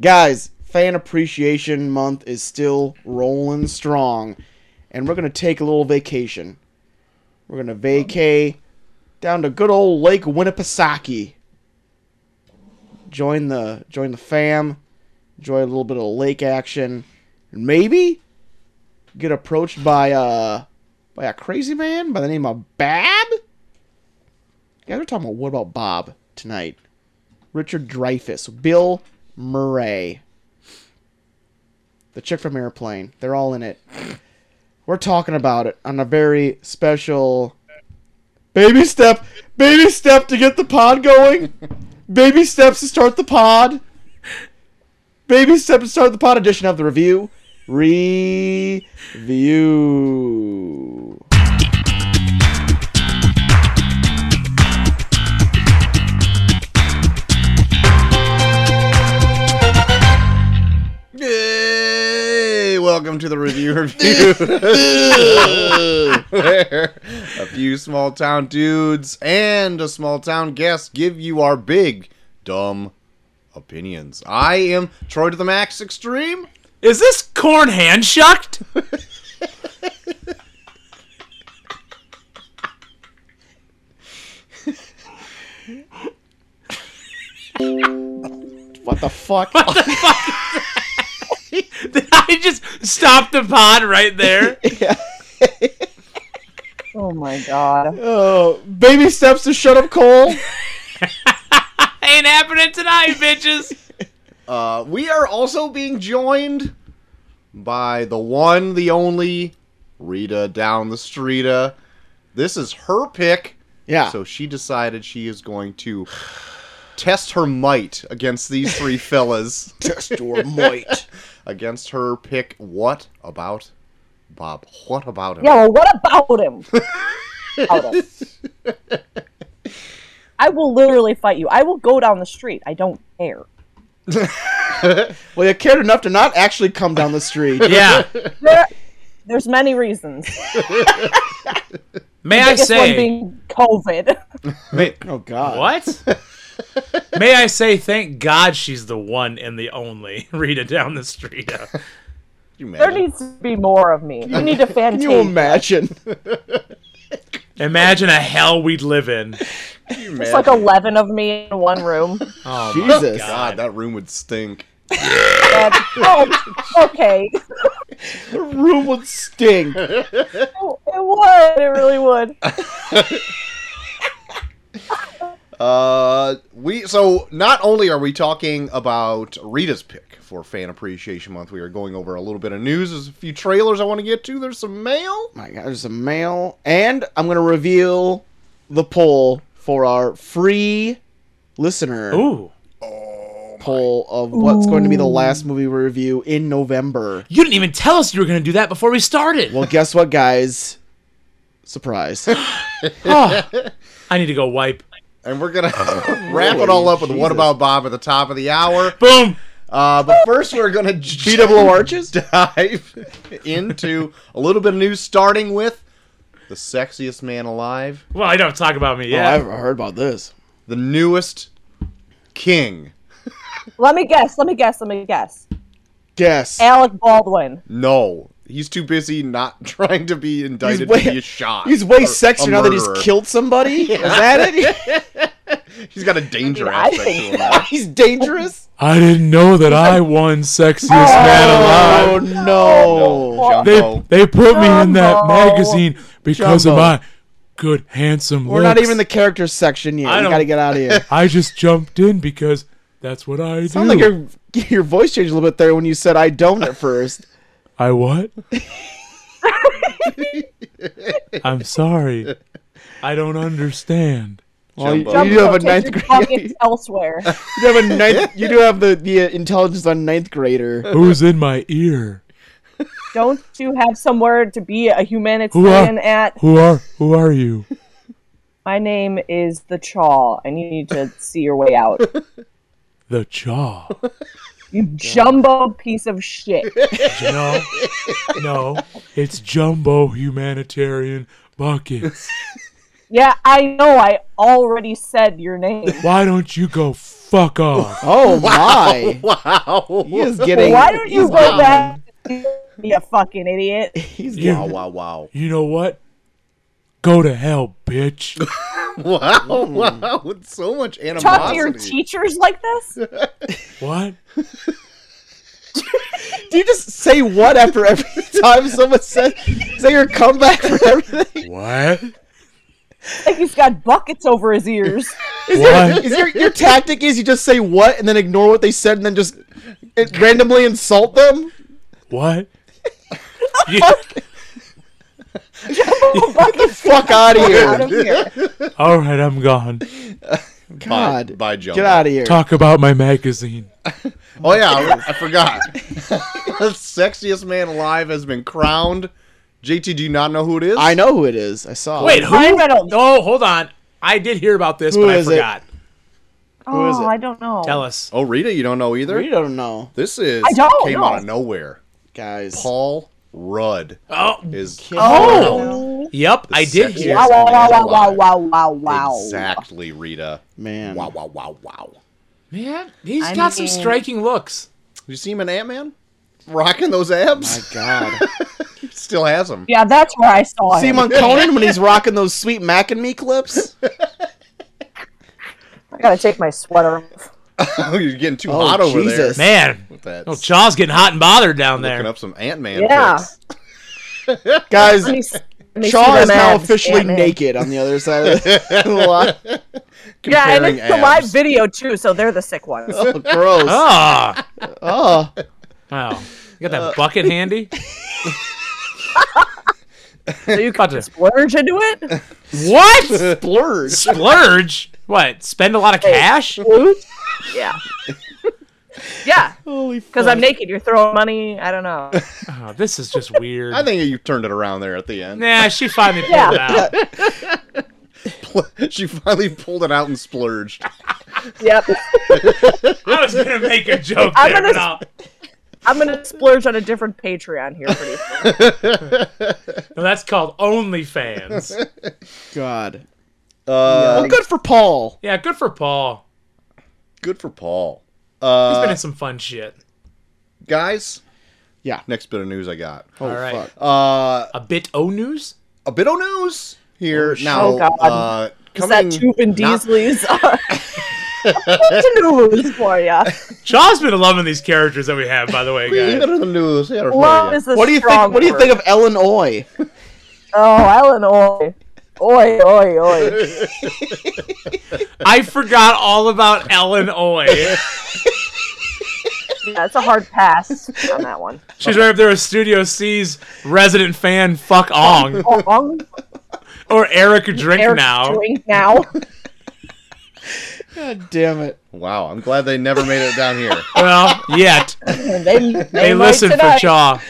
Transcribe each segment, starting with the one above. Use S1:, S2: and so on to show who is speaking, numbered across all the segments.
S1: Guys, Fan Appreciation Month is still rolling strong, and we're going to take a little vacation. We're going to vacay down to good old Lake Winnipesaukee. Join the join the fam, enjoy a little bit of lake action, and maybe get approached by a by a crazy man by the name of Bab. Guys, we're talking about what about Bob tonight? Richard Dreyfus, Bill Murray, the chick from Airplane. They're all in it. We're talking about it on a very special baby step, baby step to get the pod going, baby steps to start the pod, baby step to start the pod edition of the review. Review.
S2: Yay! Welcome to the review review. where a few small town dudes and a small town guest give you our big dumb opinions. I am Troy to the Max Extreme.
S3: Is this corn hand shucked?
S1: What the fuck?
S3: Did I just stop the pod right there?
S4: Oh my god.
S1: oh, baby steps to shut up Cole.
S3: Ain't happening tonight, bitches.
S2: Uh, we are also being joined by the one, the only Rita down the streeta. This is her pick.
S1: Yeah.
S2: So she decided she is going to test her might against these three fellas.
S1: Test your might.
S2: against her pick, what about Bob? What about him?
S4: Yeah, well, what about him? About him. I will literally fight you. I will go down the street. I don't care.
S1: Well, you cared enough to not actually come down the street.
S3: Yeah.
S4: There, there's many reasons.
S3: May I
S4: Biggest one
S3: say
S4: being COVID.
S2: Wait,
S1: Oh God.
S3: what? May I say thank God she's the one and the only Rita down the street.
S2: you
S4: There
S2: imagine?
S4: needs to be more of me. You need to fan
S1: Can you
S4: tape.
S1: imagine?
S3: Imagine a hell we'd live in.
S2: You
S4: It's
S2: imagine?
S4: like 11 of me in one room.
S3: Oh my
S1: Jesus.
S2: God, that room would stink.
S4: And- oh, okay. It
S1: The room would stink.
S4: would. It really would.
S2: Uh, we so not only are we talking about Rita's pick for Fan Appreciation Month, we are going over a little bit of news. There's a few trailers I want to get to. There's some mail.
S1: My God, there's a mail, and I'm gonna reveal the poll for our free listener
S3: Ooh.
S1: poll of what's going to be the last movie we review in November.
S3: You didn't even tell us you were going to do that before we started.
S1: Well, guess what, guys? Surprise.
S3: Oh, I need to go wipe.
S2: And we're gonna wrap it all up with
S1: Jesus.
S2: what about Bob at the top of the hour.
S3: Boom.
S2: Uh, but first we're gonna j-
S1: GWO arches.
S2: dive into a little bit of news, starting with the sexiest man alive,
S3: Well, you don't talk about me
S1: Oh,
S3: yet.
S1: I've heard about this.
S2: the newest king.
S4: Let me guess. Let me guess. Let me guess.
S1: Guess.
S4: Alec Baldwin.
S2: No, he's too busy not trying to be indicted
S1: way-
S2: to be a shot.
S1: He's way
S2: or
S1: sexier
S2: a
S1: now that he's
S2: murderer.
S1: killed somebody. Is that it?
S2: He's got a danger
S4: I
S2: aspect to
S4: think
S2: him. now.
S1: he's dangerous.
S3: I didn't know that I won sexiest man alive.
S1: Oh no!
S4: Well,
S2: Jumbo.
S3: They put me in that
S4: Jumbo.
S3: magazine because
S1: Jumbo.
S3: of my good handsome
S1: We're not
S3: looks.
S1: even in the characters section yet.
S3: I
S1: We
S3: don't-
S1: gotta get out of here.
S3: I just jumped in because that's what I do.
S1: Sounds like your your voice changed a little bit there when you said "I don't" at first.
S3: I what? I'm sorry. I don't understand.
S1: Well, Oh, you,
S2: Jumbo.
S1: you do have a
S4: Take your
S1: ninth
S4: pockets
S1: grade.
S4: elsewhere.
S1: You do have a ninth. You do have the the uh, intelligence on ninth grader.
S3: Who's in my ear?
S4: Don't you have somewhere to be a
S3: Who are-
S4: humanitarian at?
S3: Who are who are you?
S4: My name is the Chaw, and you need to see your way out.
S3: The jaw.
S4: You jumbo piece of shit.
S3: No. No. It's jumbo humanitarian buckets.
S4: Yeah, I know. I already said your name.
S3: Why don't you go fuck off.
S1: Oh my!
S2: Wow.
S1: He is getting.
S4: Why don't you
S1: he's
S4: go
S1: getting-
S4: back? You fucking idiot.
S1: He's
S3: You-
S1: getting-
S2: Wow, wow,
S3: You know what? Go to hell, bitch.
S2: wow. Wow,
S1: Mm.
S2: wow. With so much animosity.
S4: Talk to your teachers like this?
S3: what?
S1: Do you just say what after every time someone says say your comeback for everything?
S3: What?
S4: Like he's got buckets over his ears.
S3: What?
S1: Is your your tactic is you just say what and then ignore what they said and then just uh, randomly insult them?
S3: What? You-
S4: Buckets
S1: Fuck out of
S4: out
S1: here!
S4: of here.
S3: all right, I'm gone.
S2: Bye,
S1: God,
S2: bye, Joe.
S1: get out of here!
S3: Talk about my magazine.
S2: Oh yeah, I, I forgot. the sexiest man alive has been crowned. JT, do you not know who it is?
S1: I know who it is. I saw.
S3: Wait,
S1: it.
S3: who?
S4: Ryan Reynolds.
S3: No, hold on. I did hear about this,
S1: Who
S3: but I
S1: is it?
S3: forgot.
S1: Who is
S4: Oh,
S1: it?
S4: I don't know.
S3: Tell us.
S2: Oh, Rita, you don't know either.
S1: we don't know,
S2: This is
S4: I don't
S2: came
S4: know.
S2: out of nowhere.
S1: guys.
S2: Paul Rudd
S3: Oh,
S2: is
S1: Oh!
S3: yep,
S2: The
S3: I did
S2: sexiest
S3: hear.
S4: Wow, wow, wow, wow, wow,
S2: Alive.
S4: wow, wow, wow.
S2: exactly Rita.
S1: man.
S2: Wow, wow, wow, wow.
S3: Man, he's
S4: I
S3: got some
S4: mean-
S3: striking looks.
S2: Did you see him in Ant Man? Rocking those abs,
S1: My God.
S2: still has them.
S4: Yeah, that's where I saw
S1: See him
S4: him.
S1: on Conan when he's rocking those sweet Mac and Me clips.
S4: I gotta take my sweater off.
S2: Oh, you're getting too
S1: Oh,
S2: hot over
S1: Jesus.
S2: there.
S3: Man,
S2: With that,
S3: oh, Chaw's getting hot and bothered down
S2: looking
S3: there.
S2: up some Ant Man.
S4: Yeah.
S1: Guys,
S4: Let me s- let me see
S1: Shaw
S4: them
S1: is now
S4: abs,
S1: officially
S4: damn it.
S1: naked on the other side of the lot.
S4: Yeah, and
S2: comparing
S4: it's the live
S2: abs.
S4: video too, so they're the sick ones.
S1: Oh, gross. Oh.
S3: Ah, wow. You got that bucket handy?
S4: So you
S3: About
S4: can
S3: to-
S4: splurge into it.
S3: what?
S1: Splurge.
S3: Splurge? What? Spend a lot of cash?
S4: Yeah. Yeah,
S1: Holy
S4: because I'm naked. You're throwing money. I don't know.
S3: Oh, this is just weird.
S2: I think you turned it around there at the end.
S3: Nah, she finally pulled
S4: Yeah.
S3: it out.
S2: she finally pulled it out and splurged.
S4: Yep.
S3: I was gonna make a joke
S4: I'm
S3: there,
S4: gonna-
S3: but I'll-
S4: I'm gonna splurge on a different Patreon here pretty soon.
S3: no, that's called OnlyFans.
S1: God.
S2: Uh,
S1: Well, good for Paul.
S3: Yeah, good for Paul.
S2: Good for Paul.
S3: He's been
S2: Uh,
S3: in some fun shit.
S2: guys.
S1: Yeah.
S2: Next bit of news I got.
S1: Oh,
S3: All right.
S1: fuck.
S2: Uh,
S3: A bit O news?
S2: a bit of news here now.
S4: Oh, God.
S2: Uh,
S4: Is
S2: coming
S4: that two Vin
S2: not-
S4: Diesel's? What's news for ya?
S3: Shaw's been loving these characters that we have, by the way,
S2: Bit
S3: guys.
S2: of the news here
S4: Love
S2: for
S4: is the
S1: What do you think? What do you think of Illinois?
S4: Oh, Illinois. Oi, oi, oi.
S3: I forgot all about Illinois.
S4: Yeah, it's a hard pass on that one.
S3: She's right up there with Studio C's resident fan fuck Ong
S4: Wrong.
S3: or Eric Drink
S4: Eric,
S3: now.
S4: Drink now.
S1: God damn it.
S2: you. Wow, I'm glad they never made it down here.
S3: Well, yet
S4: And they they,
S3: they
S4: might
S3: listen for
S4: tonight.
S3: Chaw.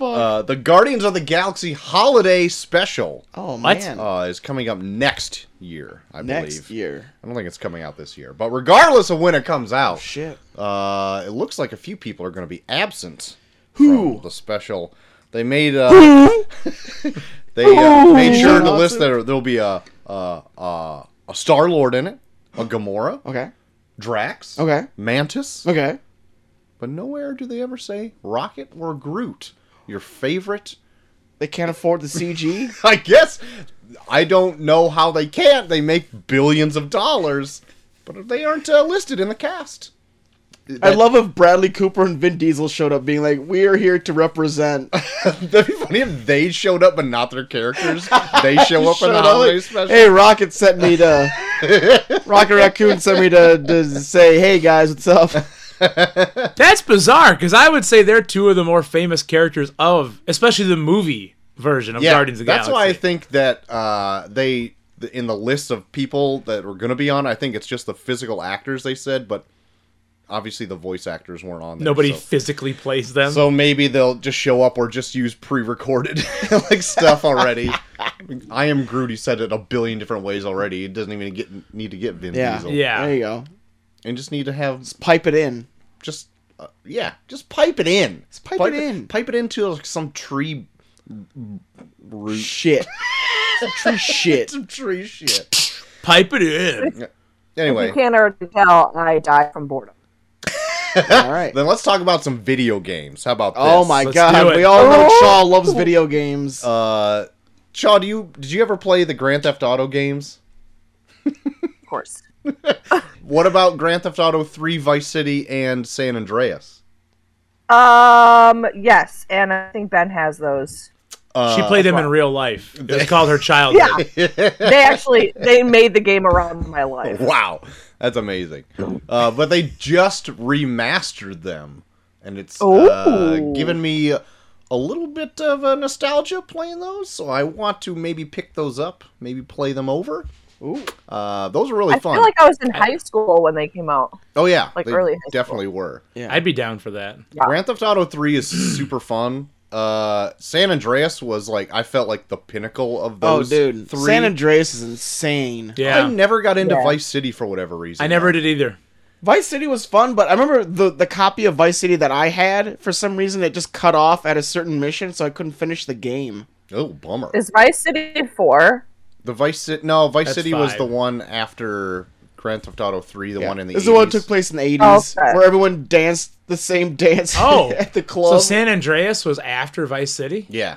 S2: Uh, the Guardians of the Galaxy Holiday Special
S1: Oh
S3: What?
S1: man.
S2: uh, is coming up next year, I
S1: Next
S2: believe.
S1: year.
S2: I don't think it's coming out this year, but regardless of when it comes out,
S1: Shit.
S2: uh, it looks like a few people are going to be absent
S1: Who?
S2: from the special. They made uh, they uh, made sure to list that there'll be a a, a, a Star Lord in it, a Gamora,
S1: Okay.
S2: Drax,
S1: Oh. Okay.
S2: Mantis,
S1: Okay.
S2: but nowhere do they ever say Rocket or Groot, your favorite.
S1: They can't afford the CG.
S2: I guess I don't know how they can't. They make billions of dollars, but they aren't uh, listed in the cast.
S1: I love if Bradley Cooper and Vin Diesel showed up being like, "We are here to represent."
S2: That'd be funny if they showed up but not their characters. They show up in
S1: Showed
S2: the
S1: up,
S2: holiday
S1: like,
S2: special.
S1: Hey, Rocket sent me to Rocket Raccoon sent me to, to say, "Hey guys, what's up?"
S3: That's bizarre because I would say they're two of the more famous characters of, especially the movie version of Guardians of the
S2: that's
S3: Galaxy.
S2: why I think that uh, they th- in the list of people that were going to be on. I think it's just the physical actors they said, but obviously the voice actors weren't on. There,
S3: Nobody
S2: So.
S3: physically plays them.
S2: So maybe they'll just show up or just use pre-recorded like stuff already. I am Groot. He said it a billion different ways already. He doesn't even get need to get Vin
S1: Yeah.
S2: Diesel.
S3: Yeah.
S1: There you go.
S2: and just need to have
S1: Pipe it in.
S2: just uh, yeah, just pipe it in. Just
S1: pipe it in.
S2: Pipe it into like, some tree root
S1: Shit. Some tree shit.
S2: tree shit.
S3: Pipe it in.
S2: Anyway,
S4: You can't already tell I died from boredom.
S1: All right.
S2: then let's talk about some video games. How about this?
S1: Oh my
S3: Let's do
S1: god,
S3: it. Oh!
S1: we all know Shaw loves video games.
S2: Uh, Shaw, do you did you ever play the Grand Theft Auto games?
S4: Of course.
S2: What about Grand Theft Auto 3, Vice City, and San Andreas?
S4: Um. Yes, and I think Ben has those.
S2: Uh,
S3: She played them in real life. It was called her childhood.
S4: Yeah. they actually they made the game around my life.
S2: Wow, that's amazing. Uh, but they just remastered them, and it's uh,
S4: Ooh.
S2: given me a little bit of a nostalgia playing those. So I want to maybe pick those up, maybe play them over.
S1: Ooh.
S2: Uh, those are really
S4: I
S2: fun.
S4: feel like I was in high school when they came out.
S2: oh yeah,
S4: like
S2: they
S4: early high school.
S2: definitely were.
S1: Yeah.
S3: I'd be down for that.
S4: Yeah.
S2: Grand Theft Auto 3 is super fun. Uh, San Andreas was like I felt like the pinnacle of
S1: Oh,
S2: those
S1: dude,
S2: three.
S1: San Andreas is insane.
S3: Yeah.
S2: I never got into
S4: Yeah.
S2: Vice City for whatever reason.
S3: I never did either.
S1: Vice City was fun, but I remember the the copy of Vice City that I had for some reason it just cut off at a certain mission, so I couldn't finish the game.
S2: Oh, bummer.
S4: Is Vice City four?
S2: The Vice City. No, Vice
S3: That's
S2: City was
S3: five.
S2: the one after Grand Theft Auto 3, the
S1: Yeah.
S2: one in the
S1: this
S2: 80s.
S1: is the one that took place in the
S4: Oh,
S1: eighties,
S4: okay.
S1: where everyone danced the same dance
S3: Oh.
S1: at the
S3: So
S1: club.
S3: San Andreas was after Vice City?
S2: Yeah.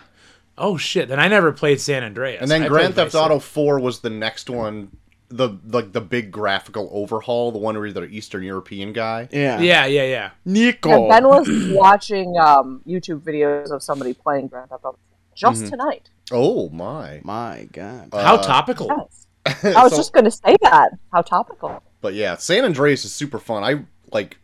S3: Oh shit, then I never played San Andreas.
S2: And then
S3: I
S2: Grand
S3: played
S2: Theft
S3: Vice
S2: Auto 4 was the next one. The like the big graphical overhaul, the one where the Eastern European guy.
S1: yeah,
S3: City. Yeah, yeah, yeah.
S1: Nico.
S4: Ben was watching um, YouTube videos of somebody playing Grand Theft Auto just
S2: Mm-hmm.
S4: tonight.
S2: Oh my!
S1: My God,
S2: Uh,
S3: How topical.
S4: Yes. I was
S2: So-
S4: just going to say that. How topical.
S2: But yeah, San Andreas is super fun. I like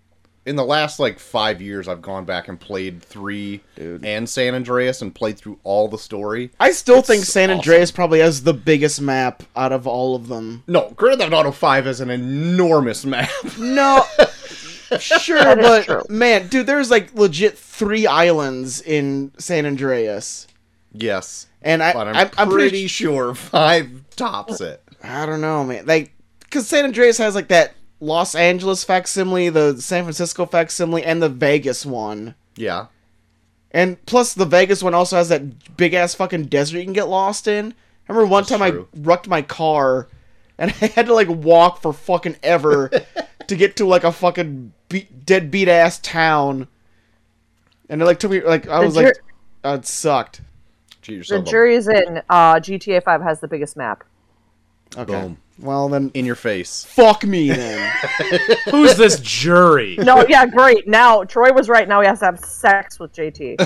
S2: in the last like five years, I've gone back and played three
S1: Dude.
S2: and San Andreas and played through all the story.
S1: I still
S2: it's
S1: think San Andreas probably has the biggest map out of all of them.
S2: No, Grand Theft Auto Five is an enormous map.
S1: No. Sure,
S4: That is
S1: but
S4: true.
S1: man, dude, there's like legit three islands in San Andreas,
S2: yes,
S1: and I,
S2: but I'm,
S1: I'm, I'm
S2: pretty,
S1: pretty
S2: sure Five tops it.
S1: I don't know, man. Like, because San Andreas has like that Los Angeles facsimile, the San Francisco facsimile, and the Vegas one.
S2: Yeah,
S1: And plus, the Vegas one also has that big ass fucking desert you can get lost in. I remember one time
S2: true.
S1: I wrecked my car, and I had to like walk for fucking ever to get to like a fucking beat, deadbeat ass town. And it like took me like I
S4: The
S1: was
S4: jur-
S1: like, uh, it sucked.
S2: Cheat
S4: The
S2: yourself up.
S4: jury's in. Uh, GTA 5 has the biggest map.
S1: Okay.
S2: Boom.
S1: Well then,
S2: in your face.
S1: fuck me then.
S3: Who's this jury?
S4: No, yeah, great. Now, Troy was right. Now he has to have sex with JT.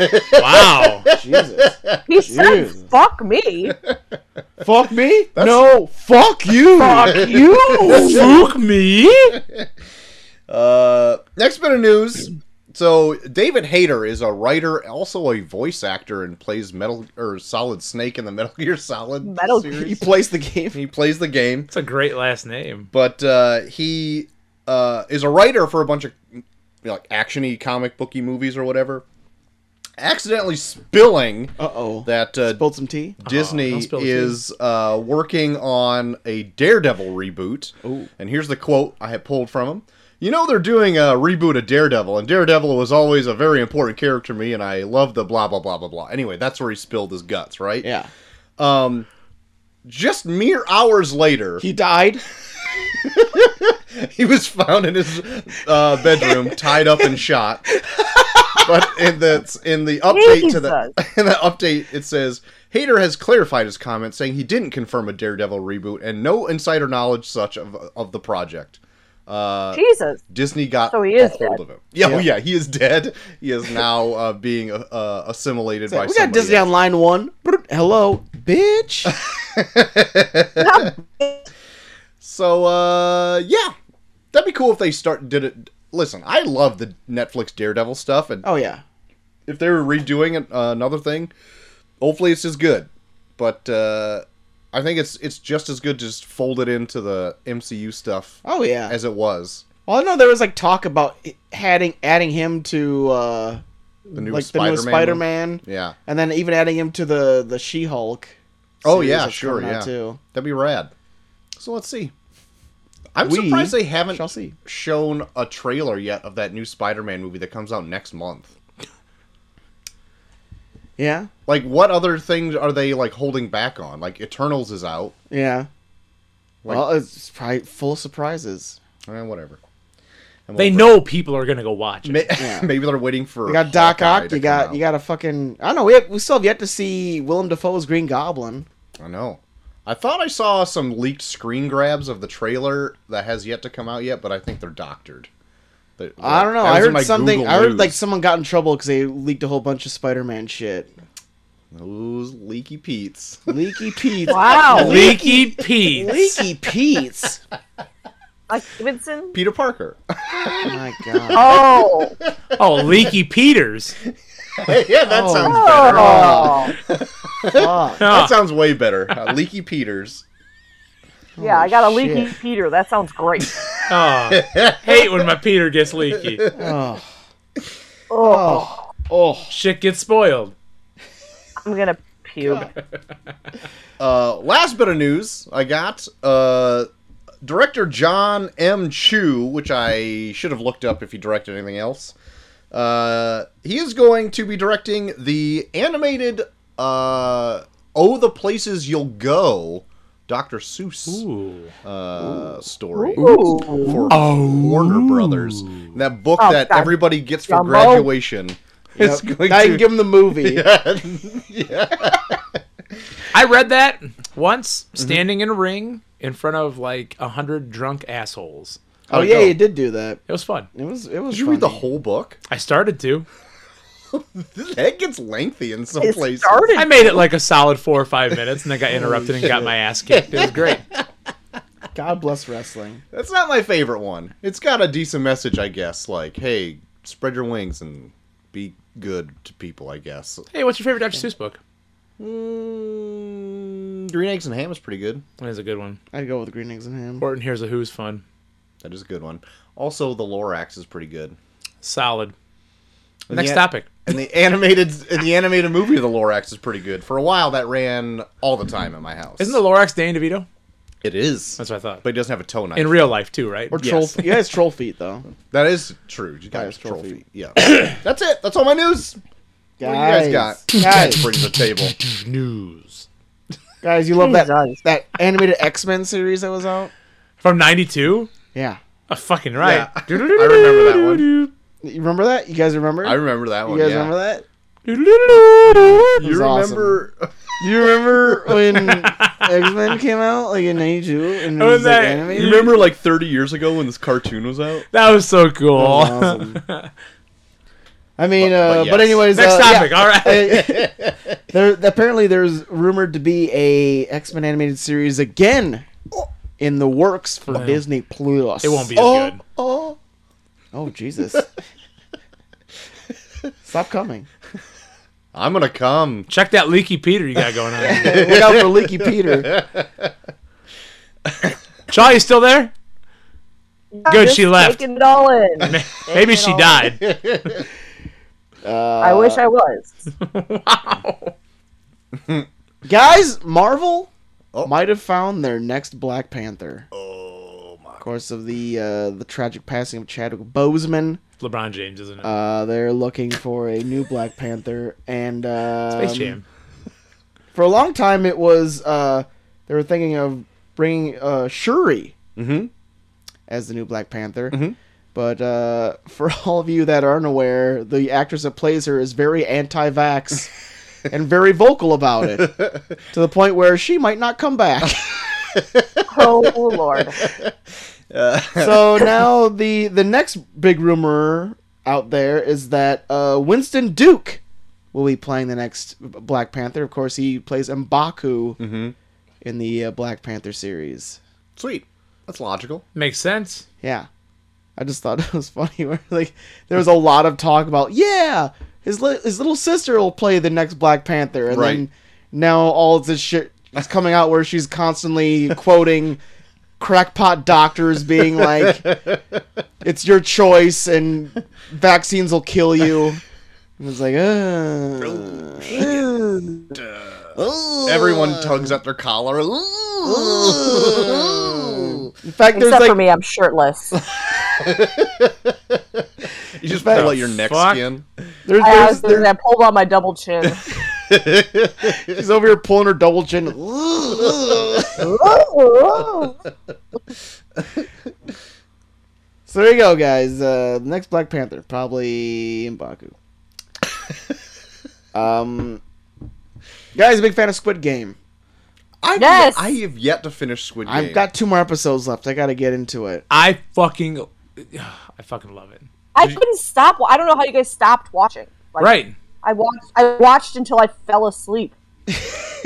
S3: Wow.
S1: Jesus.
S4: He said,
S1: Jeez.
S4: fuck me.
S1: Fuck me? No, fuck you.
S4: Fuck you.
S3: Spook me?
S2: Uh, next bit of news. So David Hayter is a writer, also a voice actor, and plays Metal or Solid Snake in the Metal Gear Solid
S4: Metal Gear.
S1: He
S2: series.
S1: plays the game.
S2: He plays the game.
S3: It's a great last name.
S2: but uh, he uh, is a writer for a bunch of you know, like actiony comic booky movies or whatever. Accidentally spilling
S1: Uh oh.
S2: that uh,
S1: Spilled some tea.
S2: Disney
S3: Oh, don't spill the tea.
S2: is uh, working on a Daredevil reboot.
S1: Ooh.
S2: And here's the quote I had pulled from him. You know they're doing a reboot of Daredevil, and Daredevil was always a very important character to me, and I love the blah blah blah blah blah. Anyway, that's where he spilled his guts, right?
S1: Yeah.
S2: Um, just mere hours later,
S1: He died.
S2: He was found in his uh, bedroom, tied up and shot. But in the in the update to the in the update, it says Hader has clarified his comment, saying he didn't confirm a Daredevil reboot and no insider knowledge such of of the project. Uh,
S4: Jesus.
S2: Disney got
S4: So he
S2: a
S4: is
S2: hold
S4: dead.
S2: of him. Yeah, oh
S1: Yeah.
S2: yeah, he is dead. He is now uh, being uh, assimilated by
S1: we got
S2: somebody
S1: Disney
S2: else.
S1: on line one. Brr, Hello, bitch.
S2: So uh yeah. That'd be cool if they start did it listen, I love the Netflix Daredevil stuff and
S1: Oh yeah.
S2: if they were redoing it, uh, another thing, hopefully it's as good. But uh I think it's it's just as good to just fold it into the MCU stuff
S1: Oh yeah.
S2: as it was.
S1: Well, I know there was like talk about i- adding adding him to uh
S2: The new
S1: like the
S2: Spider-Man.
S1: new
S2: one.
S1: Spider-Man,
S2: Yeah.
S1: and then even adding him to the the She-Hulk.
S2: Oh,
S1: series
S2: yeah,
S1: that's
S2: sure,
S1: coming out,
S2: yeah.
S1: Too.
S2: That'd be rad. So let's see. I'm
S1: We
S2: surprised they haven't
S1: shall see.
S2: shown a trailer yet of that new Spider-Man movie that comes out next month.
S1: Yeah.
S2: Like, what other things are they like holding back on? Like, Eternals is out.
S1: Yeah.
S2: Like-
S1: well, it's probably full of surprises.
S2: Eh, whatever. I'm
S3: They
S2: over
S3: know people are gonna go watch
S2: it.
S3: it.
S2: May-
S1: Yeah.
S2: Maybe they're waiting for.
S1: You got Doc
S2: Hawkeye
S1: Ock.
S2: to
S1: You
S2: come
S1: got
S2: out.
S1: you got a fucking. I don't know. We, have, we still have yet to see Willem Dafoe's Green Goblin.
S2: I know. I thought I saw some leaked screen grabs of the trailer that has yet to come out yet, but I think they're doctored. They-
S1: I don't know.
S2: that
S1: I
S2: was in
S1: heard
S2: my
S1: something.
S2: Google
S1: I heard
S2: News.
S1: like someone got in trouble because they leaked a whole bunch of Spider-Man shit.
S2: those leaky Pete's.
S1: Leaky Pete's.
S4: Wow.
S3: Leaky Pete.
S1: Leaky Pete's.
S4: Like Vincent.
S2: Peter Parker.
S1: Oh my god.
S4: Oh.
S3: Oh, Leaky Peters.
S2: yeah, that
S1: Oh.
S2: sounds better.
S4: Oh.
S1: Fuck.
S3: Ah.
S2: That sounds way better. Uh, leaky Peters.
S4: Yeah, I got a
S1: Holy
S4: leaky
S1: shit.
S4: Peter. That sounds great.
S3: Oh, hate when my Peter gets leaky.
S1: Oh.
S4: Oh,
S1: Oh.
S3: Shit gets spoiled.
S4: I'm gonna pube.
S2: Uh, last bit of news I got uh, director John M. Chu, which I should have looked up if he directed anything else. Uh, he is going to be directing the animated uh, "Oh the Places You'll Go" Dr. Seuss
S3: Ooh. Oh.
S2: uh, story
S4: Ooh.
S2: for Warner Brothers. And that book
S4: Oh,
S2: that
S4: God.
S2: everybody gets for
S4: Jumbo.
S2: graduation. It's
S1: Yep.
S2: going
S1: Oh. Now you can
S2: to
S1: give him the movie.
S3: I read that once,
S1: Mm-hmm.
S3: standing in a ring in front of like a hundred drunk assholes.
S1: Oh
S2: How'd it
S1: yeah,
S2: go?
S1: you did do that.
S3: It was fun.
S1: It was. It was.
S2: Did you read the
S1: funny.
S2: whole book?
S3: I started to.
S2: That gets lengthy in some
S4: It
S2: places.
S4: started.
S3: I made it like a solid four or five minutes, and then got interrupted and got my ass kicked. It was great.
S1: God bless wrestling.
S2: That's not my favorite one. It's got a decent message, I guess. Like, hey, spread your wings and be good to people, I guess.
S3: Hey, what's your favorite Dr. Seuss book?
S2: Mm, Green Eggs and Ham is pretty good.
S3: That is a good one.
S1: I'd go with green eggs and ham.
S3: Horton Here's a Who's fun.
S2: That is a good one. Also, The Lorax is pretty good.
S3: Solid. Next
S2: yet-
S3: topic.
S2: And the animated and the animated movie The Lorax is pretty good. For a while, that ran all the time at my house.
S3: Isn't the Lorax Danny DeVito?
S2: It is.
S3: That's what I thought.
S2: But he doesn't have a toe knife.
S3: In real life, too, right?
S1: Or
S3: Yeah.
S1: troll.
S2: Yes.
S1: You guys troll feet though.
S2: that is true. You got
S1: Guys,
S2: his troll
S1: trophy.
S2: feet. Yeah. That's it. That's all my news. What do you guys got?
S1: Guys.
S2: Bring to the table.
S3: News.
S1: Guys, you love that
S4: Jesus.
S1: that animated X Men series that was out.
S3: From 92?
S1: Yeah,
S3: Oh, fucking right.
S2: Yeah. I remember that one.
S1: you remember that? You guys remember?
S2: I remember that
S1: You
S2: one.
S1: guys
S2: yeah.
S1: remember that?
S3: that?
S1: was
S2: You remember?
S1: Do you remember when X Men came out, like in '92, and it
S3: Oh,
S1: was like
S3: that-
S2: You
S1: animated?
S2: remember like 30 years ago when this cartoon was out?
S3: was so cool.
S1: awesome. I mean,
S2: But-
S1: uh,
S2: but
S1: but,
S2: yes.
S1: anyways,
S3: Next
S1: uh, yeah.
S3: topic. All right.
S1: Uh, there apparently there's rumored to be a X Men animated series again in the works for
S3: Wow.
S1: Disney Plus.
S3: It won't be as good.
S2: oh,
S1: Oh Jesus! Stop coming.
S2: I'm gonna come.
S3: Check that leaky Peter you got going on.
S1: Look out for Leaky Peter.
S3: Shaw, you still there? Good, she left.
S4: Taking it all in.
S3: Maybe she
S4: all.
S3: died.
S4: I wish I was.
S1: Guys, Marvel
S2: Oh.
S1: might have found their next Black Panther. Of
S2: Oh my!
S1: course, of the uh, the tragic passing of Chadwick Boseman,
S3: LeBron James, isn't it?
S1: uh, they're looking for a new Black Panther, and um,
S3: Space Jam.
S1: for a long time it was uh, they were thinking of bringing uh, Shuri
S2: Mhm.
S1: as the new Black Panther. But uh, for all of you that aren't aware, the actress that plays her is very anti-vax and very vocal about it, to the point where she might not come back.
S4: Oh lord.
S1: so now the the next big rumor out there is that uh, Winston Duke will be playing the next Black Panther. Of course, he plays M'Baku in the uh, Black Panther series.
S2: Sweet. That's logical.
S3: Makes sense.
S1: Yeah. I just thought it was funny where like there was a lot of talk about yeah his li- his little sister will play the next Black Panther and
S2: Right.
S1: then now all of this shit is coming out where she's constantly quoting crackpot doctors being like it's your choice and vaccines will kill you and it's like uh,
S2: Everyone tugs at their collar. you
S1: in fact there's
S4: Oh, Except
S1: like
S4: for me, I'm shirtless.
S2: just pull out your neck
S3: Fuck.
S2: skin.
S1: there's
S4: I,
S1: there's,
S4: was,
S1: there's
S4: I pulled on my double chin.
S1: She's over here pulling her double chin. so there you go, guys. Uh, next Black Panther, probably Mbaku. um, guys, big fan of Squid Game.
S2: I've
S4: Yes.
S2: I have yet to finish Squid Game.
S1: I've got two more episodes left. I got to get into it.
S3: I fucking, I fucking love it.
S4: I couldn't stop. wa- I don't know how you guys stopped watching. Like,
S3: Right.
S4: I watched. I watched until I fell asleep.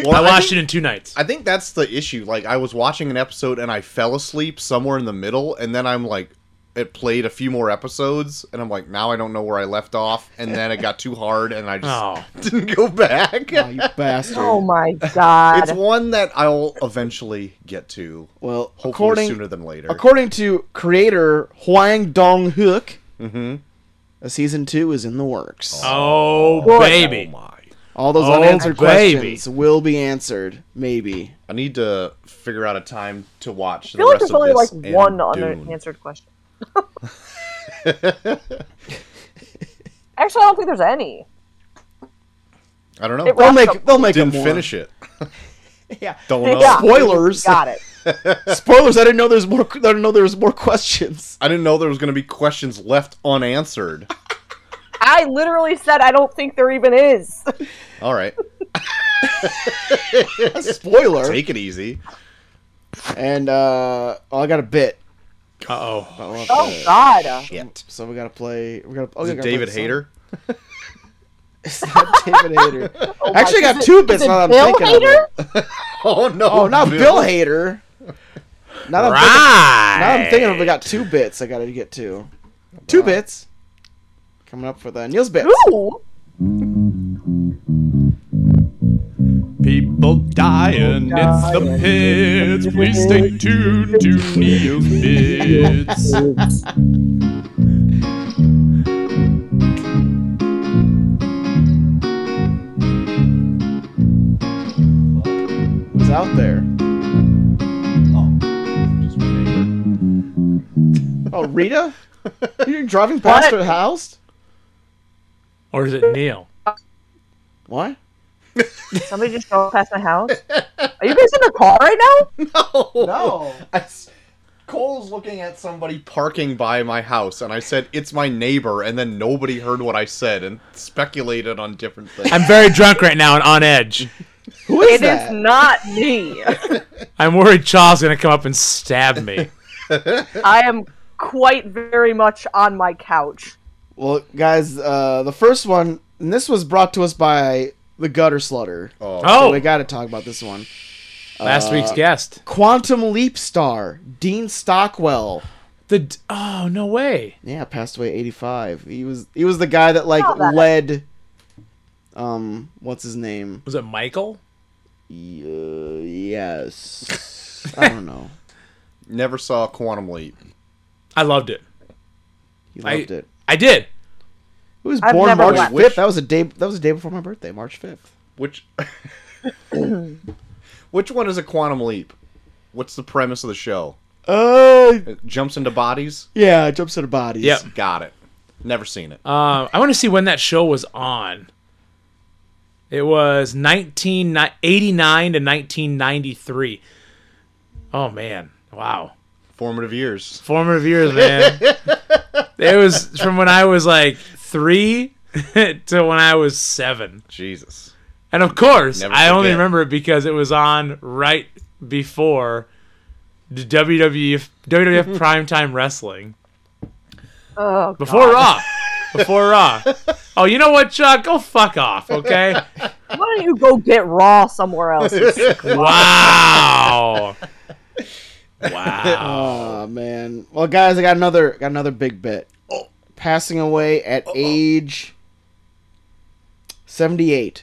S2: Well,
S3: I watched
S2: think,
S3: it in two nights.
S2: I think that's the issue. Like I was watching an episode and I fell asleep somewhere in the middle, and then I'm like, it played a few more episodes, and I'm like, now I don't know where I left off, and then it got too hard, and I just
S3: Oh.
S2: didn't go back.
S1: Oh, you bastard.
S4: Oh my
S2: it's
S4: god!
S2: one that I'll eventually get to,
S1: well,
S2: hopefully
S1: according
S2: sooner than later.
S1: according to creator Huang Dong Hook,
S2: Mhm.
S1: a season two is in the works.
S3: Oh,
S2: Oh
S3: baby.
S2: my!
S1: All those
S3: Oh,
S1: unanswered
S3: baby.
S1: questions will be answered, maybe.
S2: I need to figure out a time to watch. the
S4: I feel like
S2: rest
S4: there's
S2: of
S4: only like
S2: this and
S4: one
S2: Dune.
S4: unanswered question. Actually, I don't think there's any.
S2: I don't know.
S4: It
S1: They'll
S4: Watch
S1: make
S4: the-
S1: they'll make
S2: Didn't
S1: them
S2: finish it.
S1: Yeah.
S2: Don't know.
S4: Yeah.
S1: Spoilers.
S4: Got it.
S1: Spoilers. I didn't know there's more. I didn't know there was more questions.
S2: I didn't know there was going to be questions left unanswered.
S4: I literally said I don't think there even is.
S2: All right,
S1: Spoiler.
S2: take it easy.
S1: And uh, oh, I got a bit.
S3: Uh oh.
S1: Oh,
S4: Oh god.
S2: Shit.
S1: So we gotta play. We gotta. Oh,
S2: Is
S1: yeah,
S2: it
S1: gotta play
S2: David
S1: the song.
S2: Hater?
S1: It's not David Hater. Actually, I
S4: Is
S1: got
S4: it-
S1: two
S4: is
S1: bits.
S4: it
S1: Now that
S4: Bill
S1: I'm thinking of
S4: Hader?
S1: it.
S2: Oh no!
S1: Oh, not Bill Hater. Now that I'm thinking-
S3: Right.
S1: Now I'm thinking of I got two bits I gotta get to. Two bits. Coming up for the Neil's bits.
S4: Ooh.
S5: People dying, it's the pits. Please stay tuned to Neil's Bits.
S1: It's out there. Oh, Rita? You're driving past
S4: What?
S1: her house?
S3: Or is it Neil?
S1: What?
S4: Somebody just drove past my house. Are you guys in the car right now?
S1: No.
S2: I s- Cole's looking at somebody parking by my house, and I said it's my neighbor, and then nobody heard what I said and speculated on different things.
S3: I'm very drunk right now and on edge.
S1: Who is
S4: It is
S1: that?
S4: not me.
S3: I'm worried Charles is gonna come up and stab me.
S4: I am quite very much on my couch.
S1: Well, guys, uh, the first one, and this was brought to us by the Gutter Slutter.
S2: oh,
S1: So we
S3: Oh,
S1: gotta talk about this one.
S3: last week's guest.
S1: Quantum Leap star, Dean Stockwell.
S3: The d- oh no way.
S1: Yeah, passed away 85. He was he was the guy that like
S4: Oh, that-
S1: led um what's his name?
S3: Was it Michael?
S1: Y- uh, yes. I don't know.
S2: never saw Quantum Leap.
S3: I loved it.
S1: He
S3: I-
S1: loved it.
S3: I did.
S1: He was
S4: I've
S1: born
S4: never
S1: March
S4: watched-
S1: fifth. That was a day. That was a day before my birthday, March fifth.
S2: Which, which one is a Quantum Leap? What's the premise of the show?
S1: Uh,
S2: It jumps into bodies.
S1: yeah, jumps into bodies.
S3: Oh, Yep.
S2: Got it. Never seen it.
S3: Um, I want to see when that show was on. It was 1989 to 1993. Oh man, wow.
S2: Formative years.
S3: Formative years, man. it was from when I was like three to when I was seven.
S2: Jesus.
S3: And of course,
S2: Never
S3: I only
S2: forget.
S3: remember it because it was on right before the E, WWF,
S2: Mm-hmm.
S3: WWF Primetime Wrestling.
S4: Oh,
S3: Before
S4: God.
S3: Raw. Before Raw. Oh, you know what, Chuck? Go fuck off, okay?
S4: Why don't you go get raw somewhere else?
S3: Wow. Wow.
S1: Oh man. Well, guys, I got another got another big bit.
S2: Oh.
S1: Passing away at age seventy eight.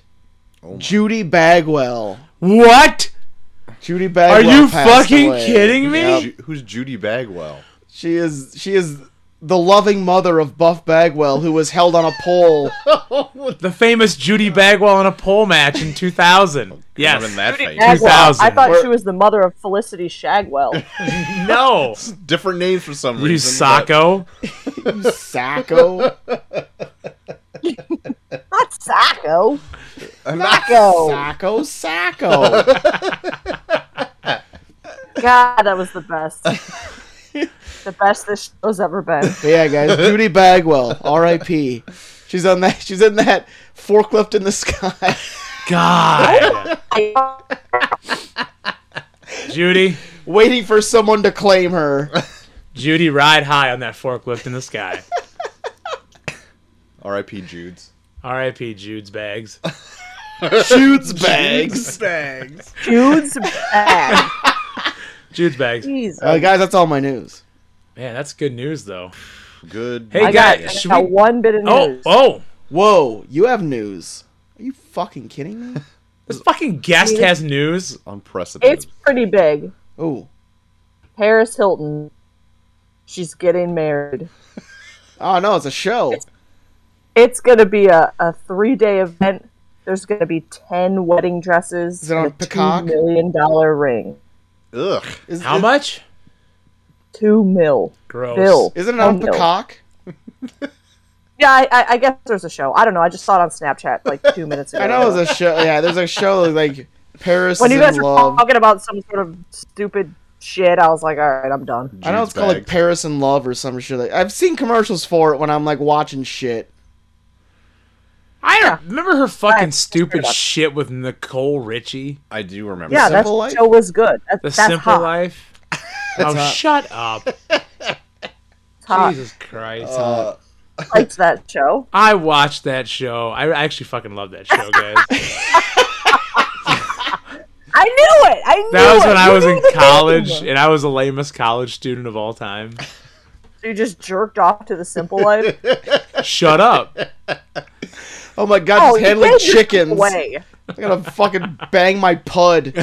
S2: Oh my.
S1: Judy Bagwell.
S3: What?
S1: Judy Bagwell.
S3: you
S1: passed
S3: fucking
S1: away.
S3: kidding me?
S1: Yep.
S2: Ju- who's Judy Bagwell?
S1: She is she is the loving mother of Buff Bagwell, who was held on a pole.
S3: The famous Judy Bagwell in a pole match in 2000.
S2: Not in
S3: Yes.
S2: that
S4: Judy
S2: famous.
S4: Bagwell.
S3: 2000.
S4: I thought
S1: We're-
S4: she was the mother of Felicity Shagwell.
S3: No.
S2: Different name for some
S3: You
S2: reason. but-
S3: socko.
S1: Sacco.
S4: Not Sacco.
S2: Oh.
S1: Sacco,
S4: Sacco.
S1: Sacco.
S4: God, that was the best. the best this show's ever been.
S1: But yeah, guys, Judy Bagwell, R.I.P. She's on that. She's in that forklift in the sky.
S3: God, Judy,
S1: waiting for someone to claim her.
S3: Judy, ride high on that forklift in the sky.
S2: R.I.P. Jude's.
S3: R.I.P. Jude's bags.
S1: Shoots bags.
S2: Bags.
S4: Dude's bag.
S3: Jude's bags.
S4: Jesus.
S1: Uh, guys, that's all my news.
S3: Man, that's good news though.
S2: Good.
S3: Hey,
S4: I
S2: morning.
S4: got,
S3: guys,
S4: I
S3: should
S4: got
S3: we-
S4: one bit of
S3: Oh,
S4: news.
S3: oh,
S1: Whoa, you have news. Are you fucking kidding me?
S3: this fucking guest has news.
S2: Unprecedented.
S4: It's pretty big.
S1: Oh.
S4: Paris Hilton. She's getting married.
S1: Oh no, it's a show.
S4: It's gonna be a, a three day event. There's gonna be ten wedding dresses.
S1: Is it on
S4: and a
S1: Peacock?
S4: Two million dollar ring.
S2: Ugh.
S1: Is,
S3: How
S1: is-
S3: much?
S4: Two mil.
S3: Gross.
S4: Bill.
S1: Isn't it on
S4: Ten mil.
S1: Peacock?
S4: Yeah, I, I, I guess there's a show. I don't know. I just saw it on Snapchat like two minutes ago.
S1: I know it's a show. Yeah, there's a show like Paris
S4: when
S1: is
S4: you guys
S1: in
S4: were
S1: Love.
S4: talking about some sort of stupid shit, I was like, all right, I'm done.
S1: I know it's
S2: Jude's
S1: called like
S2: bags.
S1: Paris in Love or some shit. Like, I've seen commercials for it when I'm like watching shit.
S3: I don't remember her fucking
S4: Right.
S3: stupid shit with Nicole Richie.
S2: I do remember.
S4: Yeah,
S1: The
S4: that
S1: Simple Life?
S4: show was good. That,
S3: The
S4: that's
S3: Simple
S4: hot.
S3: Life. oh, shut up.
S4: It's hot.
S3: Jesus Christ.
S4: I liked that show.
S3: I watched that show. I I actually fucking love that show, guys.
S4: I knew it. I knew
S3: That was
S4: it.
S3: when I
S4: You
S3: was
S4: knew
S3: in
S4: the
S3: college,
S4: name.
S3: and I was the lamest college student of all time.
S4: You just jerked off to the Simple Life.
S3: Shut up.
S1: Oh my god,
S4: oh,
S1: just
S4: you
S1: handling
S4: gave yourself
S1: chickens.
S4: Away.
S1: I'm gonna fucking bang my pud.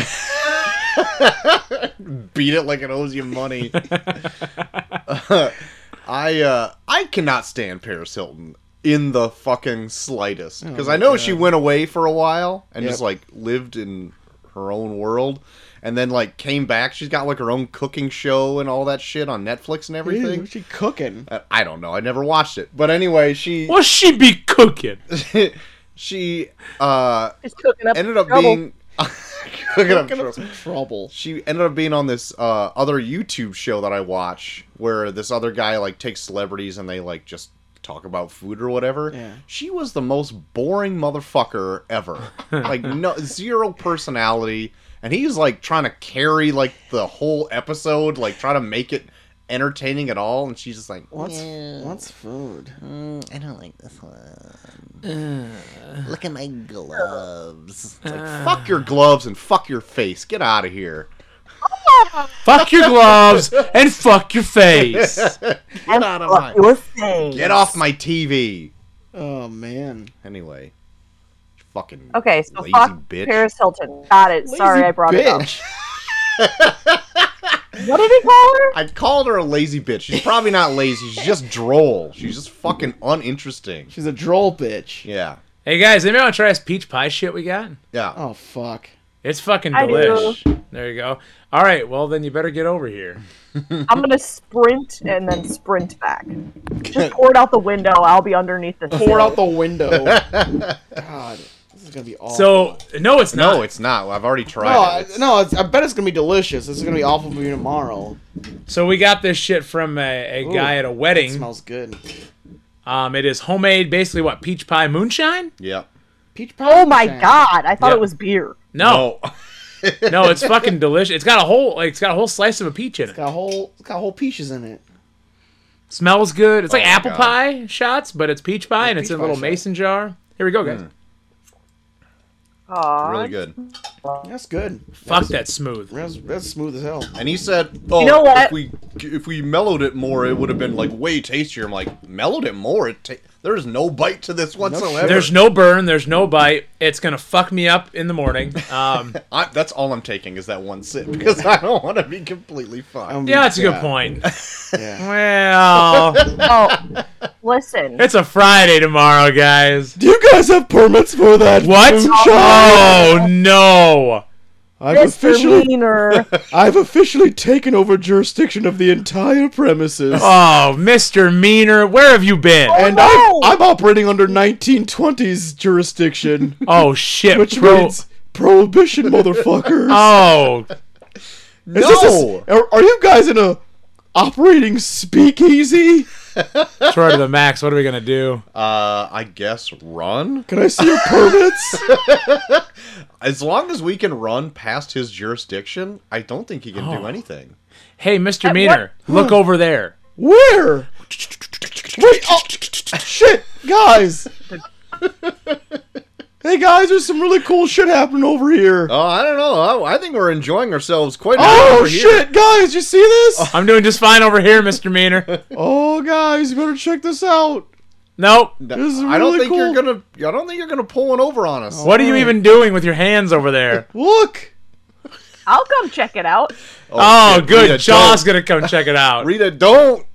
S2: beat it like it owes you money. I uh, I cannot stand Paris Hilton in the fucking slightest because I know she went away for a while and
S1: Yep.
S2: just like lived in her own world and then like came back. She's got like her own cooking show and all that shit on Netflix and
S1: Ew,
S2: everything.
S1: she cooking.
S2: I- Uh, I don't know. I never watched it, but anyway, she
S3: What's she be cooking?
S2: she uh,
S4: She's cooking up
S2: ended up
S4: trouble.
S2: being cooking
S1: Cooking
S2: up
S1: up
S2: trouble
S1: some trouble.
S2: she ended up being on this uh, other YouTube show that I watch, where this other guy like takes celebrities and they like just talk about food or whatever.
S1: Yeah.
S2: She was the most boring motherfucker ever. like no zero personality, and he's like trying to carry like the whole episode, like trying to make it entertaining at all, and she's just like,
S1: What's what's food?
S6: Mm, I don't like this one. Look at my gloves.
S2: like,
S1: Uh.
S2: "Fuck your gloves and fuck your face. Get out of here."
S3: Fuck your gloves and fuck your face.
S2: Get out of
S4: Fuck
S2: my.
S4: your face.
S2: Get off my TV.
S1: Oh man.
S2: Anyway, fucking
S4: Okay, so
S2: lazy
S4: fuck
S2: bitch.
S4: Paris Hilton. Got it. Sorry,
S1: Lazy
S4: I brought it
S1: bitch.
S4: up. What did he call her?
S2: I called her a lazy bitch. She's probably not lazy. She's just droll. She's just fucking uninteresting.
S1: She's a droll bitch.
S2: Yeah.
S3: Hey guys, anybody want to try this peach pie shit we got?
S2: Yeah.
S1: Oh fuck.
S3: It's fucking
S4: I do.
S3: delish. There you go. All right, well then you better get over here.
S4: I'm gonna sprint and then sprint back. Just pour it out the window. I'll be underneath the
S1: Pour
S4: sill.
S1: out the window. God, this is gonna be awful.
S3: So no, it's not.
S2: No, it's not. I've already tried
S1: no,
S2: it.
S1: I,
S2: It's-
S1: no, it's, I bet it's gonna be delicious. This is gonna be awful for you tomorrow.
S3: So we got this shit from a, a
S1: Ooh,
S3: guy at a
S1: It
S3: wedding.
S1: smells good.
S3: Um, it is homemade, basically what peach pie moonshine?
S2: Yeah.
S1: Peach pie.
S4: Oh my
S1: jam.
S4: god! I thought
S3: Yeah.
S4: it was beer.
S3: No, no, it's fucking delicious. It's got a whole like it's got a whole slice of a peach in it.
S1: Got whole it's got whole peaches in it.
S3: Smells good. It's like
S2: my
S3: apple
S2: God.
S3: pie shots, but it's peach pie and it's
S1: peach
S3: in a
S1: pie
S3: little
S1: shot.
S3: mason jar. Here we go, guys.
S4: Aw.
S2: really good.
S1: That's good.
S3: Fuck that smooth.
S1: That's, that's smooth as hell.
S2: And he said, "Oh,
S4: know what?
S2: if we if we mellowed it more, it would have been like way tastier." I'm like, "Mellowed it more? It ta- there's no bite to this whatsoever."
S1: shit.
S3: There's no burn. There's no bite. It's gonna fuck me up in the morning. Um,
S2: I, that's all I'm taking is that one sip because I don't want to be completely fucked.
S1: Um,
S3: yeah, that's a good point.
S1: yeah.
S3: Well,
S4: Oh, listen.
S3: it's a Friday tomorrow, guys.
S1: Do you guys have permits for that?
S3: What?
S1: moonshine?
S3: Oh no!
S1: I've
S4: Mr.
S1: officially
S4: Wiener.
S1: I've officially taken over jurisdiction of the entire premises.
S2: Uh,
S3: Oh, Mr. Meaner, where have you been?
S1: and
S4: no!
S1: I'm, I'm operating under 1920s jurisdiction,
S3: Oh shit,
S1: which
S3: bro.
S1: means prohibition, motherfuckers.
S2: Uh,
S3: Oh,
S1: Is this a- are, are you guys in a operating speakeasy?
S3: Troy to the max. What are we gonna do?
S2: Uh, I guess run.
S1: Can I see your permits?
S2: As long as we can run past his jurisdiction, I don't think he can
S1: Oh.
S2: do anything.
S3: Hey, Mr. Meaner, look over there.
S1: Where? Wait, oh, shit, guys. Hey guys, there's some really cool shit happening over here.
S2: Oh, I don't know. I, I think we're enjoying ourselves quite a bit
S1: Oh
S2: over here. Uh,
S1: shit, guys, you see this?
S3: I'm doing just fine over here, Mr. Meaner.
S1: Oh guys, you better check this out.
S3: Nope.
S1: This is
S2: I don't
S1: really
S2: think you're
S1: cool.
S2: gonna. I don't think you're gonna pull one over on us.
S3: What are you even doing with your hands over there?
S1: Look.
S4: I'll come check it out.
S3: Oh,
S2: shit, Rita,
S3: good. Jaw's
S2: don't.
S3: gonna come check it out.
S2: Rita, don't.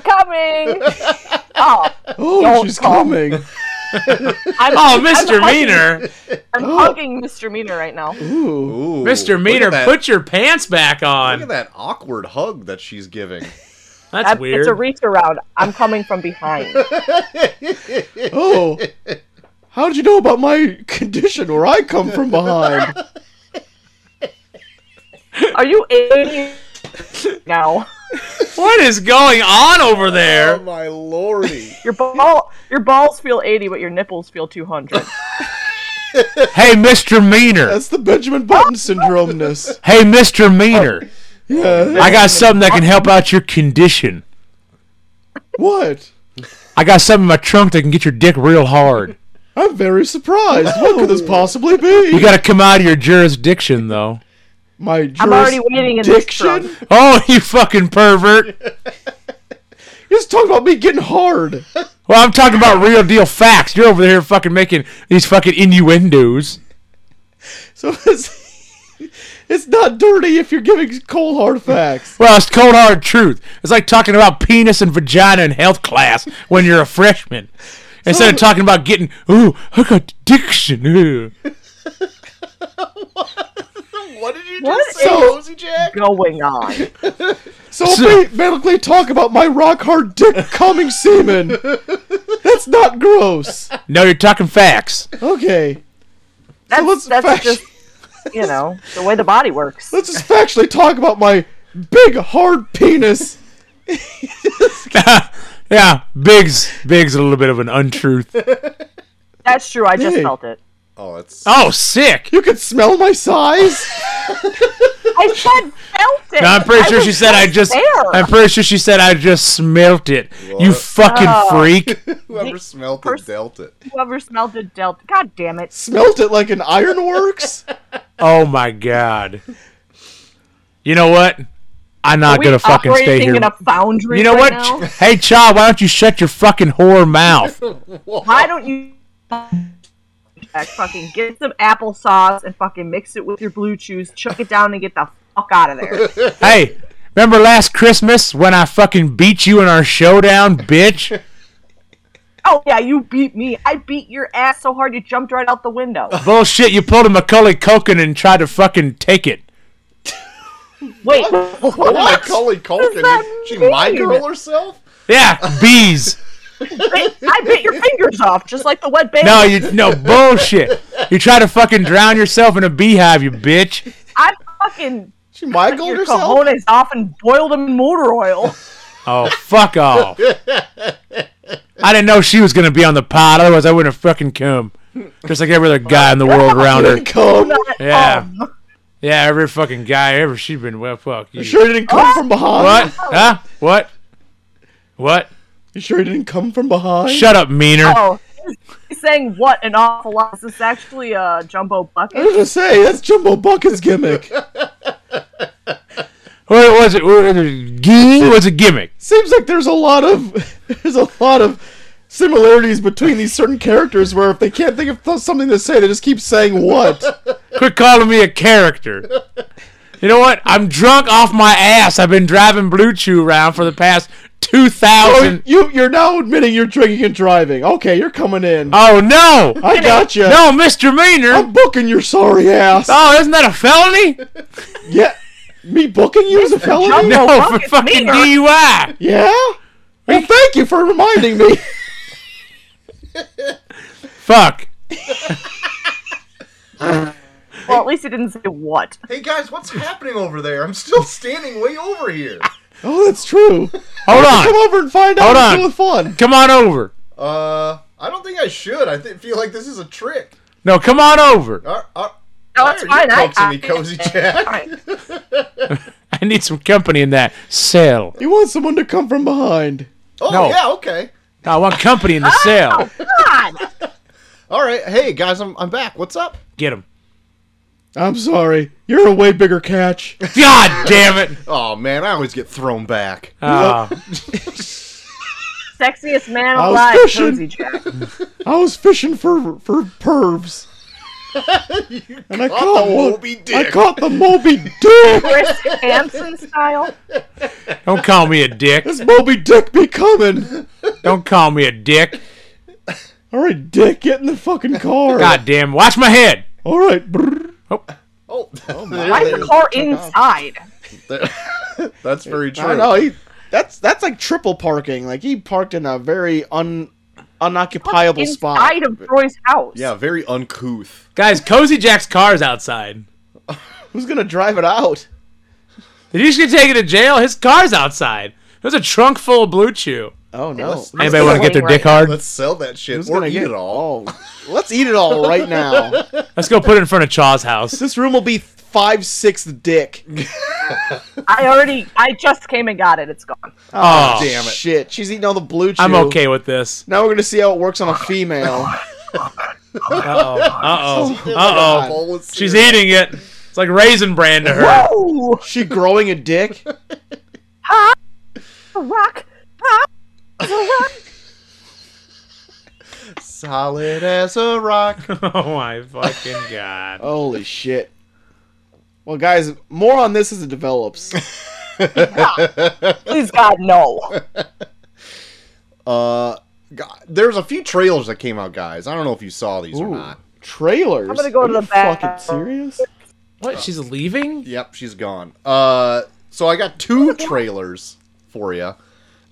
S4: coming. oh,
S1: Oh,
S4: Don't
S1: she's
S4: call.
S1: coming.
S4: I'm,
S3: Oh,
S4: I'm
S3: Mr.
S4: hugging-
S3: Meaner,
S4: I'm hugging Mr. Meaner right now.
S1: Ooh.
S2: Ooh,
S3: Mr.
S2: look
S3: Meaner,
S2: at that-
S3: put your pants back
S2: Look at
S3: on.
S2: that awkward hug that she's giving.
S3: That's
S4: I'm-
S3: weird.
S4: It's a reach around. I'm coming from behind.
S1: Oh. How did you know about my condition where I come from behind?
S4: Are you eighty now?
S3: what is going on over
S2: oh
S3: there?
S2: my lordy!
S4: Your ball, your balls feel eighty, but your nipples feel two hundred.
S3: Hey, Mr. Meaner.
S1: That's the Benjamin Button syndromeness.
S3: Hey, Mr. Meaner.
S1: Yeah.
S3: I got something that can help out your condition.
S1: What?
S3: I got something in my trunk that can get your dick real hard.
S1: I'm very surprised. What could this possibly
S3: You
S1: be?
S3: gotta come out of your jurisdiction, though.
S1: My
S4: I'm already waiting in this
S1: jurisdiction?
S4: truck.
S3: Oh, you fucking pervert.
S1: You just talking about me getting hard.
S3: Well, I'm talking about real deal facts. You're over here fucking making these fucking innuendos.
S1: So it's it's not dirty if you're giving cold hard facts.
S3: Well, it's cold hard truth. It's like talking about penis and vagina in health class when you're a freshman. Instead of talking about getting, ooh, I got addiction. Ooh.
S2: What did you
S4: What
S2: just say,
S1: is-
S2: Cozy Jack?
S4: Going on.
S1: So, ba- basically, talk about my rock hard dick coming semen. That's not gross.
S3: No, you're talking facts.
S1: Okay,
S4: That's
S1: let's
S4: that's
S1: fact-
S4: just you know the way the body works.
S1: let's just factually talk about my big hard penis.
S3: yeah, Big's Big's a little bit of an untruth.
S4: That's true. I just
S1: Hey.
S4: felt it.
S2: Oh, it's
S3: Oh, sick.
S1: You can smell my size.
S4: I said felt it.
S3: No, I'm pretty sure she
S4: was
S3: said I
S4: right
S3: just.
S4: there.
S3: I'm pretty sure she said I just smelt it. You
S2: What?
S3: fucking
S4: Oh.
S3: freak.
S2: whoever smelt it
S4: Pers-
S2: dealt it.
S4: Whoever smelled it dealt. God damn it.
S1: Smelt it like an ironworks.
S3: Oh my god. You know what? I'm not
S4: Are we
S3: gonna fucking stay
S4: operating
S3: here.
S4: in a foundry.
S3: You know
S4: right
S3: what?
S4: now?
S3: Hey, child, why don't you shut your fucking whore mouth?
S4: Why don't you Jack, fucking get some applesauce and fucking mix it with your blue cheese, chuck it down, and get the fuck out of there?
S3: hey, remember last Christmas when I fucking beat you in our showdown, bitch?
S4: oh yeah, you beat me. I beat your ass so hard you jumped right out the window.
S3: Bullshit, you pulled a Macaulay Culkin and tried to fucking take it.
S4: Wait,
S2: What Macaulay Culkin?
S4: that
S2: She my
S4: mean?
S2: girl herself?
S3: Yeah, bees.
S4: I bit your fingers off just like the wet baby.
S3: No, you no bullshit. You try to fucking drown yourself in a beehive, you bitch.
S4: I fucking
S1: She my
S4: took your
S1: herself.
S4: cojones off and boiled them in motor oil.
S3: Oh, fuck off. I didn't know she was gonna be on the pod, otherwise I wouldn't have fucking come. Just like every other guy in the world around her.
S1: Didn't come.
S3: Yeah.
S4: oh,
S3: Yeah, every fucking guy ever she's been well fuck you.
S1: You sure it didn't come from behind?
S3: What? Huh? What? What?
S1: You sure it didn't come from behind?
S3: Shut up, meaner.
S4: Oh, he's saying what an awful lot. Is this actually a jumbo
S1: I
S4: bucket?
S1: was gonna say that's Jumbo Bucket's gimmick.
S3: What was it? What was it? Gee? Was it gimmick?
S1: Seems like there's a lot of there's a lot of similarities between these certain characters where if they can't think of th- something to say, they just keep saying what.
S3: Quit calling me a character. You know what? I'm drunk off my ass. I've been driving Blue Chew around for the past two thousand.
S1: Oh, you you're now admitting you're drinking and driving. Okay, you're coming in.
S3: Oh no!
S1: I got you.
S3: No, misdemeanor.
S1: I'm booking your sorry ass.
S3: Oh, isn't that a felony?
S1: Yeah, me booking you is a felony.
S3: No,
S4: No,
S3: for
S4: it's
S3: fucking
S4: meaner.
S3: DUI.
S1: Yeah. Well, thank you for reminding me.
S3: Fuck.
S4: Well, at least it didn't say what.
S2: Hey guys, what's happening over there? I'm still standing way over here.
S1: Oh, that's true. Come
S3: Hold on.
S1: over and find out.
S3: Hold
S1: It's
S3: on.
S1: really fun.
S3: Come on over.
S2: Uh, I don't think I should. I th- feel like this is a trick.
S3: No, come on over.
S2: Uh, uh,
S4: No,
S2: why
S4: it's
S2: are
S4: fine.
S2: You
S4: I-
S2: coaxing me,
S4: I-
S2: cozy Jack.
S4: Alright.
S3: I need some company in that cell.
S1: You want someone to come from behind.
S2: Oh
S3: No.
S2: yeah, okay.
S3: I want company in the cell.
S4: God.
S2: All right. Hey guys, I'm I'm back. What's up?
S3: Get him.
S1: I'm sorry. You're a way bigger catch.
S3: God damn it.
S2: Oh man, I always get thrown back.
S3: Ah.
S4: Sexiest man
S1: I was
S4: alive,
S1: fishing.
S4: Cozy Jack.
S1: I was fishing for for pervs. and I
S2: Caught
S1: caught
S2: the
S1: one.
S2: Moby
S1: I
S2: Dick.
S1: caught the Moby Dick.
S4: Chris Hansen style.
S3: don't call me a dick.
S1: This Moby Dick be coming.
S3: Don't call me a dick.
S1: All right, Dick, get in the fucking car.
S3: God damn. Watch my head.
S1: All right. brrr.
S2: Oh,
S4: Why is
S2: there,
S4: the car inside?
S2: there, there. that's very true.
S1: I know he. That's that's like triple parking. Like he parked in a very un unoccupiable spot.
S4: Inside of Troy's house.
S2: Yeah, very uncouth.
S3: Guys, Cozy Jack's car's outside.
S1: Who's gonna drive it out?
S3: Did you should take it to jail? His car's outside. There's a trunk full of blue chew.
S1: Oh no!
S2: Let's-
S3: Anybody want to get their dick hard?
S2: Let's sell that shit
S1: Who's
S2: or
S1: gonna
S2: eat
S1: get
S2: it all.
S1: Oh, let's eat it all right now.
S3: Let's go put it in front of Chaw's house.
S2: Oh,
S1: this room will be five sixth dick.
S4: I already, I just came and got it. It's gone.
S3: Oh,
S2: Damn it.
S1: Shit, she's eating all the blue chew.
S3: I'm okay with this.
S1: Now we're gonna see how it works on a female.
S3: Uh-oh.
S2: Oh
S3: Uh-oh. Uh-oh.
S2: Bowl of
S3: She's
S2: cereal.
S3: eating it. It's like raisin bran to her.
S4: Oh,
S1: she growing a dick.
S4: rock.
S2: solid as a rock.
S3: Oh my fucking god.
S1: Holy shit. Well, guys, more on this as it develops.
S4: Please God, no.
S2: Uh, God, there's a few trailers that came out, guys. I don't know if you saw these or
S1: Ooh,
S2: not.
S1: trailers.
S4: I'm gonna go
S1: Are
S4: to
S1: you
S4: the back.
S1: Fucking serious?
S3: What? She's leaving?
S2: Yep, she's gone. Uh, so I got two trailers for you.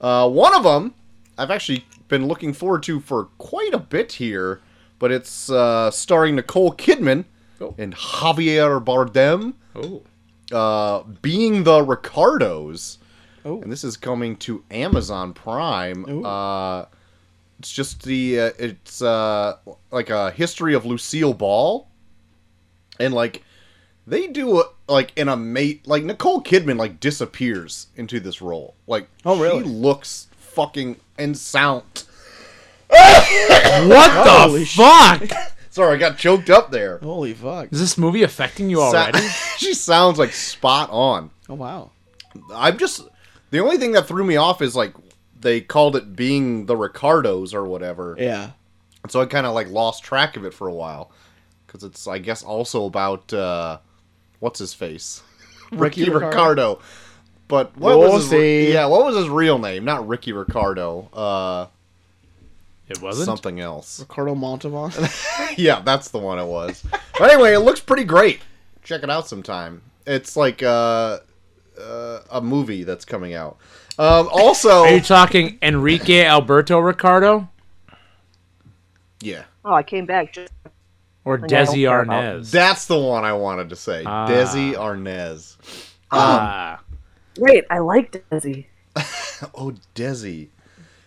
S2: Uh, one of them I've actually been looking forward to for quite a bit here, but it's uh, starring Nicole Kidman
S3: Oh.
S2: and Javier Bardem,
S3: Oh.
S2: uh, being the Ricardos.
S1: Oh.
S2: And this is coming to Amazon Prime.
S1: Ooh.
S2: Uh, it's just the uh, it's uh, like a history of Lucille Ball, and like they do a, like an amazing like Nicole Kidman like disappears into this role. Like
S1: Oh, really?
S2: she looks fucking and sound.
S3: What
S1: Holy
S3: the fuck?
S2: Sorry, I got choked up there.
S1: Holy fuck.
S3: Is this movie affecting you
S2: Sa-
S3: already?
S2: she sounds like spot on.
S1: Oh, wow.
S2: I'm just the only thing that threw me off is like they called it being the Ricardos or whatever.
S1: Yeah.
S2: And so I kind of like lost track of it for a while because it's I guess also about uh, what's his face,
S1: Ricky
S2: Ricky
S1: Ricardo.
S2: Ricardo. But what was his,
S1: Rossi.
S2: yeah? What was his real name? Not Ricky Ricardo. Uh,
S3: It wasn't.
S2: something else.
S1: Ricardo Montalban.
S2: yeah, that's the one it was. but anyway, it looks pretty great. Check it out sometime. It's like uh, uh, a movie that's coming out. Um,
S3: Are you
S2: also,
S3: talking Enrique Alberto Ricardo
S2: yeah,
S4: Oh, I came back. Just
S3: or
S4: Like, I don't
S3: Desi
S4: care about
S3: Arnaz?
S2: that's the one I wanted to say.
S3: Ah.
S2: Desi Arnaz.
S3: Ah.
S4: wait. I like Desi.
S2: Oh, Desi.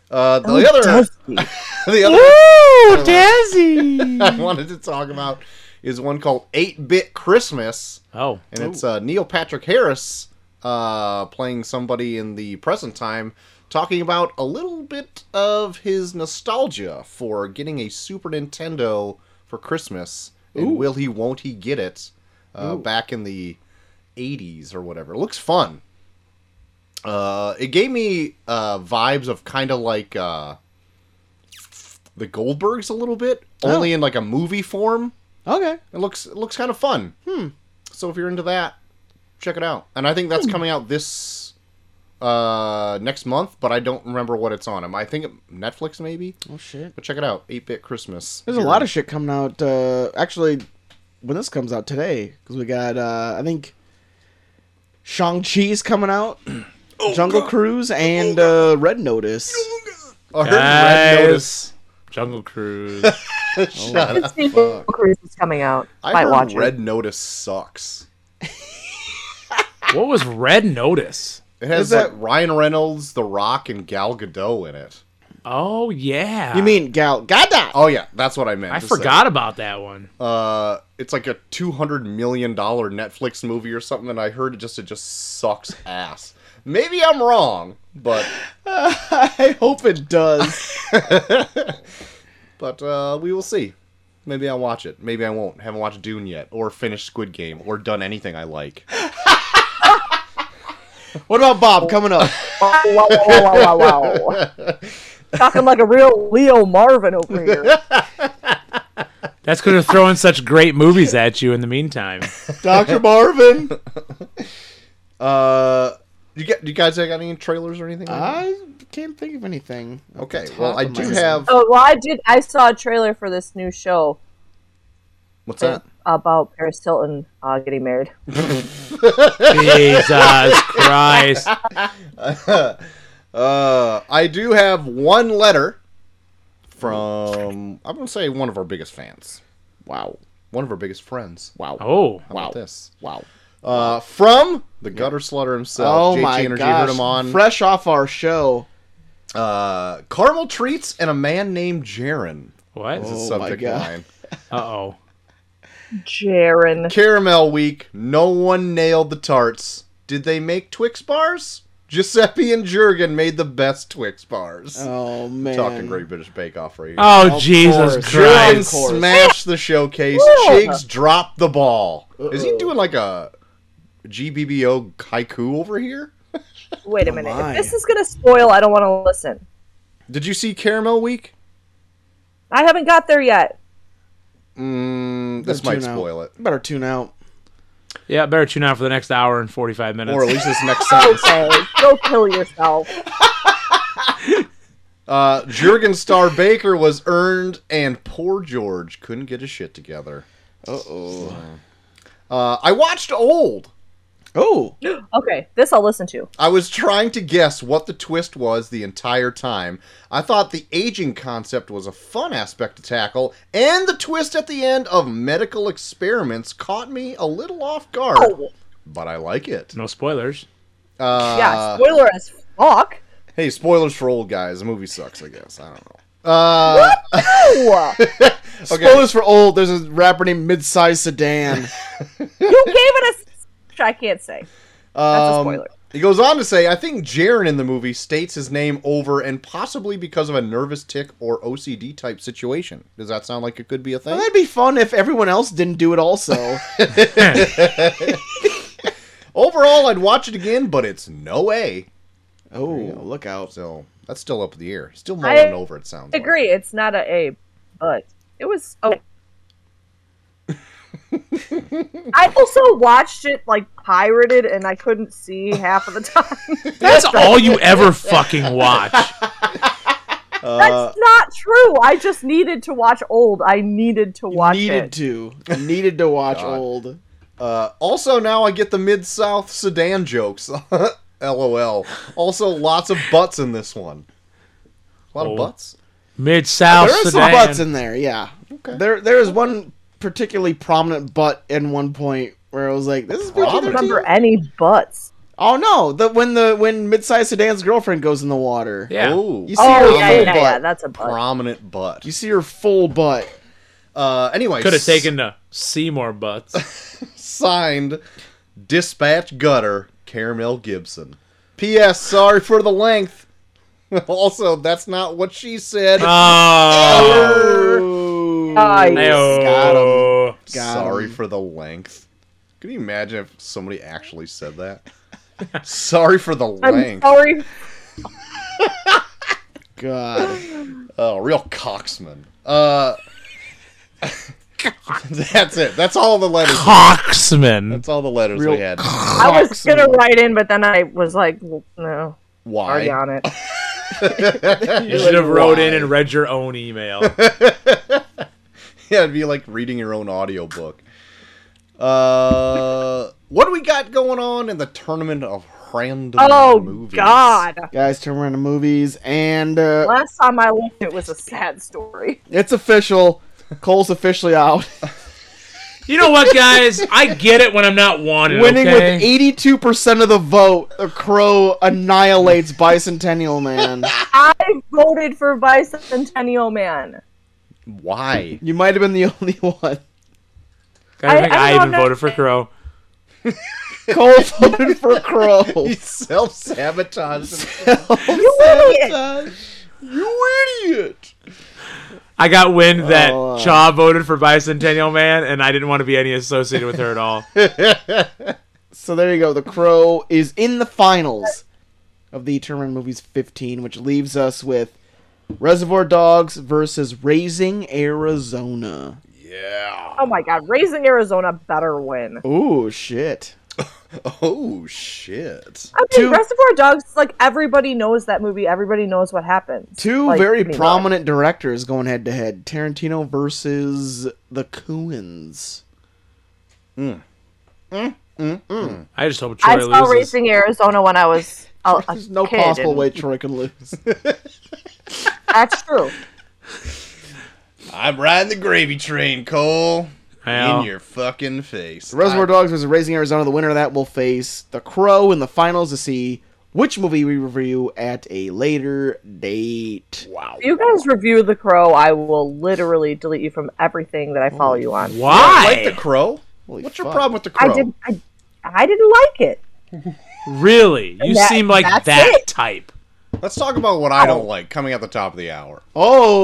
S2: Uh, the other, the other
S3: Ooh, Desi.
S2: I wanted to talk about is one called Eight Bit Christmas,
S3: oh.
S2: and it's uh, Neil Patrick Harris uh, playing somebody in the present time, talking about a little bit of his nostalgia for getting a Super Nintendo for Christmas, and will he, won't he get it? Uh, back in the '80s or whatever, it looks fun. Uh, it gave me uh, vibes of kind of like uh, the Goldbergs a little bit, only in like a movie form.
S1: Okay.
S2: It looks it looks kind of fun. Hmm. So if you're into that, check it out. And I think
S1: Hmm.
S2: that's coming out this uh next month, but I don't remember what it's on. I think it- Netflix maybe.
S1: Oh shit.
S2: But check it out, 8-Bit Christmas.
S1: There's a lot of shit coming out. Uh, actually, when this comes out today, because we got uh, I think Shang Chi's coming out,
S2: Oh,
S1: Jungle Cruise, and uh, Red Notice.
S2: I heard Red Notice.
S3: Guys, Jungle Cruise.
S2: Shut up.
S4: Jungle Cruise is coming out.
S2: I
S4: Might
S2: heard
S4: watch
S2: Red
S4: it.
S2: Notice sucks.
S3: what was Red Notice?
S2: It has
S1: Is that-
S2: like, Ryan Reynolds, The Rock, and Gal Gadot in it.
S3: Oh yeah.
S1: You mean Gal Gadot?
S2: Oh yeah, that's what I meant.
S3: I
S2: to say.
S3: forgot about that one.
S1: Oh.
S2: Uh, it's like a two hundred million dollar Netflix movie or something, and I heard it just it just sucks ass. Maybe I'm wrong, but
S1: I hope it does.
S2: but uh, we will see. Maybe I'll watch it. Maybe I won't. Haven't watched Dune yet, or finished Squid Game, or done anything I like.
S1: what about Bob coming up?
S4: Wow, wow, wow, wow, wow, wow. Talking like a real Leo Marvin over here.
S3: That's because they're throwing such great movies at you in the meantime.
S1: Doctor Marvin.
S2: Uh, you get you guys got any trailers or anything?
S1: I can't think of anything. Oh, off the
S2: okay.
S1: top
S2: Well, I
S1: of my
S2: do
S1: head.
S2: have.
S4: Oh, well, I did. I saw a trailer for this new show
S2: What's that?
S4: about Paris Hilton uh, getting married.
S3: Jesus Christ.
S2: Uh, I do have one letter from. I'm gonna say one of our biggest fans,
S1: Wow.
S2: one of our biggest friends.
S1: Wow.
S3: Oh.
S2: How about
S1: Wow.
S2: this?
S1: Wow.
S2: Uh, from the gutter slutter
S1: Oh
S2: himself, JT
S1: my
S2: Energy.
S1: gosh.
S2: Heard him on
S1: Fresh off our show.
S2: uh, caramel treats and a man named Jaren.
S3: What?
S2: Is
S3: Uh
S2: his
S1: Oh my
S2: subject
S1: God.
S2: line.
S3: oh.
S4: Jaren.
S2: Caramel week. No one nailed the tarts. Did they make Twix bars? Giuseppe and Jurgen made the best Twix bars.
S1: Oh man.
S2: Talking Great British Bake Off right here.
S3: Oh,
S1: Of
S3: Jesus
S1: course.
S2: Jurgen
S3: Christ.
S1: course.
S2: smashed the showcase.
S4: Woo!
S2: Chiggs dropped the ball. Is he
S1: Uh-oh.
S2: doing like a GBBO haiku over here?
S4: Wait a
S1: Oh
S4: minute.
S1: my.
S4: If this is gonna spoil, I don't want to listen.
S2: Did you see Caramel Week?
S4: I haven't got there yet.
S2: Mm, this
S1: Better
S2: might
S1: tune out.
S2: spoil it.
S1: Better tune out.
S3: Yeah, better tune out for the next hour and 45 minutes.
S2: Or at least this next sentence.
S4: Okay, go kill yourself.
S2: Uh, Jurgen Star Baker was earned, and poor George couldn't get his shit together.
S1: Uh oh.
S2: Uh, I watched Old.
S1: Oh.
S4: Okay, this I'll listen to.
S2: I was trying to guess what the twist was the entire time. I thought the aging concept was a fun aspect to tackle, and the twist at the end of medical experiments caught me a little off guard. But I like it.
S3: no spoilers.
S2: Uh,
S4: yeah, spoiler as fuck.
S2: Hey, spoilers for old guys. The movie sucks, I guess. I don't know. Uh,
S4: Ew.
S2: Okay.
S1: Spoilers for old. There's a rapper named Midsize Sedan.
S4: you gave it a. s- I can't say. That's a
S2: Um,
S4: spoiler.
S2: He goes on to say, I think Jaren in the movie states his name over and possibly because of a nervous tick or OCD type situation. Does that sound like it could be a thing?
S1: Well, that'd be fun if everyone else didn't do it. Also,
S2: Overall, I'd watch it again, but it's no way.
S1: oh, look out!
S2: So that's still up in the air. Still
S4: I
S2: mulling over, it sounds
S4: I
S2: like.
S4: agree. It's not a A, but it was. Oh. I also watched it like pirated, and I couldn't see half of the time.
S3: That's all you ever fucking watch.
S1: Uh,
S4: That's not true. I just needed to watch old. I needed to watch
S1: needed
S4: it.
S1: to, needed to watch
S2: God.
S1: old.
S2: Uh, also, now I get the Mid South sedan jokes. LOL. Also, lots of butts in this one. A lot
S3: Oh.
S2: of butts?
S3: Mid South
S1: There are some
S3: Sudan.
S1: butts in there, yeah.
S2: Okay.
S1: There, there is one particularly prominent butt in one point where I was like, "This is
S4: I don't
S1: PG-13?
S4: remember any butts.
S1: Oh no! The when the when midsize sedan's girlfriend goes in the water,
S3: yeah.
S2: Oh,
S1: You see
S4: Oh
S1: her
S4: yeah,
S1: full
S4: yeah, yeah,
S1: butt.
S4: yeah, That's a butt.
S2: prominent butt.
S1: You see her full butt.
S2: Uh, anyway,
S3: Could have
S2: s-
S3: taken the Seymour butts.
S2: signed Dispatch Gutter Caramel Gibson. P.S. Sorry for the length. also, that's not what she said.
S3: Ah. Oh.
S4: Nice.
S3: Ayo.
S1: got
S2: Sorry
S1: him.
S2: for the length. Can you imagine if somebody actually said that? Sorry for the
S4: I'm
S2: length.
S4: sorry.
S1: God,
S2: Oh, real coxman. Uh, that's it. That's all the letters.
S3: Coxman.
S2: That's all the letters we
S1: Real
S2: had.
S4: I was
S1: Socks
S4: gonna
S1: and-
S4: write in, but then I was like, well, no, already
S2: Why?
S4: on it.
S3: You should have wrote in and read your own email.
S2: Yeah, it'd be like reading your own audiobook. Uh, what do we got going on in the tournament of random
S4: Oh
S2: movies?
S4: God!
S1: Guys, turn around to movies, and uh,
S4: Last time I looked, it was a sad story.
S1: it's official. Cole's officially out,
S3: You know what, guys? I get it when I'm not wanted.
S1: winning
S3: okay?
S1: with E- eighty-two percent of the vote. The Crow annihilates Bicentennial Man.
S4: I voted for Bicentennial Man.
S2: Why?
S1: you might have been the only one.
S3: I don't
S4: I-
S3: think
S4: I
S3: I,
S4: don't
S3: even
S4: know.
S3: voted for Crow.
S1: Cole voted for Crow.
S2: He self sabotaged.
S4: You idiot!
S2: you idiot!
S3: I got wind that
S1: Oh, uh.
S3: Chaw voted for Bicentennial Man, and I didn't want to be any associated with her at all.
S1: So there you go. The Crow is in the finals of the tournament movies 15, which leaves us with Reservoir Dogs versus Raising Arizona.
S2: Yeah.
S4: Oh my God! Raising Arizona better win.
S1: Oh shit.
S2: Oh shit.
S4: I mean,
S1: Two-
S4: Reservoir Dogs. Like everybody knows that movie. Everybody knows what happens.
S1: Two
S4: Like,
S1: very
S4: I mean, like,
S1: prominent directors going head to head. Tarantino versus the Coens.
S3: I just hope Troy
S4: I saw
S3: loses.
S4: Racing Arizona when I was a, a
S1: There's no
S4: kid,
S1: possible
S4: and
S1: way Troy can lose.
S4: That's true.
S2: I'm riding the gravy train, Cole.
S3: Well,
S2: In your fucking face.
S1: Reservoir Dogs versus Raising Arizona. The winner of that will face the Crow in the finals to see which movie we review at a later date.
S2: Wow.
S4: If you guys review The Crow, I will literally delete you from everything that I
S1: Oh,
S4: follow you on.
S3: why?
S2: Like the crow?
S1: Holy
S2: What's your
S1: fuck.
S2: problem with the crow?
S4: I did. I, I didn't like it.
S3: Really? You
S4: That-
S3: seem like
S4: that's
S3: that
S4: it.
S3: type.
S2: Let's talk about
S4: Oh.
S2: what I don't like coming at the top of the hour.
S1: Oh,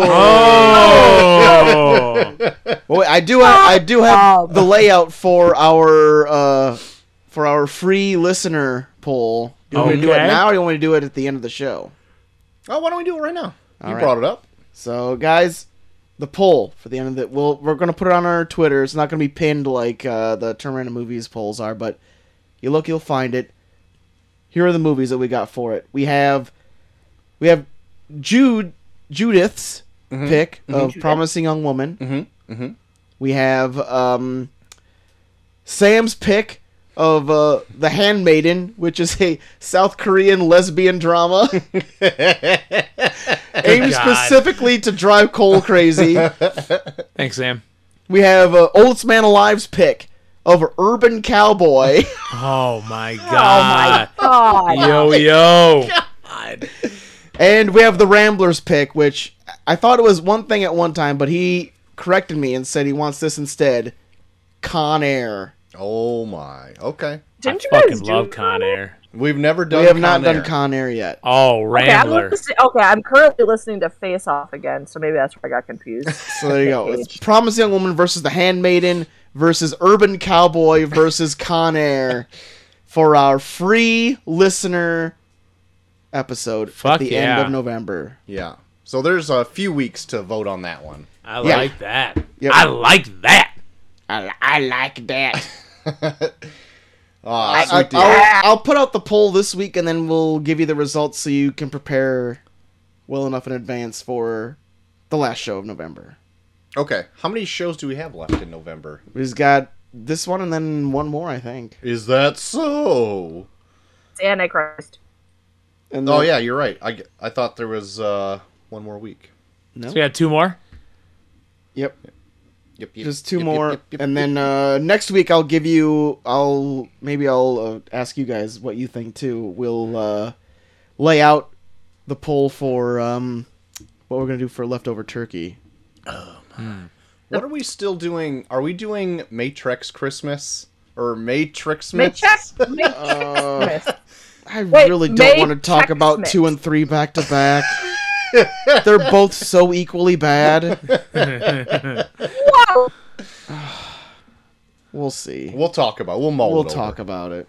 S3: Oh.
S1: Well, wait, I do have, I do have
S4: Um.
S1: the layout for our uh, for our free listener poll. Do you want me to do it
S3: Okay.
S1: now, or do you want me to do it at the end of the show?
S2: Oh, why don't we do it right now? you
S1: right.
S2: brought it up.
S1: So, guys, the poll for the end of the we'll we're gonna put it on our Twitter. It's not gonna be pinned like uh, the Terminator movies polls are, but you look, you'll find it. Here are the movies that we got for it. We have we have Jude Judith's pick of Promising Young Woman. Mm-hmm. Mm-hmm. We have um, Sam's pick of uh, The Handmaiden, which is a South Korean lesbian drama. aimed
S3: God.
S1: specifically to drive Cole crazy.
S3: Thanks, Sam.
S1: we have uh, Oldest Man Alive's pick of Urban Cowboy.
S3: Oh my god.
S4: God.
S3: Yo yo.
S1: And we have the Ramblers pick, which I thought it was one thing at one time, but he corrected me and said he wants this instead. Con Air.
S2: Oh my. Okay.
S4: Didn't you
S3: I
S4: guys
S3: fucking
S4: do
S3: love Con Air.
S2: We've never done.
S1: we have not
S2: Con Air.
S1: done Con Air yet.
S3: Oh,
S4: Okay I'm,
S3: Rambler.
S4: listening- okay, I'm currently listening to Face Off again, so maybe that's where I got confused.
S1: So there you go. It's Promising Young Woman versus The Handmaiden versus Urban Cowboy versus Con Air for our free listener episode
S3: Fuck
S1: at the end
S3: yeah.
S1: of November.
S2: Yeah. So there's a few weeks to vote on that one.
S3: I
S1: Yeah.
S3: like that.
S1: Yep.
S3: I like that.
S1: I, I like that.
S2: Ah,
S1: I,
S2: sweet deal.
S1: will I'll put out the poll this week, and then we'll give you the results so you can prepare well enough in advance for the last show of November.
S2: okay. How many shows do we have left in November?
S1: We just got this one and then one more, I think.
S2: Is that so?
S4: It's Antichrist.
S1: And
S2: Oh
S1: then-
S2: yeah, you're right. I, I thought there was uh, one more week.
S3: So we got two more.
S1: Yep.
S2: Yep, yep,
S1: Just two
S2: yep, yep,
S1: more,
S2: yep, yep,
S1: and
S2: yep.
S1: then uh, next week I'll give you. I'll maybe I'll uh, ask you guys what you think too. We'll uh, lay out the poll for um, what we're gonna do for leftover turkey.
S2: what are we still doing? Are we doing Matrix Christmas or Matrix?
S4: Matrix. Matrix.
S1: I
S4: Wait,
S1: really
S4: May
S1: don't want to talk about
S4: Checksmith.
S1: two and three back to back. They're both so equally bad.
S4: Whoa!
S1: We'll see.
S2: We'll talk about. We'll mull.
S1: We'll
S2: it over.
S1: talk about it.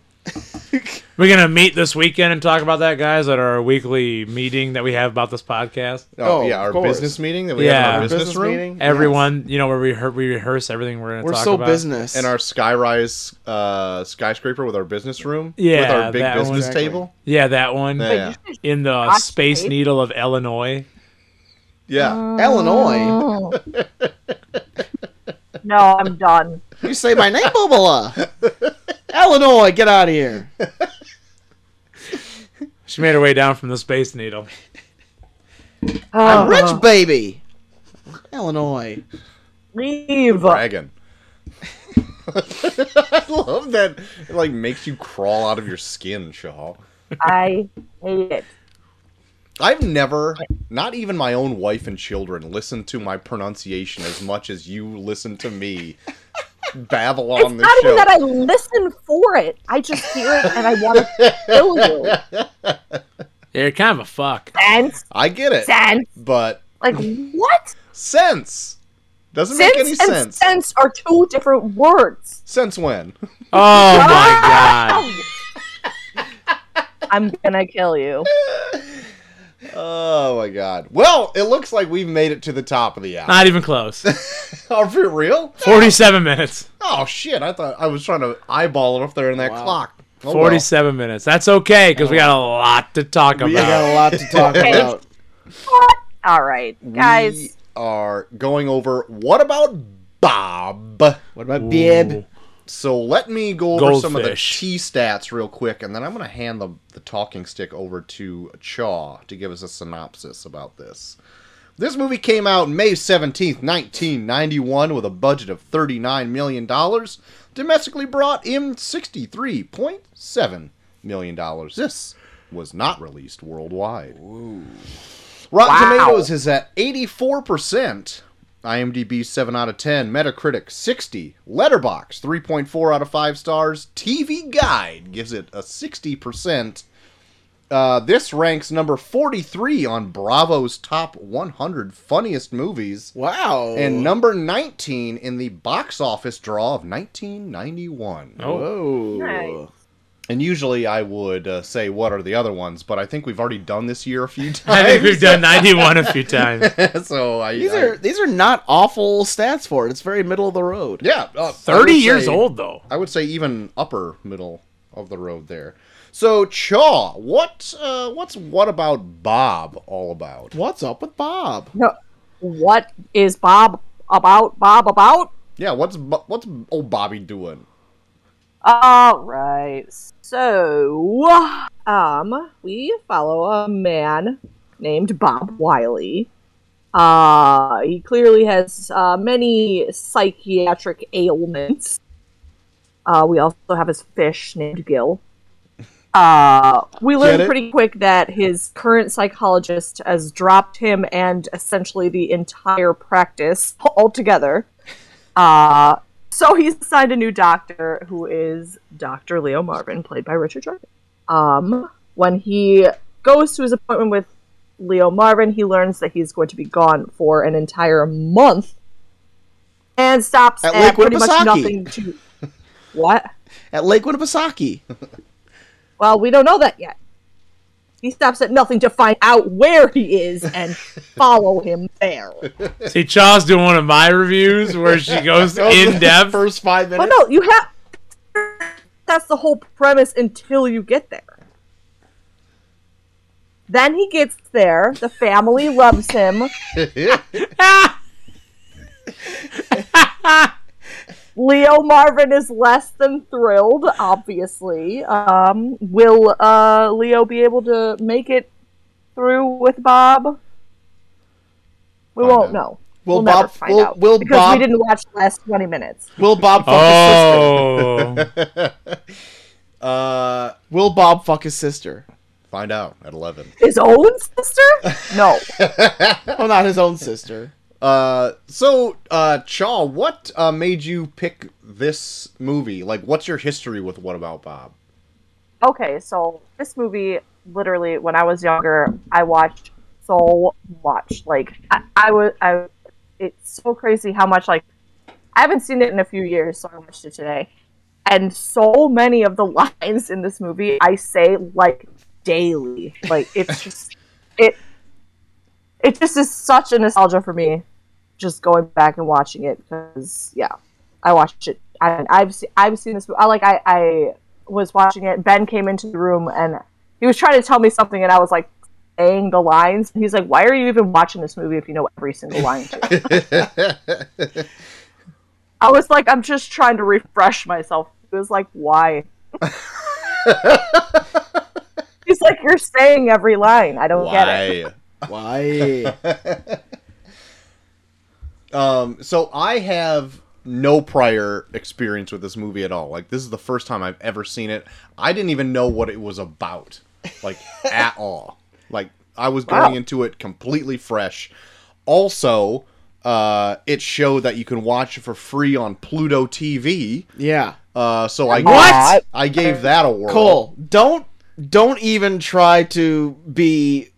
S3: We're gonna meet this weekend and talk about that, guys, at our weekly meeting that we have about this podcast.
S2: Oh,
S1: Oh,
S2: yeah,
S1: of
S2: our
S1: course.
S2: business meeting that we have in
S3: Yeah.
S2: our business,
S1: Business
S2: room
S1: meeting?
S3: Everyone, you know, where we rehe- we rehearse everything we're gonna
S1: We're
S3: talk
S1: so
S3: about.
S1: business.
S2: and our skyrise uh, skyscraper with our business room. with
S3: Yeah,
S2: our big
S3: that one.
S2: business
S1: Exactly.
S2: table.
S3: Yeah, that one
S2: Yeah,
S3: in the
S4: Gosh,
S3: space
S4: Dave.
S3: needle of Illinois.
S1: Uh,
S2: yeah.
S1: Illinois.
S4: No, I'm done.
S1: You say my name, Bubala. Illinois, get out of here.
S3: She made her way down from the space needle.
S1: I'm
S4: Ugh.
S1: rich, baby. Illinois.
S4: Leave.
S2: dragon. I love that. It like makes you crawl out of your skin, Shaw.
S4: I hate it.
S2: I've never, not even my own wife and children, listened to my pronunciation as much as you listen to me babble
S4: It's
S2: on this
S4: not
S2: show.
S4: even that I listen for it. I just hear it and I want to kill you.
S3: You're kind of a fuck.
S4: Sense,
S2: I get it,
S4: sense.
S2: but
S4: Like what?
S2: sense doesn't
S4: Sense
S2: make any
S4: and
S2: sense.
S4: sense. are two different words.
S2: Sense when?
S3: Oh my god.
S4: I'm gonna kill you.
S2: Oh my god. Well, it looks like we've made it to the top of the hour.
S3: Not even close.
S2: Are we real?
S3: 47 minutes.
S2: Oh shit! I thought I was trying to eyeball it up there in that clock. Oh, well.
S3: 47 minutes. That's okay because we got a lot to talk about.
S1: We got a lot to talk
S4: Okay.
S1: about.
S4: All right, guys.
S2: we are going over what about Bob?
S1: What about Bib?
S3: Ooh.
S2: So let me go over some of the
S3: Goldfish.
S2: T stats real quick, and then I'm going to hand the, the talking stick over to Chaw to give us a synopsis about this. This movie came out May 17th, 1991, with a budget of $39 million. Domestically brought in $63.7 million. This was not released worldwide. Rotten Tomatoes is at 84%. IMDb 7 out of 10. Metacritic 60. Letterbox 3.4 out of 5 stars. TV Guide gives it a 60%. Uh, this ranks number 43 on Bravo's top 100 funniest movies
S1: Wow.
S2: and number 19 in the box office draw of 1991.
S3: Oh,
S1: Whoa.
S4: Nice.
S2: And usually I would uh, say what are the other ones, but I think we've already done this year a few times.
S3: I think we've done 91 a few times.
S2: so I
S1: These
S2: I-
S1: are these are not awful stats for it. It's very middle of the road.
S2: Yeah, uh, I
S3: 30
S2: would
S3: years
S2: say-
S3: old, though.
S2: I would say even upper middle of the road there. So Chaw, what uh, what's what about Bob all about?
S1: What's up with Bob?
S4: No, what is Bob about? Bob about?
S2: Yeah, what's Bo- what's old Bobby doing?
S4: All right. So, um, we follow a man named Bob Wiley. Uh, he clearly has uh, many psychiatric ailments. Uh, we also have his fish named Gil. Uh, we
S2: Get
S4: learn
S2: it?
S4: pretty quick that his current psychologist has dropped him and essentially the entire practice altogether. Uh, so he's assigned a new doctor who is Dr. Leo Marvin, played by Richard Jordan. Um, when he goes to his appointment with Leo Marvin, he learns that he's going to be gone for an entire month and stops
S1: At
S4: at,
S1: Lake
S4: pretty much
S1: Winnipesaukee.
S4: nothing to. what?
S1: At Lake Winnipesaukee.
S4: Well, we don't know that yet. He stops at nothing to find out where he is and follow him there.
S3: See, Chaw's doing one of my reviews where she goes in depth.
S1: First five
S4: But
S1: minutes.
S4: Oh, no, you have. That's the whole premise until you get there. Then he gets there. The family loves him. Leo Marvin is less than thrilled, obviously. Um, will uh, Leo be able to make it through with Bob? We
S2: Find
S4: won't
S2: out.
S4: know.
S1: Will
S4: we'll never
S1: Bob-
S4: find
S1: will-
S4: out
S1: will
S4: because
S1: Bob-
S4: we didn't watch the last twenty minutes.
S1: Will Bob fuck his sister?
S3: Oh.
S2: Uh,
S1: Will Bob fuck his sister?
S2: find out at eleven.
S4: His own sister? No.
S1: Oh, not his own sister.
S2: Uh, so uh, Chaw, what uh, made you pick this movie? Like, what's your history with What About Bob?
S4: okay, so this movie, literally, when I was younger, I watched so much. Like, I, I was, I, it's so crazy how much, like, I haven't seen it in a few years, so I watched it today. And so many of the lines in this movie I say like daily. Like it's just it it just is such a nostalgia for me just going back and watching it because yeah, I watched it. I, I've seen I've seen this. I like I I was watching it. Ben came into the room and he was trying to tell me something, and I was like saying the lines. And he's like, "Why are you even watching this movie if you know every single line?" to it?" I was like, "I'm just trying to refresh myself." He was like, "Why?" he's like, "You're saying every line. I don't get it."
S2: Why?
S1: Why?
S2: Um, so I have no prior experience with this movie at all. Like this is the first time I've ever seen it. I didn't even know what it was about, like at all. Like I was going into it completely fresh. Also, uh, it showed that you can watch it for free on Pluto TV.
S1: yeah.
S2: Uh, so I
S4: What?
S2: I gave that a whirl.
S1: Cole, don't don't even try to be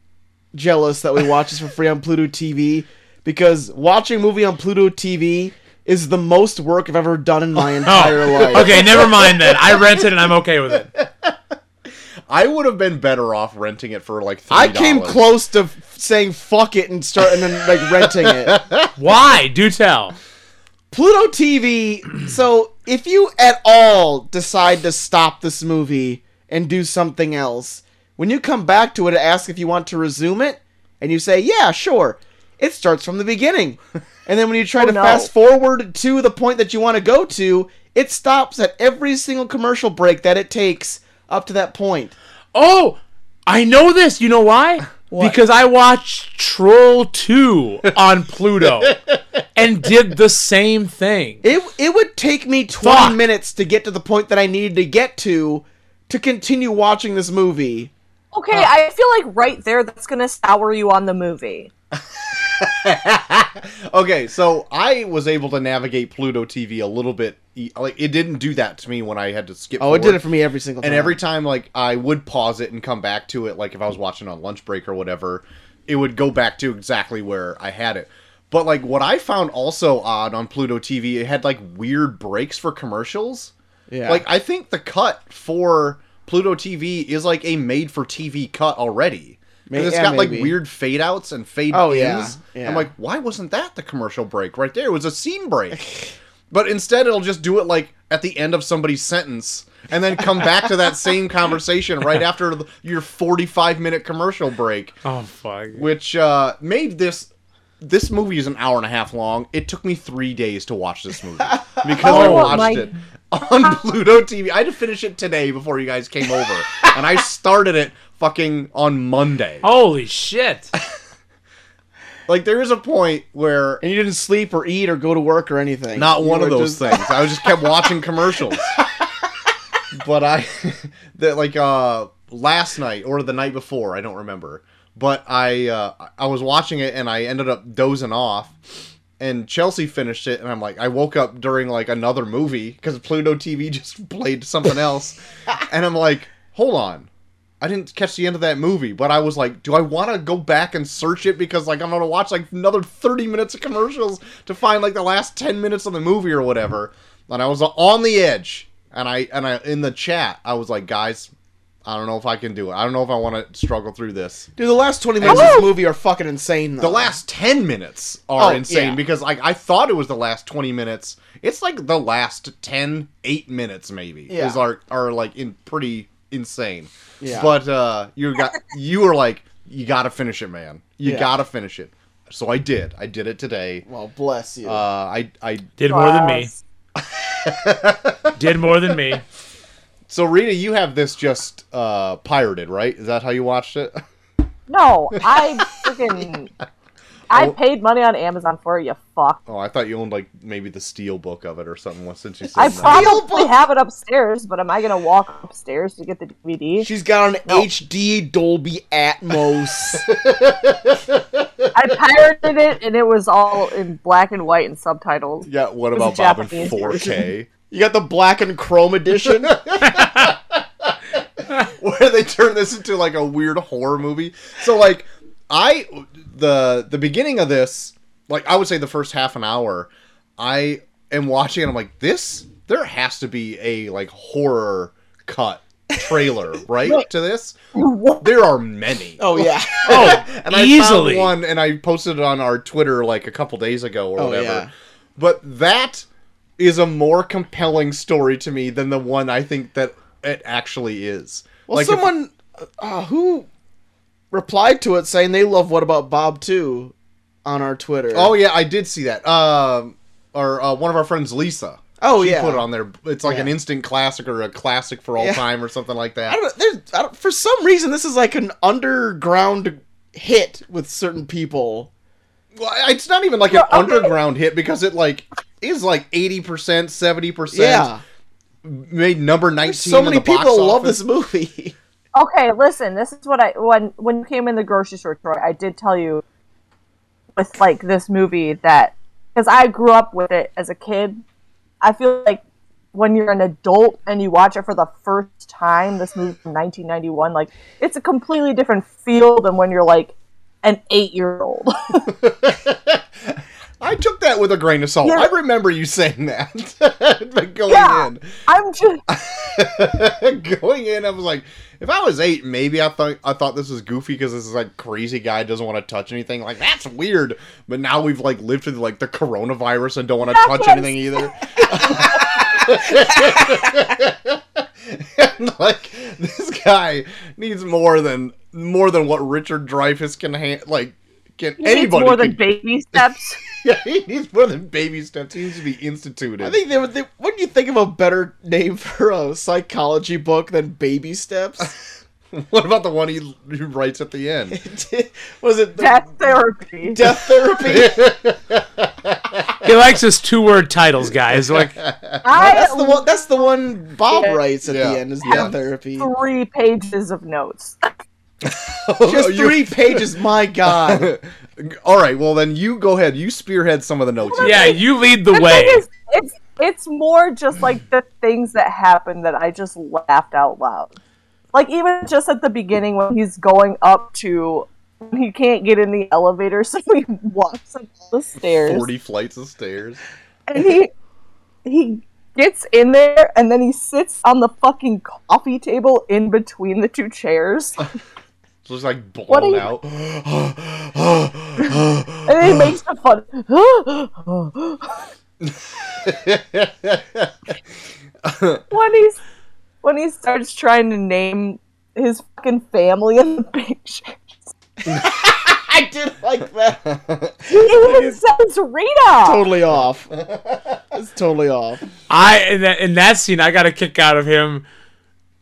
S1: jealous that we watch this for free on Pluto TV because watching a movie on Pluto TV is the most work I've ever done in my entire life.
S3: Oh. Okay, never mind then. I rented and I'm okay with it.
S2: I would have been better off renting it for like. $3.
S1: I came close to f- saying fuck it and start and then like renting it.
S3: Why? Do tell.
S1: Pluto TV. So if you at all decide to stop this movie and do something else, when you come back to it and ask if you want to resume it, and you say, yeah, sure, it starts from the beginning. And then when you try to
S4: no.
S1: fast forward to the point that you want to go to, it stops at every single commercial break that it takes up to that point.
S3: Oh, I know this. You know why? Because I watched Troll 2 on Pluto and did the same thing.
S1: It it would take me 20
S3: Fuck.
S1: minutes to get to the point that I needed to get to to continue watching this movie.
S4: Okay,
S3: Uh,
S4: I feel like right there, that's gonna sour you on the movie.
S2: Okay, so I was able to navigate Pluto TV a little bit. e- Like it didn't do that to me when I had to skip.
S1: Oh, it did
S2: forward.
S1: it for me every single time.
S2: And every time, like I would pause it and come back to it. Like if I was watching on lunch break or whatever, it would go back to exactly where I had it. But like what I found also odd on Pluto TV, it had like weird breaks for commercials.
S1: Yeah.
S2: Like I think the cut for Pluto TV is like a made-for-TV cut already.
S1: May-
S2: Because it's
S1: yeah,
S2: got like
S1: maybe.
S2: weird fade outs and fade
S1: Oh,
S2: ins.
S1: yeah, yeah.
S2: I'm like, why wasn't that the commercial break right there? It was a scene break. but instead, it'll just do it like at the end of somebody's sentence and then come back to that same conversation right after the, your 45 minute commercial break,
S3: Oh, fuck.
S2: which uh, made this. This movie is an hour and a half long. It took me three days to watch this movie because I
S4: Oh,
S2: watched
S4: my-
S2: it on Pluto TV. I had to finish it today before you guys came over, and I started it fucking on Monday.
S3: Holy shit.
S2: Like there is a point where
S1: and you didn't sleep or eat or go to work or anything.
S2: Not
S1: You
S2: one of
S1: were just-
S2: those things. I just kept watching commercials. but I that like uh last night or the night before, I don't remember. But I uh I was watching it and I ended up dozing off. And Chelsea finished it and I'm like I woke up during like another movie cuz Pluto TV just played something else. and I'm like, "Hold on. I didn't catch the end of that movie, but I was like, do I want to go back and search it because like I'm gonna watch like another 30 minutes of commercials to find like the last 10 minutes of the movie or whatever. And I was on the edge, and I and I in the chat I was like, guys, I don't know if I can do it. I don't know if I want to struggle through this.
S1: Dude, the last 20 minutes of this movie are fucking insane, though.
S2: The last 10 minutes are
S1: Oh,
S2: insane
S1: yeah.
S2: because like I thought it was the last 20 minutes. It's like the last 10 8 minutes maybe
S1: Yeah.
S2: is are are like in pretty insane.
S1: Yeah.
S2: But uh you got you were like you got to finish it, man. You
S1: Yeah.
S2: got to finish it. So I did. I did it today.
S1: Well, bless you.
S2: Uh I I
S3: Did more than me. Did more than me.
S2: So Rita, you have this just uh pirated, right? Is that how you watched it?
S4: No, I freaking.
S3: Oh.
S4: I paid money on Amazon for it, you fuck.
S2: Oh, I thought you owned like maybe the steel book of it or something since you said
S4: I
S2: that.
S4: probably have it upstairs, but am I gonna walk upstairs to get the DVD?
S1: She's got an HD Dolby Atmos.
S4: I pirated it, and it was all in black and white and subtitles.
S2: Yeah, what
S4: was a
S2: about Bob in
S4: Japanese
S2: 4K?
S1: you got the black and chrome edition.
S2: where they turn this into like a weird horror movie. So like I the the beginning of this, like I would say the first half an hour, I am watching and I'm like, this there has to be a like horror cut trailer, right? to this. There are many.
S1: Oh yeah.
S2: and I
S3: easily.
S2: found one and I posted it on our Twitter like a couple days ago or
S1: Oh,
S2: whatever.
S1: yeah.
S2: But that is a more compelling story to me than the one I think that it actually is.
S1: Well,
S2: Like, if-
S1: someone uh, who replied to it saying they love What About Bob too on our Twitter.
S2: Oh yeah, I did see that. Um, or uh, one of our friends, Lisa.
S1: Oh,
S2: she
S1: yeah.
S2: put it on there. It's like
S1: Yeah.
S2: an instant classic or a classic for all
S1: Yeah.
S2: time or something like that.
S1: I don't, there's, I don't, for some reason, this is like an underground hit with certain people.
S2: Well, I- it's not even like an underground hit because it like is like eighty percent, seventy percent.
S1: Yeah,
S2: Made number nineteen.
S1: so many
S2: in the box
S1: people love
S2: office.
S1: this movie.
S4: Okay, listen. This is what I when when you came in the grocery store, Troy. I did tell you with like this movie that because I grew up with it as a kid. I feel like when you're an adult and you watch it for the first time, this movie from 1991, like it's a completely different feel than when you're like an eight year old.
S2: I took that with a grain of salt.
S4: Yeah.
S2: I remember you saying that. but going
S4: Yeah.
S2: in,
S4: I'm just
S2: going in, I was like, if I was eight, maybe I thought I thought this was goofy because this is like crazy guy doesn't want to touch anything. Like that's weird. But now we've like lived through like the coronavirus and don't want to
S4: That's
S2: touch
S4: what I'm
S2: anything either. and like this guy needs more than more than what Richard Dreyfuss can ha- like can
S4: it's
S2: anybody
S4: more
S2: can
S4: than baby steps.
S2: yeah, he needs more than baby steps. He needs to be instituted.
S1: I think they would. They, wouldn't you think of a better name for a psychology book than Baby Steps?
S2: What about the one he, he writes at the end?
S1: Was it the-
S4: That's therapy.
S1: Death Therapy?
S3: He likes his two word titles, guys. Like
S4: I
S1: that's the one. That's the one Bob
S4: Yeah. Oh,
S1: writes at
S2: Yeah.
S1: the end. Is
S2: Yeah.
S1: Death Therapy?
S4: three pages of notes.
S1: Just three pages. My God.
S2: Oh, All right, well then you go ahead. You spearhead some of the notes.
S3: Yeah, you lead the
S4: The
S3: way.
S4: thing is, it's it's more just like the things that happen that I just laughed out loud. Like even just at the beginning when he's going up to he can't get in the elevator, so he walks up the stairs
S2: Forty flights of stairs.
S4: and he he gets in there and then he sits on the fucking coffee table in between the two chairs.
S2: Just like
S4: What do
S2: blown
S4: you-
S2: out.
S4: And then he makes the fun when he's when he starts trying to name his fucking family in the picture.
S1: I did like that.
S4: He even says Rita. Oh,
S1: totally off. It's totally off.
S3: I in that in that scene, I got a kick out of him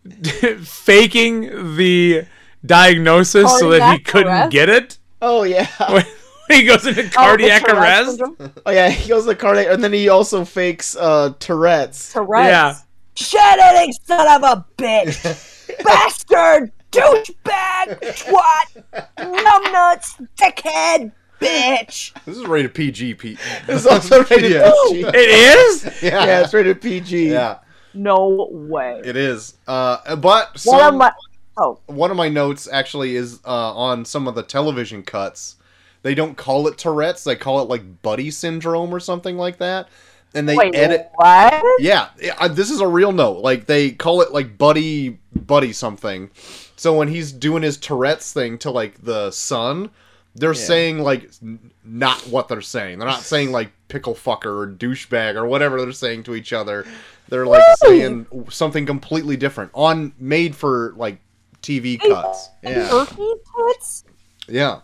S3: faking the diagnosis so that he
S4: Cardiac
S3: couldn't
S4: arrest?
S3: get it
S1: Oh yeah.
S3: when he goes into cardiac
S4: Oh, the Tourette's
S3: arrest.
S4: syndrome.
S1: Oh yeah. He goes to cardiac, and then he also fakes uh Tourette's.
S4: Tourette's.
S3: Yeah.
S4: Shit eating son of a bitch, bastard, douchebag, twat, numbnuts, dickhead, bitch.
S2: this is rated PG, Pete.
S1: It's also rated
S2: Yeah.
S1: PG.
S3: It is.
S2: Yeah,
S1: Yeah, it's rated PG.
S2: yeah,
S4: No way.
S2: it is. Uh, but some,
S4: One of my oh
S2: one of my notes actually is uh, on some of the television cuts. They don't call it Tourette's; they call it like Buddy syndrome or something like that. And they
S4: wait,
S2: edit.
S4: what?
S2: Yeah, I, this is a real note. Like they call it like Buddy Buddy something. So when he's doing his Tourette's thing to like the son, they're saying like n- not what they're saying. They're not saying like pickle fucker or douchebag or whatever they're saying to each other. They're like saying something completely different on made for like TV cuts.
S1: Yeah.
S4: Turkey tits?
S2: Yeah.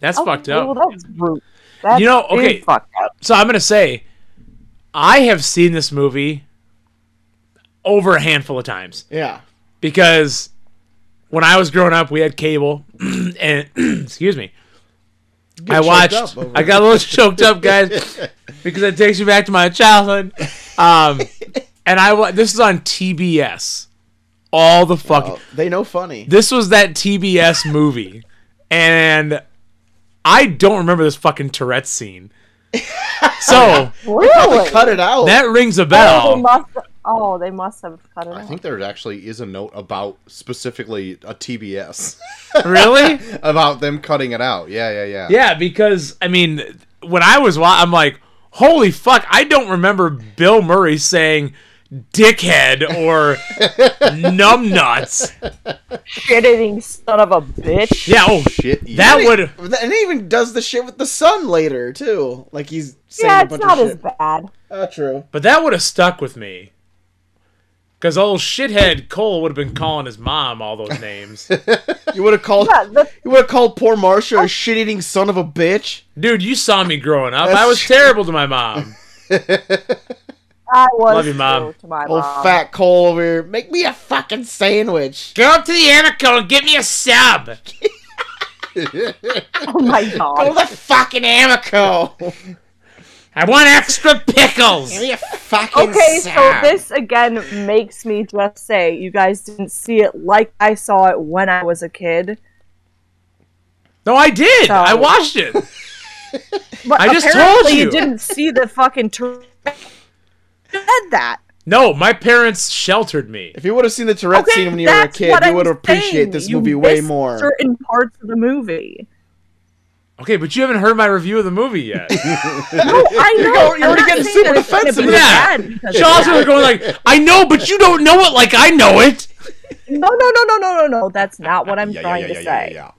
S3: That's fucked
S4: Okay,
S3: up.
S4: Well, that's rude. That's
S3: You know,
S4: big
S3: okay.
S4: fucked up.
S3: So I'm gonna say, I have seen this movie over a handful of times
S1: Yeah.
S3: because when I was growing up, we had cable, and excuse me, I watched.
S1: up over
S3: I got a little choked up, guys, because it takes me back to my childhood. Um, and I wa- this is on TBS. All the fucking
S1: Oh, they know funny.
S3: this was that TBS movie, and I don't remember this fucking Tourette scene. So
S4: Really?
S1: Cut it out.
S3: that rings a
S4: oh, they
S3: bell.
S4: must. Oh, they must have cut it
S2: I
S4: off.
S2: think there actually is a note about specifically a TBS
S3: Really?
S2: about them cutting it out. Yeah, yeah, yeah.
S3: Yeah, because I mean, when I was wa- I'm like, holy fuck, I don't remember Bill Murray saying dickhead or numbnuts.
S4: Shit eating son of a bitch.
S3: Yeah, oh,
S2: Shit. you-
S3: that would.
S1: And he even does the shit with the sun later too. Like he's saying
S4: Yeah,
S1: a
S4: it's
S1: bunch
S4: not
S1: of
S4: as
S1: shit.
S4: bad.
S1: Ah, true.
S3: But that would have stuck with me. Because old shithead Cole would have been calling his mom all those names.
S1: You would have called.
S4: Yeah, the, Oh.
S1: You would have called poor Marsha a shit-eating son of a bitch.
S3: Dude, you saw me growing up.
S1: That's
S3: I was
S1: true.
S3: terrible to my mom.
S4: I was
S3: Love you, Mom.
S4: true to my
S1: Old
S4: mom.
S1: fat Cole over here. Make me a fucking sandwich.
S3: Go up to the Anaco and get me a sub.
S4: Oh my
S1: Go
S4: god.
S1: to the fucking Amico.
S3: I want extra pickles.
S1: Give me a fucking
S4: Okay, so
S1: sandwich.
S4: this again makes me just say you guys didn't see it like I saw it when I was a kid.
S3: No, I did.
S4: So-
S3: I watched it.
S4: But
S3: I just told
S4: apparently
S3: you.
S4: didn't see the fucking tur- said that.
S3: No, my parents sheltered me.
S1: If you would have seen the Tourette
S4: Okay,
S1: scene when you were a
S4: that's
S1: kid,
S4: what
S1: you
S4: I'm
S1: would appreciate
S4: saying.
S1: this
S4: You
S1: movie way
S4: missed
S1: more.
S4: Certain parts of the movie.
S3: Okay, but you haven't heard my review of the movie yet.
S4: No, I know.
S1: going- you're
S4: I'm
S1: already
S4: not
S1: getting
S4: saying
S1: super
S4: that it's gonna
S1: defensive
S3: now.
S4: be bad because of
S3: Shaw's
S4: that.
S3: really going like, I know, but you don't know it like I know it.
S4: No, no, no, no, no, no, no. That's not what I'm
S2: yeah, yeah,
S4: trying
S2: yeah,
S4: to
S2: yeah,
S4: say.
S2: yeah,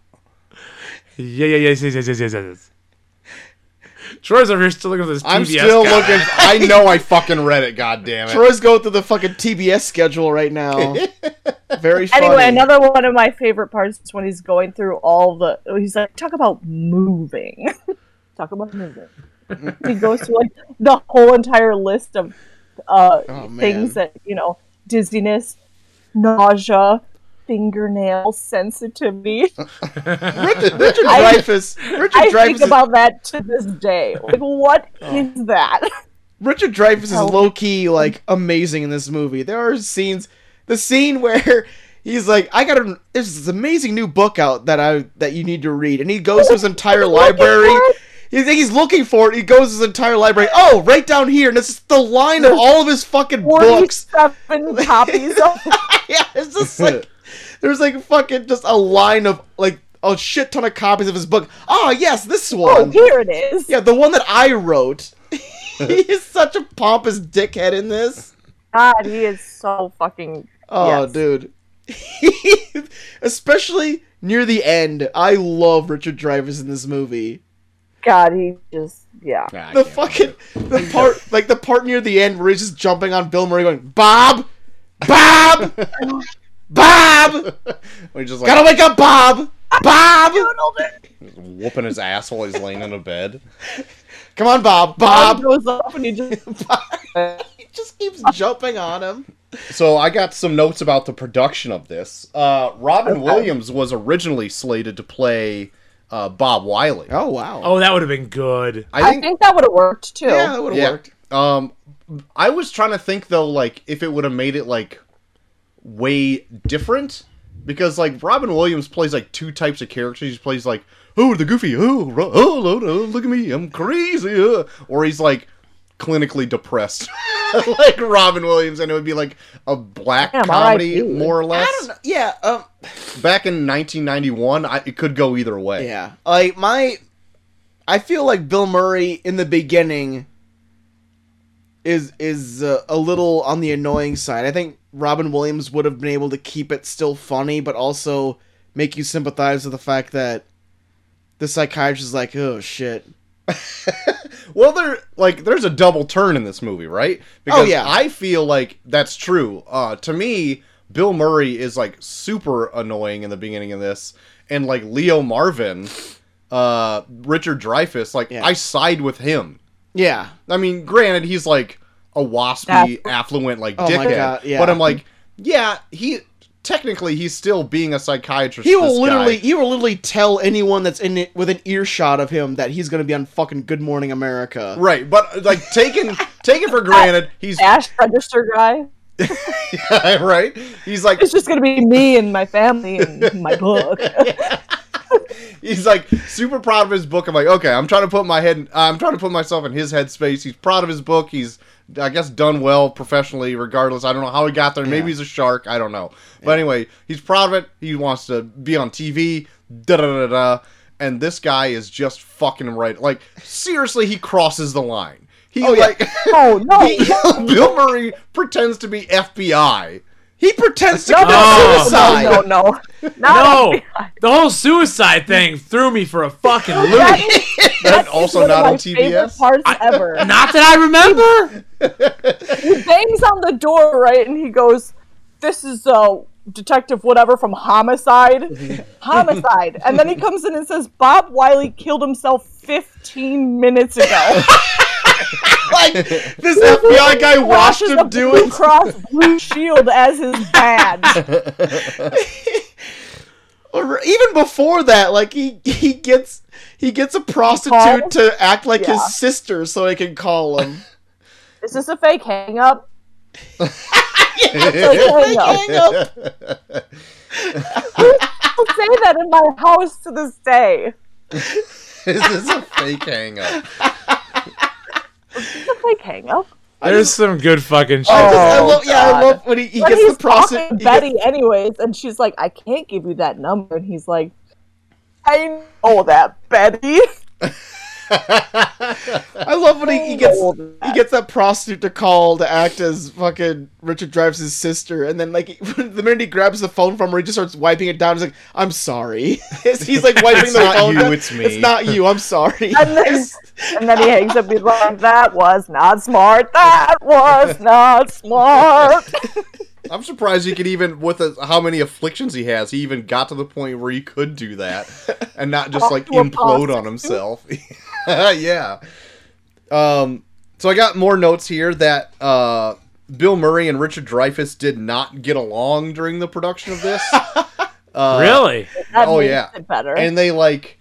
S2: yeah.
S3: Yeah, yeah, yes, yes, yes, yes, yes, yes. Troy's over here still looking at this PBS.
S2: I'm still
S3: guy.
S2: looking. I know I fucking read it. God damn it.
S1: Troy's going through the fucking TBS schedule right now. Very funny.
S4: Anyway, another one of my favorite parts is when he's going through all the. He's like, talk about moving. talk about moving. he goes through like the whole entire list of uh,
S1: Oh, man.
S4: things that you know: dizziness, nausea, fingernail sensitivity.
S1: Richard, Richard
S4: I-
S1: Dreyfuss. Richard
S4: I
S1: Dreyfuss.
S4: think
S1: Is,
S4: about that to this day. Like, what is
S1: Oh.
S4: that?
S1: Richard Dreyfuss is
S4: Oh.
S1: low key like amazing in this movie. There are scenes. The scene where he's like, "I got a there's this amazing new book out that I that you need to read," and he goes to his entire library. He's, he's looking for it. He goes to his entire library. Oh, right down here, and it's just the line of all of his fucking books.
S4: Forty-seven copies of
S1: yeah, it's just like there's like fucking just a line of like a shit ton of copies of his book. Oh yes, this
S4: Oh,
S1: one.
S4: here it is.
S1: yeah, the one that I wrote. he is such a pompous dickhead in this.
S4: God, he is so fucking.
S1: Oh,
S4: Yes.
S1: dude. Especially near the end, I love Richard Dreyfuss in this movie.
S4: God, he just. Yeah.
S2: Nah, I
S1: The
S2: can't
S1: fucking the part, like the part near the end where he's just jumping on Bill Murray, going, "Bob, Bob, Bob,
S2: remember. We're just like
S1: gotta wake up, Bob, Bob."
S2: whooping his ass while he's laying in a bed.
S1: Come on, Bob.
S4: Bob
S1: Bob.
S4: goes up and he just.
S1: he just keeps jumping on him.
S2: So I got some notes about the production of this. Uh, Robin Williams was originally slated to play uh, Bob Wiley.
S1: Oh wow.
S3: Oh, that would have been good.
S4: I think that would have worked too.
S1: yeah, that would have
S2: yeah.
S1: worked.
S2: Um, I was trying to think though, like if it would have made it like way different, because like Robin Williams plays like two types of characters. He plays like, oh the goofy, oh ro- oh lo- lo- look at me, I'm crazy, uh," or he's like clinically depressed, like Robin Williams, and it would be like a black
S4: Damn,
S2: comedy,
S4: R.I.P..
S2: more or less.
S1: I don't know. Yeah. Um.
S2: Back in 1991, I, it could go either way.
S1: Yeah. Like my, I feel like Bill Murray in the beginning is is uh, a little on the annoying side. I think Robin Williams would have been able to keep it still funny, but also make you sympathize with the fact that the psychiatrist is like, oh shit.
S2: Well, there like there's a double turn in this movie, right? Because
S1: Oh, yeah.
S2: I feel like that's true. Uh, to me, Bill Murray is like super annoying in the beginning of this, and like Leo Marvin, uh, Richard Dreyfuss, like
S1: Yeah.
S2: I side with him.
S1: Yeah.
S2: I mean, granted, he's like a waspy, affluent, like
S1: Oh my
S2: dickhead,
S1: God, yeah.
S2: but I'm like, yeah, he technically he's still being a psychiatrist.
S1: He
S2: this
S1: will literally,
S2: guy.
S1: he will literally tell anyone that's in it within earshot of him that he's gonna be on fucking Good Morning America.
S2: right, but like taken taken for granted, he's
S4: Cash register guy.
S2: right. He's like
S4: It's just gonna be me and my family and my book.
S2: he's like super proud of his book. I'm like, okay, I'm trying to put my head, in, I'm trying to put myself in his headspace. He's proud of his book. He's, I guess, done well professionally. Regardless, I don't know how he got there. Maybe he's a shark. I don't know. But anyway, he's proud of it. He wants to be on TV. Da da da da. And this guy is just fucking right. Like seriously, he crosses the line. He
S1: Oh, yeah.
S2: like
S4: No, no,
S2: he, Bill Murray pretends to be FBI.
S1: He pretends to
S4: no,
S1: commit
S3: Oh.
S1: suicide.
S4: no, no, no, no, Not
S3: No, the whole suicide thing threw me for a fucking loop.
S4: That is, that is
S2: also
S4: one
S2: not
S4: of my
S2: on TBS?
S4: favorite parts ever.
S3: Not that I remember.
S4: he bangs on the door, right, and he goes, "This is uh, Detective whatever from
S1: Mm-hmm.
S4: Homicide, Homicide," and then he comes in and says, "Bob Wiley killed himself 15 minutes ago."
S1: Like this FBI guy watched
S4: Flashes a
S1: him do
S4: Blue
S1: it.
S4: Cross Blue Shield as his badge.
S1: Or even before that, like he he gets he gets a prostitute
S4: Call?
S1: to act like
S4: Yeah.
S1: his sister so he can call him.
S4: Is this a fake hang up?
S1: Hey, hang up.
S4: I'll say that in my house to this day.
S2: Is this a fake hang up?
S4: It's a fake hang up.
S3: There's some good fucking shit.
S1: I love, yeah, I
S4: Oh, God.
S1: love when he, he
S4: but
S1: gets
S4: he's
S1: the prostitute.
S4: talking to Betty anyways, and she's like, "I can't give you that number," and he's like, "I know that, Betty."
S1: I love when he, he gets
S4: Hold that.
S1: he gets that prostitute to call to act as fucking Richard Drives his sister, and then like the minute he grabs the phone from her, he just starts wiping it down. He's like, "I'm sorry." he's like wiping
S2: It's
S1: the
S2: not
S1: phone
S2: you,
S1: down.
S2: it's me.
S1: It's not you. I'm sorry.
S4: And then, and then he hangs up. He's like, "That was not smart. That was not smart."
S2: I'm surprised he could even, with a, how many afflictions he has, he even got to the point where he could do that and not just
S4: Talk
S2: like
S4: to a
S2: implode on himself. yeah. Um. So I got more notes here that uh, Bill Murray and Richard Dreyfuss did not get along during the production of this.
S3: really?
S4: That
S2: Oh,
S4: makes
S2: yeah.
S4: it better.
S2: and they like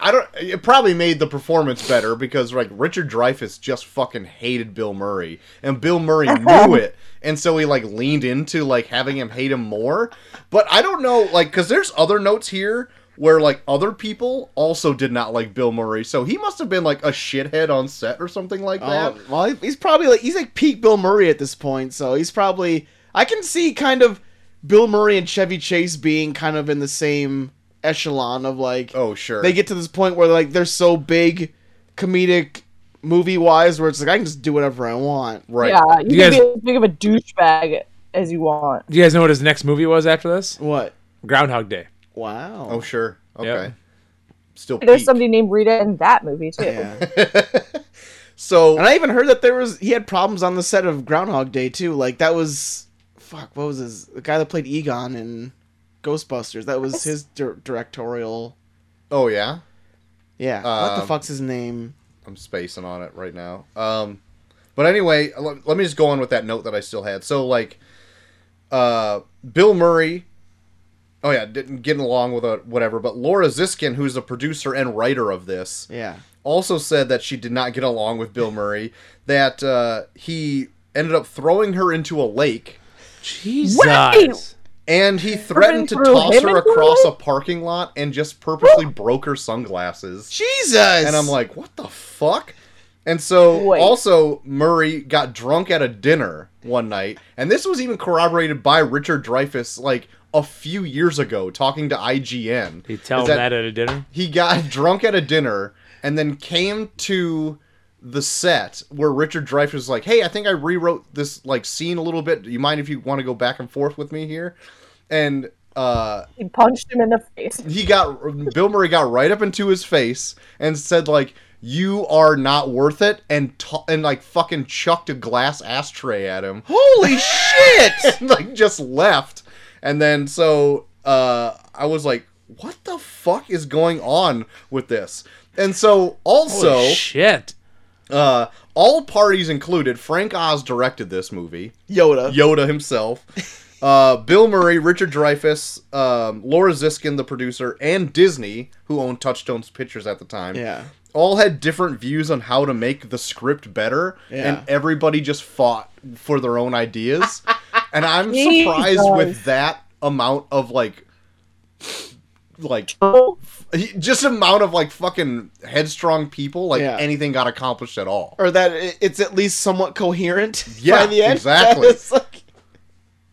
S2: I don't it probably made the performance better because like Richard Dreyfuss just fucking hated Bill Murray and Bill Murray knew it and so he like leaned into like having him hate him more but I don't know like cuz there's other notes here where like other people also did not like Bill Murray so he must have been like a shithead on set or something like that
S1: Oh, well, he- he's probably like he's like peak Bill Murray at this point, so he's probably I can see kind of Bill Murray and Chevy Chase being kind of in the same echelon of like
S2: oh sure
S1: they get to this point where like they're so big comedic movie wise where it's like I can just do whatever I want.
S2: right
S4: Yeah,
S3: You
S4: you, can
S3: guys-
S4: be as big of a douchebag as you want.
S3: Do you guys know what his next movie was after this?
S1: What?
S3: Groundhog Day.
S1: Wow.
S2: oh sure okay still
S4: There's
S2: peak.
S4: somebody named Rita in that movie too.
S1: Yeah.
S2: so
S1: And I even heard that there was he had problems on the set of Groundhog Day too. Like that was fuck, what was his the guy that played Egon in Ghostbusters. That was his dir- directorial
S2: oh yeah
S1: Yeah. what the
S2: Um,
S1: fuck's his name?
S2: I'm spacing on it right now. Um, but anyway, l- let me just go on with that note that I still had. So like, uh, Bill Murray. Oh yeah, didn't get along with a, whatever. But Laura Ziskin, who's the producer and writer of this,
S1: Yeah.
S2: also said that she did not get along with Bill Murray. That uh, he ended up throwing her into a lake,
S3: Jesus.
S4: Wait!
S2: and he threatened to
S4: threw
S2: toss
S4: him
S2: her
S4: into a
S2: across a parking lot and just purposely broke her sunglasses.
S1: Jesus.
S2: And I'm like, what the fuck? And so
S4: Wait.
S2: also Murray got drunk at a dinner one night, and this was even corroborated by Richard Dreyfuss like a few years ago talking to IGN.
S3: You tell
S2: is
S3: him that, at a dinner.
S2: he got drunk at a dinner and then came to the set where Richard Dreyfuss was like, "Hey, I think I rewrote this like scene a little bit. Do you mind if you want to go back and forth with me here?" And uh
S4: He punched him in the face.
S2: he got Bill Murray got right up into his face and said like you are not worth it and t- and like fucking chucked a glass ashtray at him
S1: holy shit!
S2: and like just left and then so uh I was like what the fuck is going on with this and so also
S3: Holy shit.
S2: uh all parties included Frank Oz directed this movie
S1: Yoda.
S2: Yoda himself, uh, Bill Murray, Richard Dreyfuss, um, Laura Ziskin, the producer, and Disney, who owned Touchstone's Pictures at the time,
S1: Yeah.
S2: all had different views on how to make the script better,
S1: Yeah.
S2: and everybody just fought for their own ideas. and I'm
S4: Jesus.
S2: surprised with that amount of like, like just amount of like fucking headstrong people, like
S1: Yeah.
S2: anything got accomplished at all.
S1: Or that i- it's at least somewhat coherent
S2: Yeah,
S1: by the end.
S2: exactly.
S1: That is like-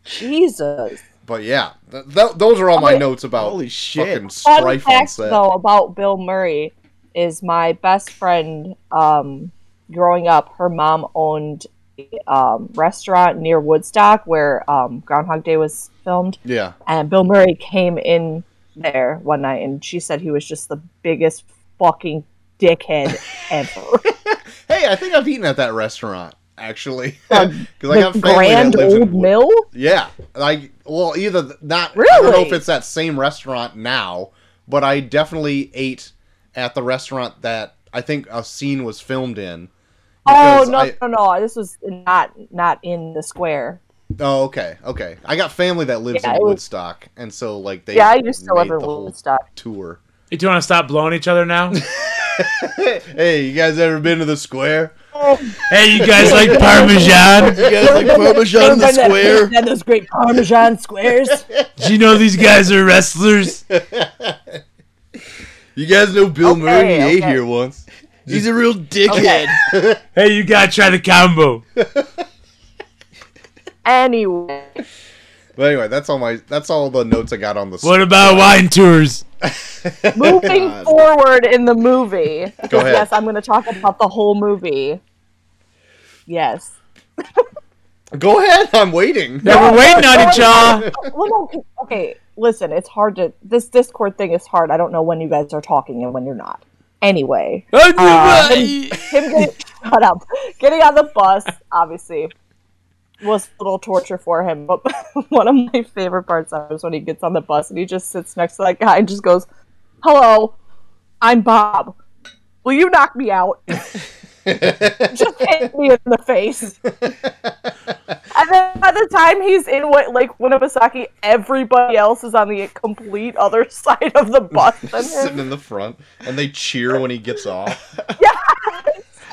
S4: Jesus.
S2: But yeah, th- th- those are all my
S4: Okay.
S2: notes about
S1: Holy shit.
S2: Oh, fucking
S4: Fun
S2: strife on
S4: fact
S2: set.
S4: though about Bill Murray is my best friend um growing up, her mom owned a um, restaurant near Woodstock where um, Groundhog Day was filmed,
S2: Yeah.
S4: and Bill Murray came in there one night, and she said he was just the biggest fucking dickhead ever.
S2: Hey, I think I've eaten at that restaurant actually. Because
S4: Um,
S2: I got
S4: the
S2: family
S4: Grand
S2: that lives
S4: Old
S2: in Wood-
S4: Mill.
S2: Yeah, like well, either th- not. I don't know
S4: Really?
S2: if it's that same restaurant now, but I definitely ate at the restaurant that I think a scene was filmed in.
S4: Oh
S2: because
S4: no,
S2: I-
S4: no, no! This was not not in the square.
S2: Oh, okay, okay. I got family that lives
S4: Yeah,
S2: in
S4: it was-
S2: Woodstock, and so like they.
S4: yeah, I used to
S2: made
S4: live in
S2: the whole
S4: Woodstock.
S2: Tour.
S3: You do want to stop blowing each other now?
S2: hey, you guys ever been to the square?
S3: hey, you guys like Parmesan?
S2: You guys like Parmesan in the square?
S4: And those great Parmesan squares.
S3: Do you know these guys are wrestlers?
S2: You guys know Bill
S4: Okay,
S2: Murray He ate
S4: okay.
S2: here once.
S1: He's a real dickhead.
S3: Hey, you gotta try the combo.
S4: anyway,
S2: But anyway, that's all my that's all the notes I got on the.
S3: What about wine tours?
S4: moving forward in the movie.
S2: Go ahead.
S4: Yes, I'm going to talk about the whole movie. Yes.
S2: Go ahead, I'm waiting.
S3: Yeah, we're waiting on you, y'all.
S4: Well, no, 'cause- okay. Listen, it's hard to this Discord thing is hard. I don't know when you guys are talking and when you're not. Anyway, him getting shut up, getting on the bus, obviously, was a little torture for him. But one of my favorite parts of it is when he gets on the bus and he just sits next to that guy and just goes, "Hello, I'm Bob. Will you knock me out? just hit me in the face." and then by the time he's in what like Winnipesaukee, everybody else is on the complete other side of the bus than him.
S2: sitting in the front, and they cheer when he gets off.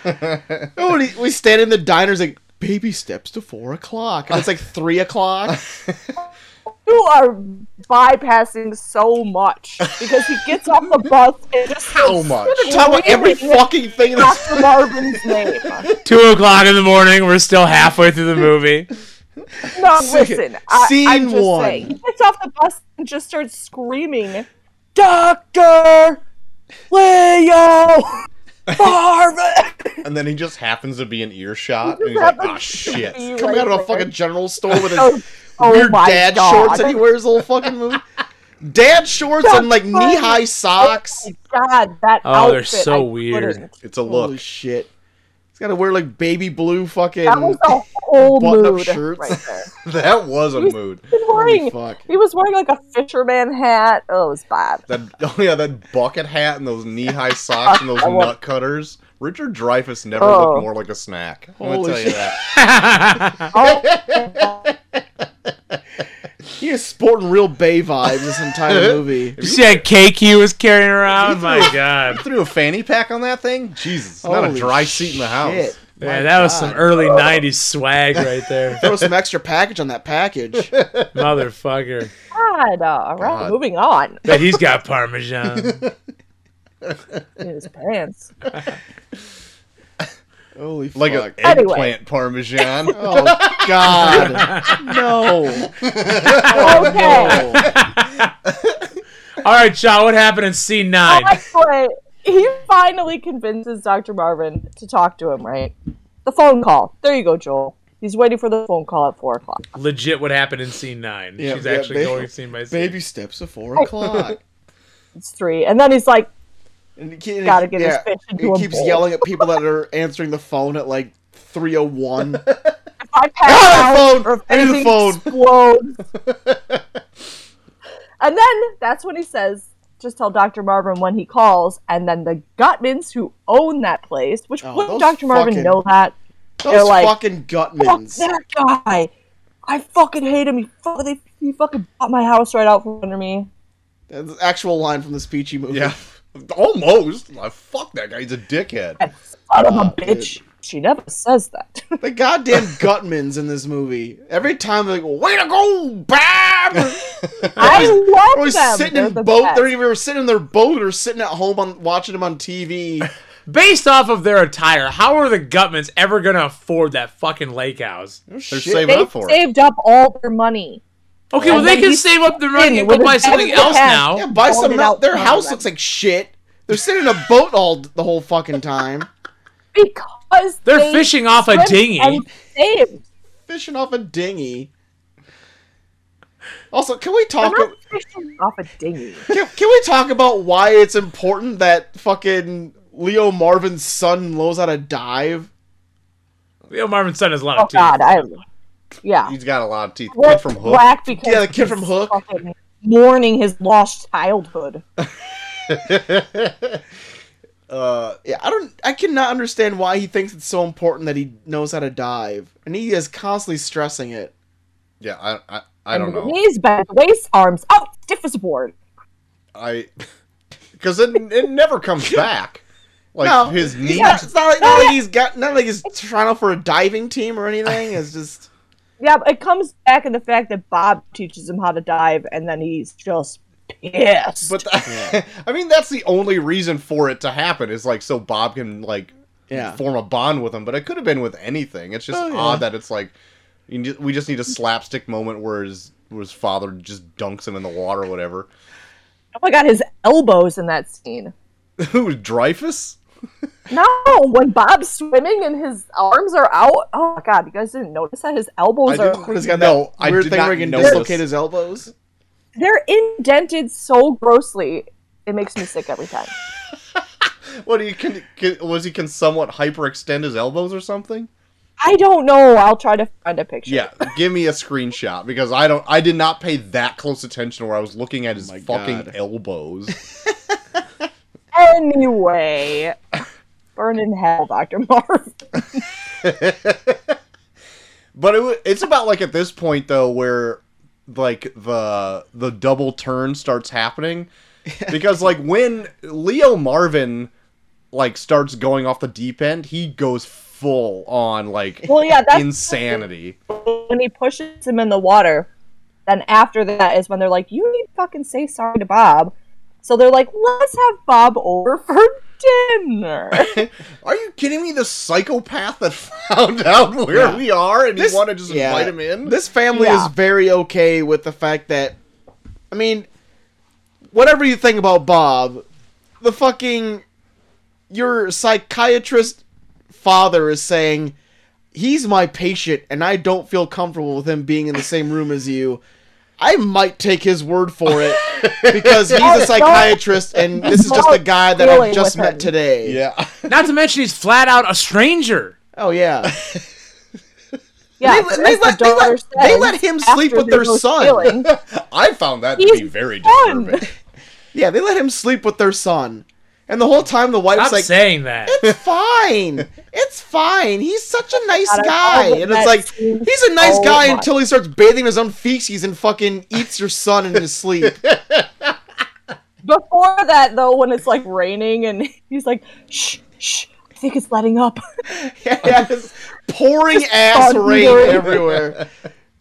S1: Oh, and he- we stand in the diners like baby steps to four o'clock, and it's like three o'clock.
S4: you are bypassing so much because he gets off the bus and just
S2: How much?
S1: Talk about every fucking thing. That's,
S4: Dr. Marvin's name.
S3: Two o'clock in the morning. We're still halfway through the movie.
S4: No, listen. I,
S1: Scene
S4: I'm just
S1: one.
S4: Saying, he gets off the bus and just starts screaming, "Doctor Leo Marvin!"
S2: And then he just happens to be in earshot, and he's like,
S4: happens
S2: "Ah,
S4: to
S2: shit."
S4: be
S1: coming out of a
S4: right there.
S1: fucking general store with his
S4: Oh, oh
S1: weird
S4: my
S1: dad
S4: God. Oh
S1: shorts that he wears the whole fucking movie. Dad shorts and like knee high socks.
S4: Oh my God, that
S3: Oh, they're
S4: outfit,
S3: so
S4: I
S3: weird.
S4: couldn't.
S2: It's a
S1: Holy
S2: look.
S1: shit! He's got to wear like baby blue fucking.
S4: That was a whole
S1: Button-up
S4: mood
S1: shirts.
S4: right there.
S2: That was a mood.
S4: He was
S1: Holy
S4: wearing,
S1: fuck!
S4: he was wearing like a fisherman hat. Oh, it was bad.
S2: That oh yeah, that bucket hat and those knee high socks and those
S4: I want-
S2: nut cutters. Richard Dreyfuss never
S4: Oh.
S2: looked more like a snack. I'm gonna
S1: Holy
S2: tell you
S1: shit.
S2: that.
S4: Oh,
S1: He is sporting real bay vibes this entire movie.
S3: you see that cake he was carrying around? My God.
S2: Threw a fanny pack on that thing. Jesus, not a
S1: Holy
S2: dry seat in the house.
S1: Shit.
S3: Man, that was some early 90s swag right there.
S1: Throw some extra package on that package.
S3: Motherfucker.
S4: God. All right,
S2: God.
S4: moving on.
S3: But he's got Parmesan.
S4: In his pants.
S1: Holy fuck!
S2: Like an
S1: a,
S2: eggplant
S4: Anyway.
S2: parmesan.
S1: oh god, no.
S4: Okay.
S1: Oh.
S3: All right, y'all. What happened in C9?
S4: But he finally convinces Dr. Marvin to talk to him, right? The phone call. There you go, Joel. He's waiting for the phone call at 4 o'clock.
S3: Legit, what happened in scene nine?
S1: Yeah,
S3: She's
S1: yeah,
S3: actually
S1: baby-
S3: going scene by scene.
S1: Baby steps at four o'clock.
S4: It's 3. And then he's like,
S1: And he can't,
S4: Gotta get his fish into
S1: He
S4: a
S1: keeps
S4: bowl.
S1: yelling at people that are answering the phone at like 301.
S4: if I pass
S1: Ah,
S4: out,
S1: phone!
S4: or if
S1: I need the
S4: anything
S1: phone.
S4: explodes. and then that's when he says, just tell Dr. Marvin when he calls. And then the Gutmans who own that place, which
S1: Oh,
S4: wouldn't
S1: those
S4: Dr. Marvin
S1: fucking-
S4: know that? They're
S1: Those
S4: like,
S1: fucking
S4: Fuck
S1: gutmans.
S4: that guy. I fucking hate him. He, fuck, they, he fucking bought my house right out from under me.
S1: That's the actual line from this Peachy movie.
S2: yeah, almost. Like, fuck that guy. He's a dickhead.
S4: That son of
S1: Ah,
S4: a bitch. She never says that.
S1: The goddamn gutmans in this movie. Every time they're like, way to go, Bab!
S4: I
S1: They're
S4: love
S1: always
S4: them.
S1: sitting
S4: They're
S1: in
S4: the
S1: boat.
S4: best.
S1: They're either sitting in their boat or sitting at home on watching them on TV.
S3: Based off of their attire, how are the Gutmans ever going to afford that fucking lake house?
S1: They're
S2: saving-
S4: They
S2: up for it.
S4: saved up all their money.
S3: Okay, well,
S4: And
S3: they
S4: then
S3: can
S4: Oh, he's
S3: save up the money
S4: in
S3: and go
S4: with
S3: buy
S4: his
S3: something
S4: extra
S3: else
S4: hand.
S1: Yeah,
S3: now.
S1: buy
S4: Folded
S1: some out.
S4: out
S1: Their
S4: from
S1: house
S4: them.
S1: looks like shit. They're sitting in a boat all the whole fucking time.
S4: because
S3: They're
S4: they
S3: fishing off a
S4: slipped
S3: dinghy.
S4: and saved.
S1: Fishing off a dinghy. Also, can we
S4: They're
S1: talk?
S4: not fishing off a dinghy.
S1: Can, can we talk about why it's important that fucking Leo Marvin's son knows how to dive?
S3: Leo Marvin's son has a lot
S4: Oh
S3: of teeth.
S4: God, I. Yeah.
S2: He's got a lot of teeth.
S4: Well,
S2: Kid from Hook.
S4: Black because
S1: Yeah, the kid from
S4: he's
S1: Hook.
S4: fucking Mourning his lost childhood.
S2: Uh,
S1: Yeah, I don't. I cannot understand why he thinks it's so important that he knows how to dive, and he is constantly stressing it.
S2: Yeah, I, I, I don't
S4: And the
S2: know.
S4: Knees bent, waist, arms out, stiff as a board.
S2: I because it it never comes back. Like
S1: no,
S2: his
S1: he's
S2: knee.
S1: Not, it's not like, not like he's got. Not like he's trying out for a diving team or anything. It's just.
S4: Yeah, but it comes back in the fact that Bob teaches him how to dive, and then he's just pissed.
S2: But I mean, that's the only reason for it to happen is like so Bob can like
S1: Yeah.
S2: form a bond with him. But it could have been with anything. It's just
S1: Oh, yeah.
S2: odd that it's like you ju- we just need a slapstick moment where his where his father just dunks him in the water or whatever.
S4: oh my god, his elbows in that scene.
S2: Who Dreyfus?
S4: No, when Bob's swimming and his arms are out. Oh my god, you guys didn't notice that his elbows
S2: I
S4: are.
S2: didn't-
S1: What, he's got
S2: No,
S1: that
S2: I
S1: weird
S2: did
S1: thing
S2: not
S1: where he can
S2: notice.
S1: dislocate his elbows.
S4: They're indented so grossly. It makes me sick every time.
S2: What he can, can was he can somewhat hyperextend his elbows or something?
S4: I don't know. I'll try to find a picture.
S2: Yeah, give me a screenshot because I don't. I did not pay that close attention where I was looking at his
S1: Oh my
S2: fucking
S1: God.
S2: elbows.
S4: Anyway, burn in hell, Doctor Marv.
S2: But it, wa- it's about like at this point though where like the the double turn starts happening because like when Leo Marvin like starts going off the deep end, he goes full on like
S4: Well, yeah, that's
S2: insanity.
S4: when he pushes him in the water. Then after that is when they're like, "You need to fucking say sorry to Bob." So they're like, "Let's have Bob over for dinner."
S2: Are you kidding me? The psychopath that found out where
S1: Yeah.
S2: we are and
S1: This-
S2: he wanted to just
S1: yeah.
S2: invite him in.
S1: This family
S4: Yeah.
S1: is very okay with the fact that, I mean, whatever you think about Bob, the fucking your psychiatrist father is saying he's my patient and I don't feel comfortable with him being in the same room as you. I might take his word for it because he's
S4: Oh,
S1: a psychiatrist and this is just a guy that
S4: Really
S1: I've
S4: with
S1: just met
S4: him.
S1: today.
S2: yeah.
S3: Not to mention he's flat out a stranger.
S1: Oh yeah.
S4: Yeah,
S1: They- they let- they
S4: as the
S1: let-
S4: daughter
S1: they
S4: says,
S1: let him
S4: after
S1: sleep with
S4: they
S1: their
S4: go
S1: son.
S4: stealing.
S2: I found that to
S4: He's
S2: be very
S4: fun.
S2: disturbing.
S1: Yeah, they let him sleep with their son. And the whole time the wife's
S3: Stop
S1: like
S3: saying that.
S1: it's fine. It's fine. He's such a nice
S4: God, I
S1: guy.
S4: love
S1: And
S4: that
S1: it's like,
S4: scene
S1: he's a nice
S4: so
S1: guy
S4: much.
S1: until he starts bathing his own feces and fucking eats your son in his sleep.
S4: Before that, though, when it's like raining and he's like, "Shh, shh, I think it's letting up."
S1: yeah, just pouring ass rain
S4: thundering.
S1: everywhere.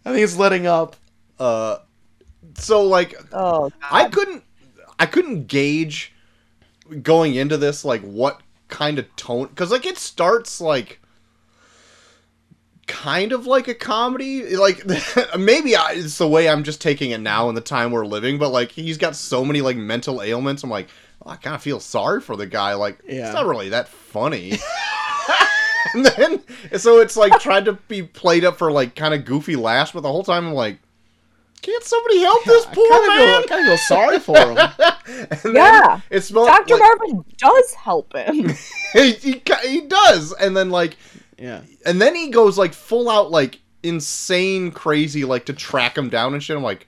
S1: I think it's letting up.
S2: So like
S4: Oh,
S1: Um,
S2: I couldn't I couldn't gauge going into this like what kind of tone cuz like it starts like kind of like a comedy like maybe I, it's the way I'm just taking it now in the time we're living but like he's got so many like mental ailments I'm like "Oh, I kind of feel sorry for the guy like
S1: Yeah.
S2: it's not really that funny and then so it's like tried to be played up for like kind of goofy laughs but the whole time I'm like can't somebody help this
S1: I
S2: poor
S1: kinda
S2: man
S1: feel, I kinda feel sorry for him.
S2: and then
S4: yeah.
S2: It smells.
S4: Doctor
S2: like,
S4: Marvin does help him.
S2: he, he ca- he does, and then like,
S1: Yeah.
S2: and then he goes like full out like insane crazy like to track him down and shit. I'm like,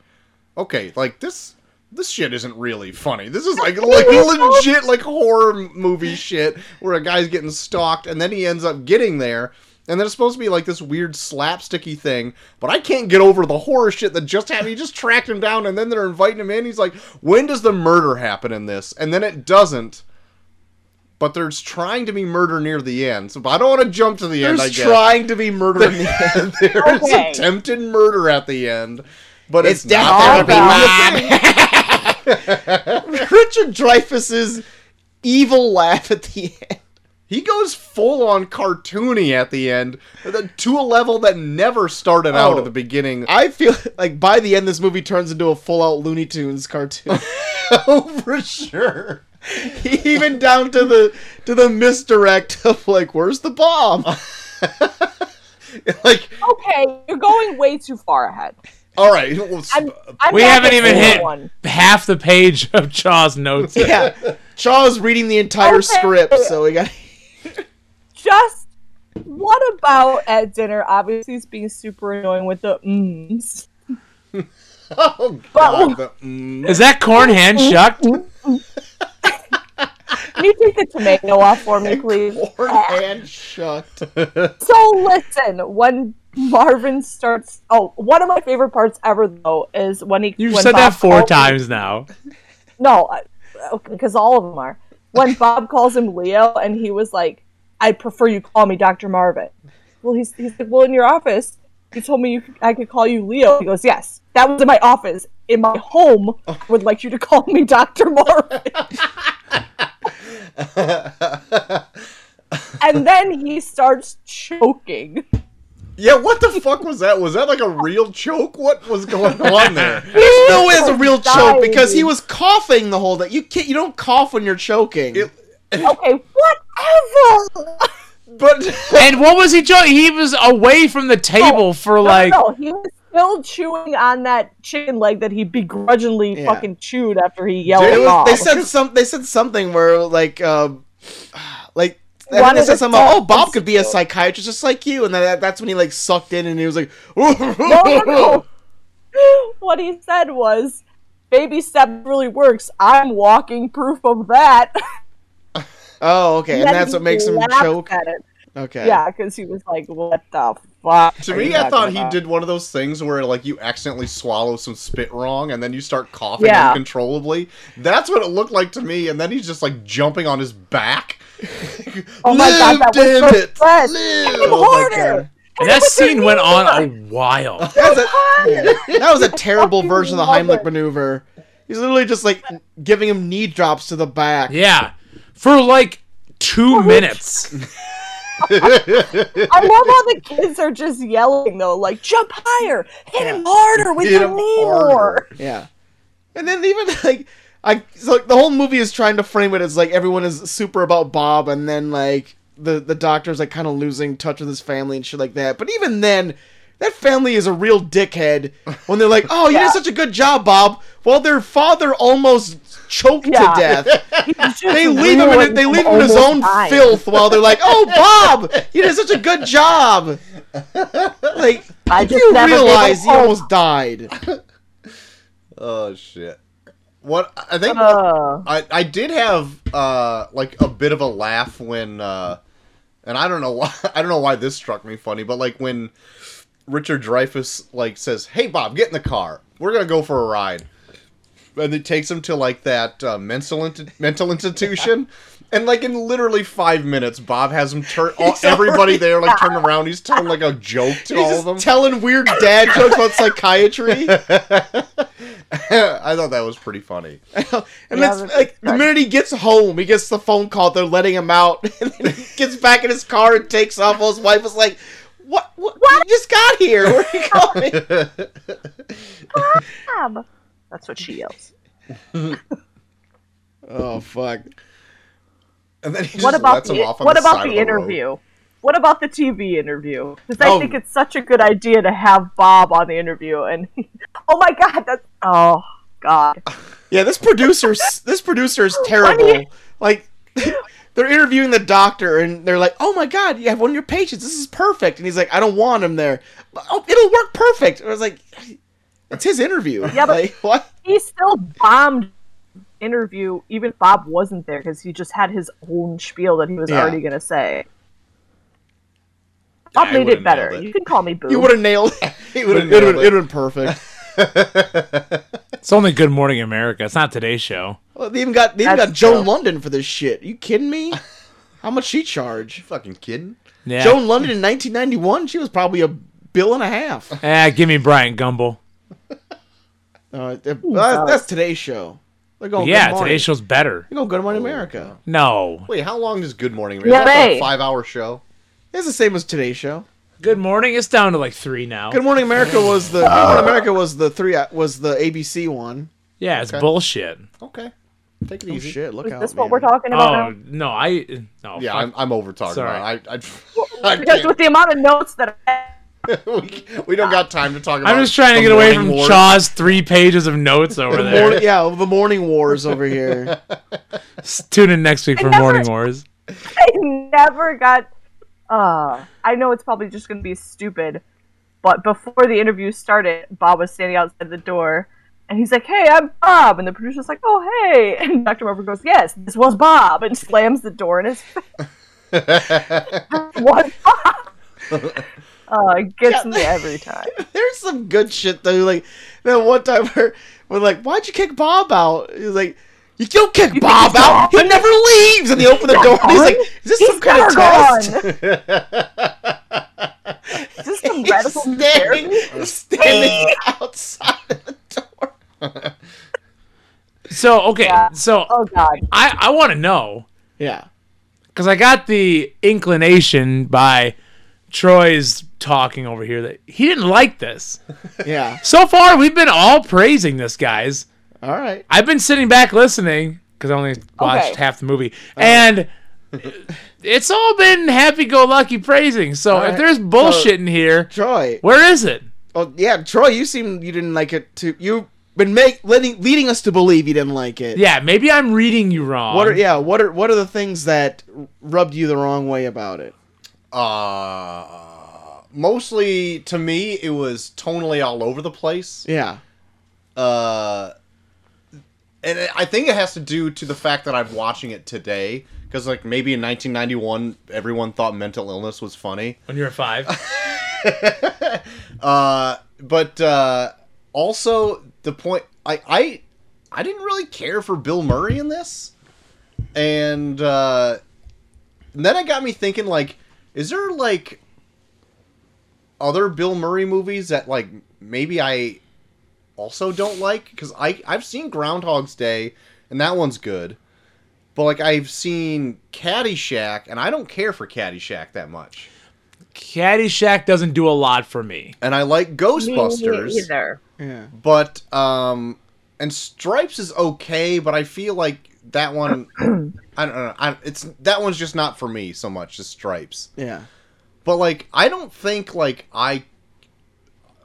S2: okay, like this this shit isn't really funny. This is like like legit like horror movie shit where a guy's getting stalked, and then he ends up getting there. And then it's supposed to be like this weird slapsticky thing, but I can't get over the horror shit that just happened. He just tracked him down, and then they're inviting him in. He's like, "When does the murder happen in this?" And then it doesn't. But there's trying to be murder near the end, so but I don't want to jump to the end. I
S1: There's
S2: guess
S1: trying to be murdered in the end.
S2: there is
S4: Okay.
S2: attempted murder at the end, but it's,
S1: It's
S2: not
S1: definitely
S2: that big of a thing.
S1: Richard Dreyfuss's evil laugh at the end.
S2: He goes full on cartoony at the end, th- to a level that never started out
S1: Oh.
S2: at the beginning.
S1: I feel like by the end, this movie turns into a full out Looney Tunes cartoon.
S2: Oh, for sure.
S1: even down to the to the misdirect of like, where's the bomb?
S2: like,
S4: Okay, you're going way too far ahead.
S2: all right, Oh, well, s-
S4: I'm, I'm
S3: We
S4: not
S3: haven't
S4: the
S3: even
S4: only
S3: hit
S4: one.
S3: half the page of Chaw's notes.
S1: yeah, Shaw's reading the entire
S4: Okay.
S1: script, so we got.
S4: Just what about at dinner? Obviously, it's being super annoying with the mms.
S2: oh god, the-
S3: Is that corn hand shucked?
S4: Can you take the tomato off for me, please?
S1: Corn
S2: Mm.
S1: hand shucked.
S4: So listen, when Marvin starts, oh, one of my favorite parts ever though is when he.
S3: You've
S4: when
S3: said that
S4: Bob
S3: four
S4: calls-
S3: times now.
S4: No, because all of them are. When Bob calls him Leo, and he was like, "I prefer you call me Doctor Marvin." Well, he's he's like, "Well, in your office, you told me you could, I could call you Leo." He goes, "Yes, that was in my office. In my home, I would like you to call me Doctor Marvin." and then he starts choking.
S2: yeah, what the fuck was that? Was that like a real choke? What was going on there?
S1: There's no way it's a real choke
S4: Dying.
S1: because he was coughing the whole day. You can't. You don't cough when you're choking.
S2: It-
S4: Okay, whatever.
S2: But
S3: And what was he doing? He was away from the table for like.
S4: no, no, he was still chewing on that chicken leg that he begrudgingly
S1: Yeah.
S4: fucking chewed after he yelled
S2: Dude,
S1: It
S4: it
S1: was-
S4: off.
S1: they said some. They said something where like, um, like I think
S4: One
S1: they
S4: of
S1: said
S4: the
S1: something. About, oh,
S4: doctors-
S1: Bob could be a psychiatrist just like you, and then that, that's when he like sucked in and he was like,
S4: no, no, no. what he said was, "Baby step really works. I'm walking proof of that."
S1: oh, okay, and
S4: Then
S1: that's
S4: he
S1: what makes him
S4: laughed
S1: choke.
S4: At it.
S1: Okay,
S4: Yeah, because he was like, "What the fuck?"
S2: to
S4: are
S2: me,
S4: you
S2: I thought
S4: talking
S2: he
S4: about?"
S2: did one of those things where like you accidentally swallow some spit wrong, and then you start coughing
S4: Yeah.
S2: uncontrollably. That's what it looked like to me. And then he's just like jumping on his back.
S4: Oh my
S2: Live,
S4: god, that was
S2: damn
S4: so
S2: it.
S4: fresh.
S2: Live.
S4: Hit him
S1: Oh my
S4: harder.
S1: God.
S3: And that scene went on a while.
S1: That was a, yeah. That was a terrible
S4: fucking
S1: version of the
S4: love
S1: Heimlich
S4: it.
S1: maneuver. He's literally just like giving him knee drops to the back.
S3: Yeah. For like two minutes.
S4: I love how the kids are just yelling though, like "Jump higher, hit him harder with
S2: Hit
S4: your
S2: him
S4: knee
S2: harder."
S4: more."
S1: Yeah. And then even like I so like, the whole movie is trying to frame it as like everyone is super about Bob and then like the the doctor's like kind of losing touch with his family and shit like that. But even then that family is a real dickhead when they're like, "Oh, you
S4: Yeah.
S1: did such a good job, Bob." Well, their father almost choked
S4: Yeah.
S1: to death.
S4: He's just
S1: They leave him in, they leave him in his
S4: almost
S1: own
S4: dying.
S1: filth while they're like, "Oh, Bob, you did such a good job." Like,
S4: I
S1: if
S4: just
S1: you
S4: never gave
S1: realize
S4: up
S1: he
S4: hope.
S1: almost died.
S2: Oh shit! What I think
S4: Uh,
S2: I I did have uh like a bit of a laugh when uh and I don't know why I don't know why this struck me funny, but like when Richard Dreyfuss like says, "Hey Bob, get in the car. We're gonna go for a ride," and it takes him to like that uh, mental in- mental institution. And like in literally five minutes, Bob has him turn all, everybody there like turn around. He's telling like a joke to
S1: He's
S2: all
S1: just
S2: of them.
S1: telling weird dad jokes about psychiatry.
S2: I thought that was pretty funny.
S1: And
S4: Yeah,
S1: it's
S4: that's
S1: like the
S4: right.
S1: minute he gets home, he gets the phone call. They're letting him out, and then he gets back in his car and takes off. While his wife was like, "What? What? You just got here. Where are you going?"
S4: Bob. That's what she yells.
S1: oh fuck!
S2: And then he just
S4: What about
S2: lets
S4: the,
S2: him off on
S4: what
S2: the
S4: about
S2: side
S4: the
S2: of road.
S4: interview? What about the TV interview? Because I
S1: Oh.
S4: think it's such a good idea to have Bob on the interview. And oh my god, that's oh god.
S1: Yeah, this producer, this producer is terrible. Like. They're interviewing the doctor, and they're like, "Oh my God, you have one of your patients. This is perfect." And he's like, "I don't want him there. Oh, it'll work perfect." And I was like, "It's his interview.
S4: Yeah, but-
S1: like, what?
S4: He still bombed interview. Even Bob wasn't there because he just had his own spiel that he was
S1: Yeah.
S4: already gonna say. Bob
S2: I
S4: made
S2: would've
S4: it better.
S2: nailed it.
S4: You can call me Boo.
S1: You would have nailed it.
S2: He
S1: It would
S2: would've
S1: have been,
S2: nailed it.
S1: been perfect."
S3: It's only Good Morning America. It's not today's show.
S1: Well, they even got they even
S4: That's
S1: got Joan
S4: true.
S1: London for this shit. you kidding me? How much she charge?
S2: Fucking kidding.
S3: Yeah.
S1: Joan London in 1991, she was probably a bill and a half.
S3: Eh, give me Brian Gumble.
S1: Uh, that- that's, that's today's show. They're going. Oh,
S3: yeah,
S1: Good Morning.
S3: today's show's better.
S1: They're going Good Morning America.
S3: No.
S2: Wait, how long is Good Morning
S4: Yeah,
S2: America? That's a
S4: right.
S2: five-hour show.
S1: It's the same as today's show.
S3: Good Morning. It's down to like three
S2: Oh.
S3: now.
S1: Good Morning America was
S4: Ah.
S1: uh, the Good Morning America was the three was the ABC one.
S3: Yeah, it's bullshit.
S2: Okay. Take it
S1: Oh
S2: easy.
S1: shit! Look
S4: Is
S1: out,
S4: this
S1: man.
S4: what we're talking about?
S3: Oh no, I no.
S2: Yeah,
S3: fuck.
S2: I'm, I'm over talking. About
S3: Sorry.
S2: it. I, I, I
S4: Because
S2: can't.
S4: with the amount of notes that I
S2: we, we don't got time to talk about.
S3: I'm just trying
S2: the
S3: to get away
S2: Morning
S3: from
S2: Wars.
S3: Chaw's three pages of notes over
S1: The
S3: there.
S1: morning, yeah, the morning wars over here.
S3: Tune in next week for
S4: never-
S3: Morning Wars.
S4: I never got. Uh, I know it's probably just going to be stupid, but before the interview started, Bob was standing outside the door, and he's like, "Hey, I'm Bob," and the producer's like, "Oh, hey," and Dr. Rover goes, "Yes, this was Bob," and slams the door in his face. what Bob? Uh, it gets me every time.
S1: There's some good shit though. Like that one time where we're like, "Why'd you kick Bob out?" He's like, "You don't kick Bob out. He never leaves." And they open the door. And he's like, "Is this
S4: He's
S1: some kind
S4: never
S1: of test?"
S4: gone. Is this some
S1: He's
S4: radical therapy?
S1: standing, standing outside of the door.
S3: So okay,
S4: Yeah.
S3: so
S4: Oh God!
S3: I I want to know
S1: Yeah.
S3: because I got the inclination by Troy's talking over here that he didn't like this.
S1: Yeah.
S3: So far, we've been all praising this, guys.
S1: All right.
S3: I've been sitting back listening because I only watched
S4: Okay.
S3: half the movie, and it's all been happy-go-lucky praising. So
S1: All right.
S3: if there's bullshit in here,
S1: Troy.
S3: where is it?
S1: Oh yeah, Troy. You seem you didn't like it too. You've been make, leading leading us to believe you didn't like it.
S3: Yeah, maybe I'm reading you wrong.
S1: What are yeah? What are what are the things that rubbed you the wrong way about it?
S2: Uh, mostly to me, it was tonally all over the place.
S1: Yeah.
S2: uh, and I- I think it has to do to the fact that I'm watching it today because like maybe in 1991 everyone thought mental illness was funny,
S3: when you're five?
S2: uh, but uh, also the point I I I didn't really care for Bill Murray in this, and, uh, and then it got me thinking like, is there like other Bill Murray movies that like maybe I also don't like because I I've seen Groundhog's Day and that one's good, but like I've seen Caddyshack and I don't care for Caddyshack that much,
S3: Caddyshack doesn't do a lot for me.
S2: and I like Ghostbusters
S4: Me either.
S1: Yeah.
S2: but um, and Stripes is okay, but I feel like that one, I don't know, I, it's that one's just not for me so much as Stripes.
S1: Yeah.
S2: But like, I don't think like I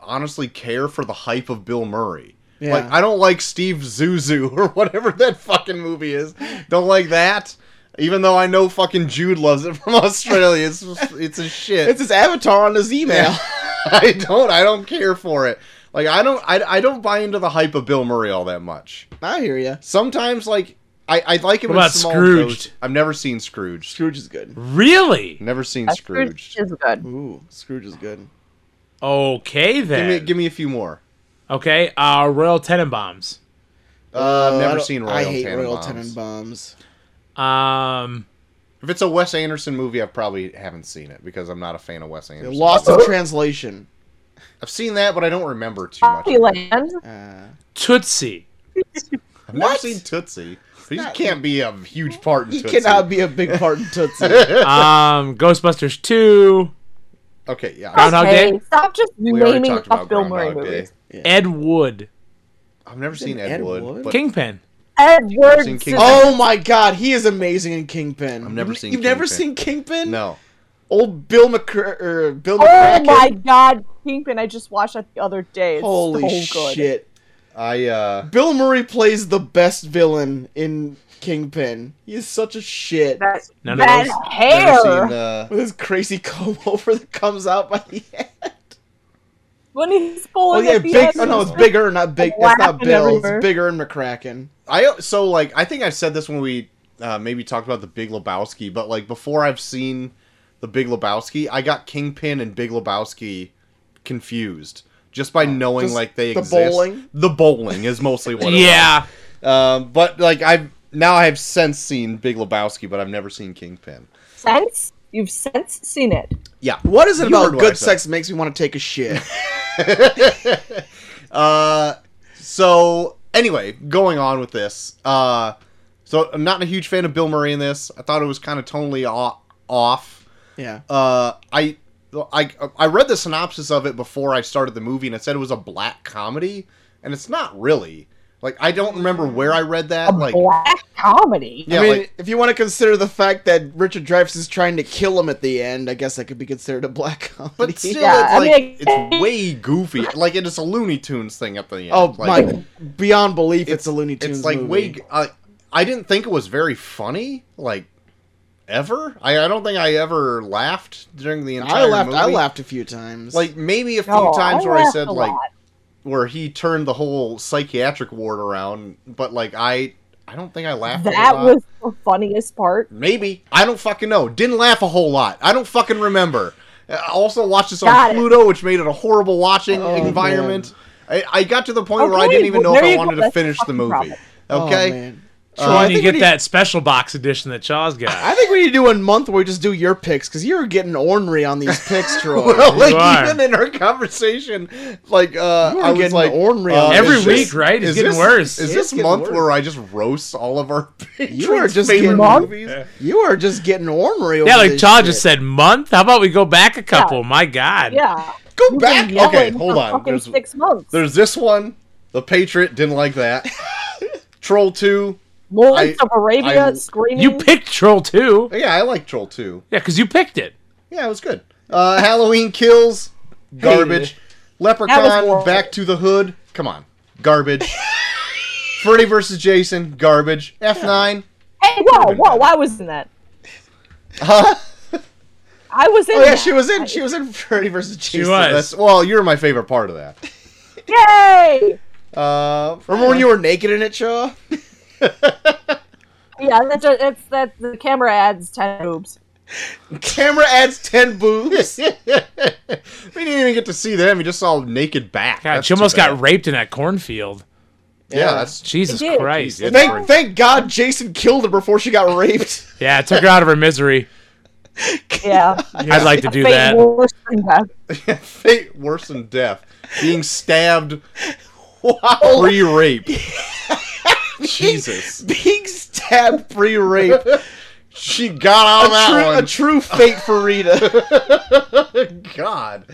S2: honestly care for the hype of Bill Murray.
S1: Yeah.
S2: Like, I don't like Steve Zuzu or whatever that fucking movie is. Don't like that. Even though I know fucking Jude loves it from Australia, it's it's a shit.
S1: It's his avatar on his email.
S2: I don't. I don't care for it. Like I don't. I, I don't buy into the hype of Bill Murray all that much.
S1: I hear you.
S2: Sometimes like I I like him
S3: What
S2: in
S3: about
S2: small
S3: Scrooged?
S2: doses. I've never seen Scrooge.
S1: Scrooge is good.
S3: Really?
S2: Never seen
S4: Uh,
S2: Scrooge.
S4: is good.
S1: Ooh, Scrooge is good.
S3: Okay
S2: Give
S3: then.
S2: me give me a few more.
S3: okay, uh, Royal Tenenbaums.
S2: Uh, I've
S1: I
S2: never
S1: don't-
S2: seen Royal
S1: I hate
S2: Tenenbaums.
S1: Royal Tenenbaums.
S3: Um,
S2: If it's a Wes Anderson movie, I probably haven't seen it because I'm not a fan of Wes Anderson.
S1: Lost in translation.
S2: I've seen that, but I don't remember too much. of it.
S4: Land.
S1: Uh,
S3: Tootsie.
S2: I've never seen Tootsie. He can't be a huge part in
S1: he
S2: Tootsie.
S1: cannot be a big part in Tootsie.
S3: Um, Ghostbusters two.
S2: Okay, yeah. I-
S3: Groundhog
S4: Okay,
S3: Day?
S4: stop just
S2: we already
S4: naming
S2: talked
S4: off
S2: about
S4: Bill Murray
S2: Groundhog Day.
S4: movies.
S3: Ed Wood.
S2: I've never seen Ed,
S1: Ed
S2: Wood.
S1: Wood?
S2: but-
S3: Kingpin.
S4: Edward.
S2: seen King-
S4: Scissorhands.
S1: oh my god, he is amazing in Kingpin.
S2: I've never
S1: You-
S2: seen
S1: You've never
S2: Kingpin.
S1: seen Kingpin?
S2: No.
S1: Old Bill McCra- er, Bill
S4: Oh
S1: McCracken.
S4: my God, Kingpin! I just watched that the other day. It's
S1: Holy
S4: so good.
S1: shit.
S2: I uh
S1: Bill Murray plays the best villain in Kingpin. He is such a shit.
S4: That,
S3: None of
S4: that
S3: those.
S4: hair.
S2: never seen uh
S1: With his crazy comb over that comes out by the end.
S4: when he's
S1: Oh
S4: pulling
S1: yeah,
S4: at the
S1: big.
S4: end
S1: Oh no, it's
S4: of-
S1: bigger, not big. That's not
S4: Laughing
S1: Bill.
S4: everywhere.
S1: It's bigger and McCracken.
S2: I so like I think I said this when we uh maybe talked about the Big Lebowski, but like before I've seen the Big Lebowski, I got Kingpin and Big Lebowski confused just by knowing
S1: Oh, just
S2: like they
S1: the
S2: exist.
S1: bowling?
S2: The bowling is mostly what. it
S3: Yeah.
S2: was. Um, but like I've now I have since seen Big Lebowski, but I've never seen Kingpin.
S4: Sense? You've since seen it.
S2: Yeah.
S1: What is it
S2: You
S1: about
S2: heard what I
S1: good
S2: said.
S1: sex makes me want to take a shit?
S2: Uh, so anyway, going on with this. Uh, so I'm not a huge fan of Bill Murray in this. I thought it was kind of tonally o- off.
S1: yeah.
S2: Uh, I. I, I read the synopsis of it before I started the movie and it said it was a black comedy and it's not really. Like I don't remember where I read that. Like
S4: Black comedy.
S2: yeah,
S1: I mean,
S2: like
S1: if you want to consider the fact that Richard Dreyfuss is trying to kill him at the end, I guess that could be considered a black comedy.
S2: But still,
S4: Yeah,
S2: it's
S4: I
S2: like
S4: mean,
S2: it's way goofy. Like it is a Looney Tunes thing at the end.
S1: oh
S2: like,
S1: my, beyond belief, it's,
S2: It's-
S1: a Looney Tunes
S2: It's like
S1: movie.
S2: way. I I didn't think it was very funny. Like ever. I, I don't think I ever laughed during the entire.
S1: I laughed. I
S2: movie.
S1: laughed a few times.
S2: Like maybe a few
S4: No,
S2: times
S4: I
S2: where I
S4: laughed
S2: said
S4: a
S2: like
S4: lot.
S2: where he turned the whole psychiatric ward around, but like I I don't think I laughed. a
S4: That
S2: lot.
S4: was the funniest part.
S2: Maybe. I don't fucking know. Didn't laugh a whole lot. I don't fucking remember. I also watched this
S4: Got
S2: on
S4: it.
S2: Pluto, which made it a horrible watching
S1: Oh,
S2: environment. I, I got to the point where I
S4: Okay,
S2: didn't even know
S4: well,
S2: if
S4: there
S2: I
S4: you go.
S2: wanted to
S4: That's
S2: finish the
S4: fucking
S2: movie.
S4: problem.
S1: Oh,
S2: Okay?
S1: man.
S2: Uh,
S1: Troy, I
S3: and you
S1: think
S3: get
S1: we need-
S3: that special box edition that Chaw's got.
S1: I think we need to do a month where we just do your picks because you're getting ornery on these picks, Troy.
S2: well,
S3: You
S2: like
S3: are.
S2: even in our conversation, like uh,
S1: You are
S2: I was
S1: getting
S2: like
S1: ornery
S2: uh,
S1: on
S3: Every
S2: is
S3: week,
S2: this-
S3: right? It's
S2: is
S3: getting
S2: this-
S3: worse.
S2: Is
S1: It's
S2: this
S1: getting
S2: month
S1: worse.
S2: where I just roast all of our
S1: You are
S2: patrons'
S1: just
S2: favorite
S1: getting-
S2: movies?
S1: you are just getting ornery. Over
S3: yeah, like
S1: this
S3: Chaw
S1: shit.
S3: just said, month. How about we go back a couple? My God.
S4: Yeah.
S2: Go
S4: You've been
S2: back.
S4: yelling
S2: Okay, hold
S4: for
S2: on.
S4: fucking
S2: There's
S4: six months.
S2: there's this one. The Patriot didn't like that. Troll two.
S4: Lawrence
S2: I-
S4: of Arabia
S2: I-
S4: screaming.
S3: You picked Troll 2.
S2: Yeah, I like Troll 2.
S3: Yeah, because you picked it.
S2: Yeah, it was good. Uh, Halloween Kills, garbage.
S4: That was
S2: Leprechaun,
S4: horrible.
S2: Back to the Hood, come on, garbage. Freddy versus Jason, garbage. F9,
S4: hey, whoa, whoa! I was in that.
S2: huh?
S4: I was in.
S1: Oh yeah,
S4: that.
S1: she was in. She was in Freddy versus Jason.
S3: was.
S2: That's, well, you're my favorite part of that.
S4: Yay!
S2: Uh,
S1: Remember when you were naked in it, Shaw?
S4: Yeah, that's that's that. The camera adds ten boobs.
S1: Camera adds ten boobs.
S2: we didn't even get to see them. We just saw naked back.
S3: God,
S2: That's
S3: she
S2: too
S3: almost
S2: bad.
S3: got raped in that cornfield.
S2: Yeah, that's
S3: Jesus
S4: I did.
S3: Christ.
S2: Jeez, it's
S1: Thank, thank God Jason killed her before she got raped.
S3: Yeah, it took her out of her misery.
S4: Yeah.
S3: I'd like to do
S4: Fate
S3: that.
S4: worse than death.
S2: fate worse than death. Being stabbed pre-rape. Jesus.
S1: Being stabbed pre-rape.
S2: She got
S1: a,
S2: out of that
S1: true, a
S2: one.
S1: true fate for Rita.
S2: God.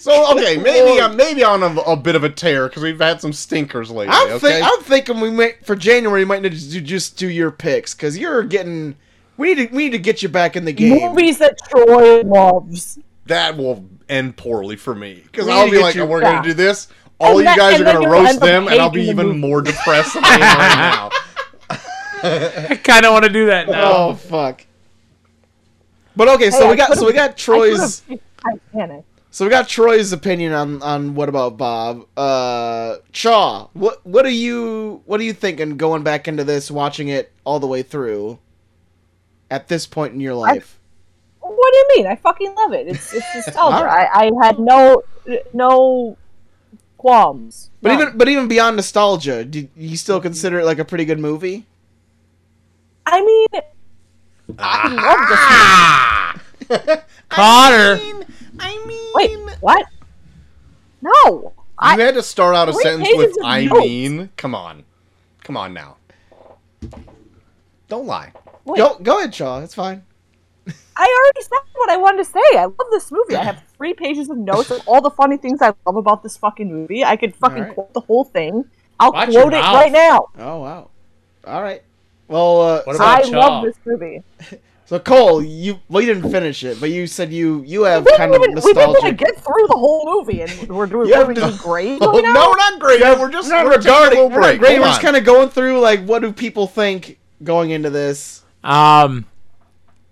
S2: So okay, maybe I'm maybe on a, a bit of a tear because we've had some stinkers lately.
S1: I'm,
S2: okay,
S1: think, I'm thinking we might for January you might need to do, just do your picks because you're getting. We need to we need to get you back in the game.
S4: Movies that Troy loves.
S2: that will end poorly for me because
S1: We
S2: I'll
S1: need
S2: be
S1: to
S2: like,
S1: get you-
S2: we're
S4: yeah.
S2: gonna do this. All
S4: And
S2: you
S4: that-
S2: guys
S4: and
S2: are
S4: then
S2: gonna
S4: you'll
S2: roast
S4: end up
S2: them, and I'll be
S4: hating the
S2: even
S4: movie.
S2: more depressed than I am right now.
S3: I kind of want to do that now.
S1: Oh fuck. But okay, so
S4: Hey, I
S1: we got so
S4: could've-
S1: we got Troy's
S4: I could've picked Titanic.
S1: so we got Troy's opinion on on what about Bob? Uh, Chaw, what what are you what are you thinking going back into this, watching it all the way through? At this point in your life,
S4: What do you mean? I fucking love it. It's it's nostalgia. I, I had no no qualms.
S1: but
S4: None.
S1: even but even beyond nostalgia, do you still consider it like a pretty good movie?
S4: I mean, I love this. movie.
S3: Connor.
S4: Wait, what? No,
S2: you
S4: I
S2: had to start out a
S4: Three
S2: sentence
S4: pages
S2: with
S4: of
S2: "I
S4: notes.
S2: mean." Come on, come on now. Don't lie.
S4: wait,
S1: Go go ahead, Shaw. It's fine.
S4: I already said what I wanted to say. I love this movie. I have three pages of notes of all the funny things I love about this fucking movie. I could fucking
S1: right.
S4: quote the whole thing. I'll
S3: Watch your
S4: quote it
S3: mouth.
S4: right now.
S1: Oh wow. All right. Well, uh,
S3: What
S1: so,
S3: about-
S4: I
S3: Chaw.
S4: love this movie.
S1: so Cole, you well you didn't finish it, but you said you you have
S4: We
S1: kind
S4: didn't,
S1: of
S4: even, we didn't even
S1: nostalgic.
S4: get through the whole movie, and we're doing
S1: Yeah,
S4: we're
S1: no.
S4: doing great
S2: Oh,
S4: right now.
S2: no, we're not great. we're just
S1: Not
S2: we're taking a
S1: regarding.
S2: little
S1: we're not
S2: break.
S1: great,
S2: Hold
S1: We're just
S2: on.
S1: kind of going through like what do people think going into this?
S3: Um,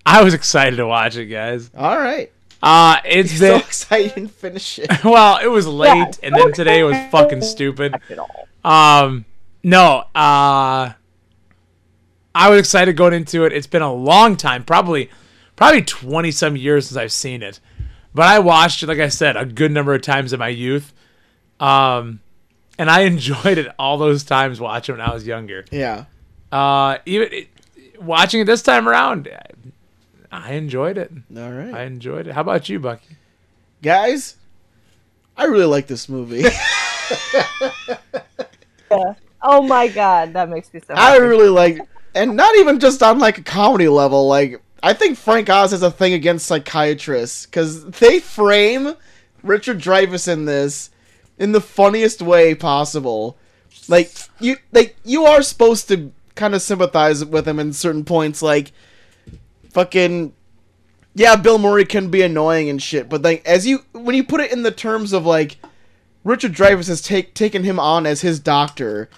S3: I was excited to watch it, guys.
S1: All right.
S3: Uh, it's
S1: So
S3: been
S1: excited you didn't finish it.
S3: well, it was late,
S4: Yeah,
S3: and then today was fucking stupid.
S4: At all.
S3: Um, no, uh, I was excited going into it. It's been a long time, probably, probably twenty some years since I've seen it, but I watched it, like I said, a good number of times in my youth. Um, and I enjoyed it all those times watching when I was younger.
S1: Yeah.
S3: Uh, even it, watching it this time around, I, I enjoyed it.
S1: All right,
S3: I enjoyed it. How about you, Bucky?
S1: guys. I really like this movie.
S4: Yeah. Oh my god, that makes me so.
S1: I
S4: Happy.
S1: really like, and not even just on like a comedy level. Like I think Frank Oz has a thing against psychiatrists because they frame Richard Dreyfuss in this in the funniest way possible. Like you, like you are supposed to kind of sympathize with him in certain points. Like, fucking, yeah, Bill Murray can be annoying and shit. But like, as you when you put it in the terms of like, Richard Dreyfuss has take, taken him on as his doctor.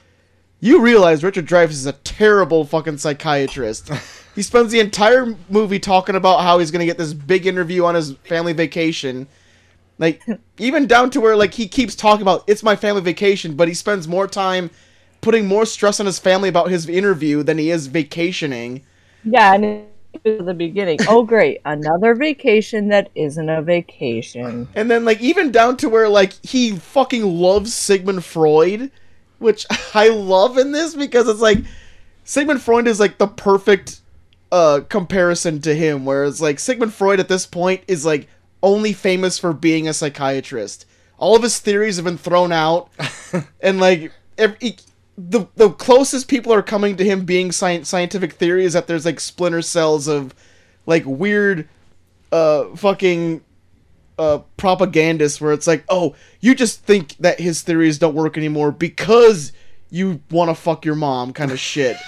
S1: You realize Richard Dreyfuss is a terrible fucking psychiatrist. he spends the entire movie talking about how he's gonna get this big interview on his family vacation. Like even down to where like he keeps talking about it's my family vacation, but he spends more time putting more stress on his family about his interview than he is vacationing.
S4: Yeah, and it was the beginning. Oh, great. Another vacation that isn't a vacation.
S1: And then like even down to where like he fucking loves Sigmund Freud, which I love in this because it's like Sigmund Freud is like the perfect uh comparison to him whereas like Sigmund Freud at this point is like only famous for being a psychiatrist. All of his theories have been thrown out and like ev- he- the the closest people are coming to him being sci- scientific theory is that there's like splinter cells of like weird uh fucking uh, propagandist where it's like, oh, you just think that his theories don't work anymore because you want to fuck your mom, kind of shit.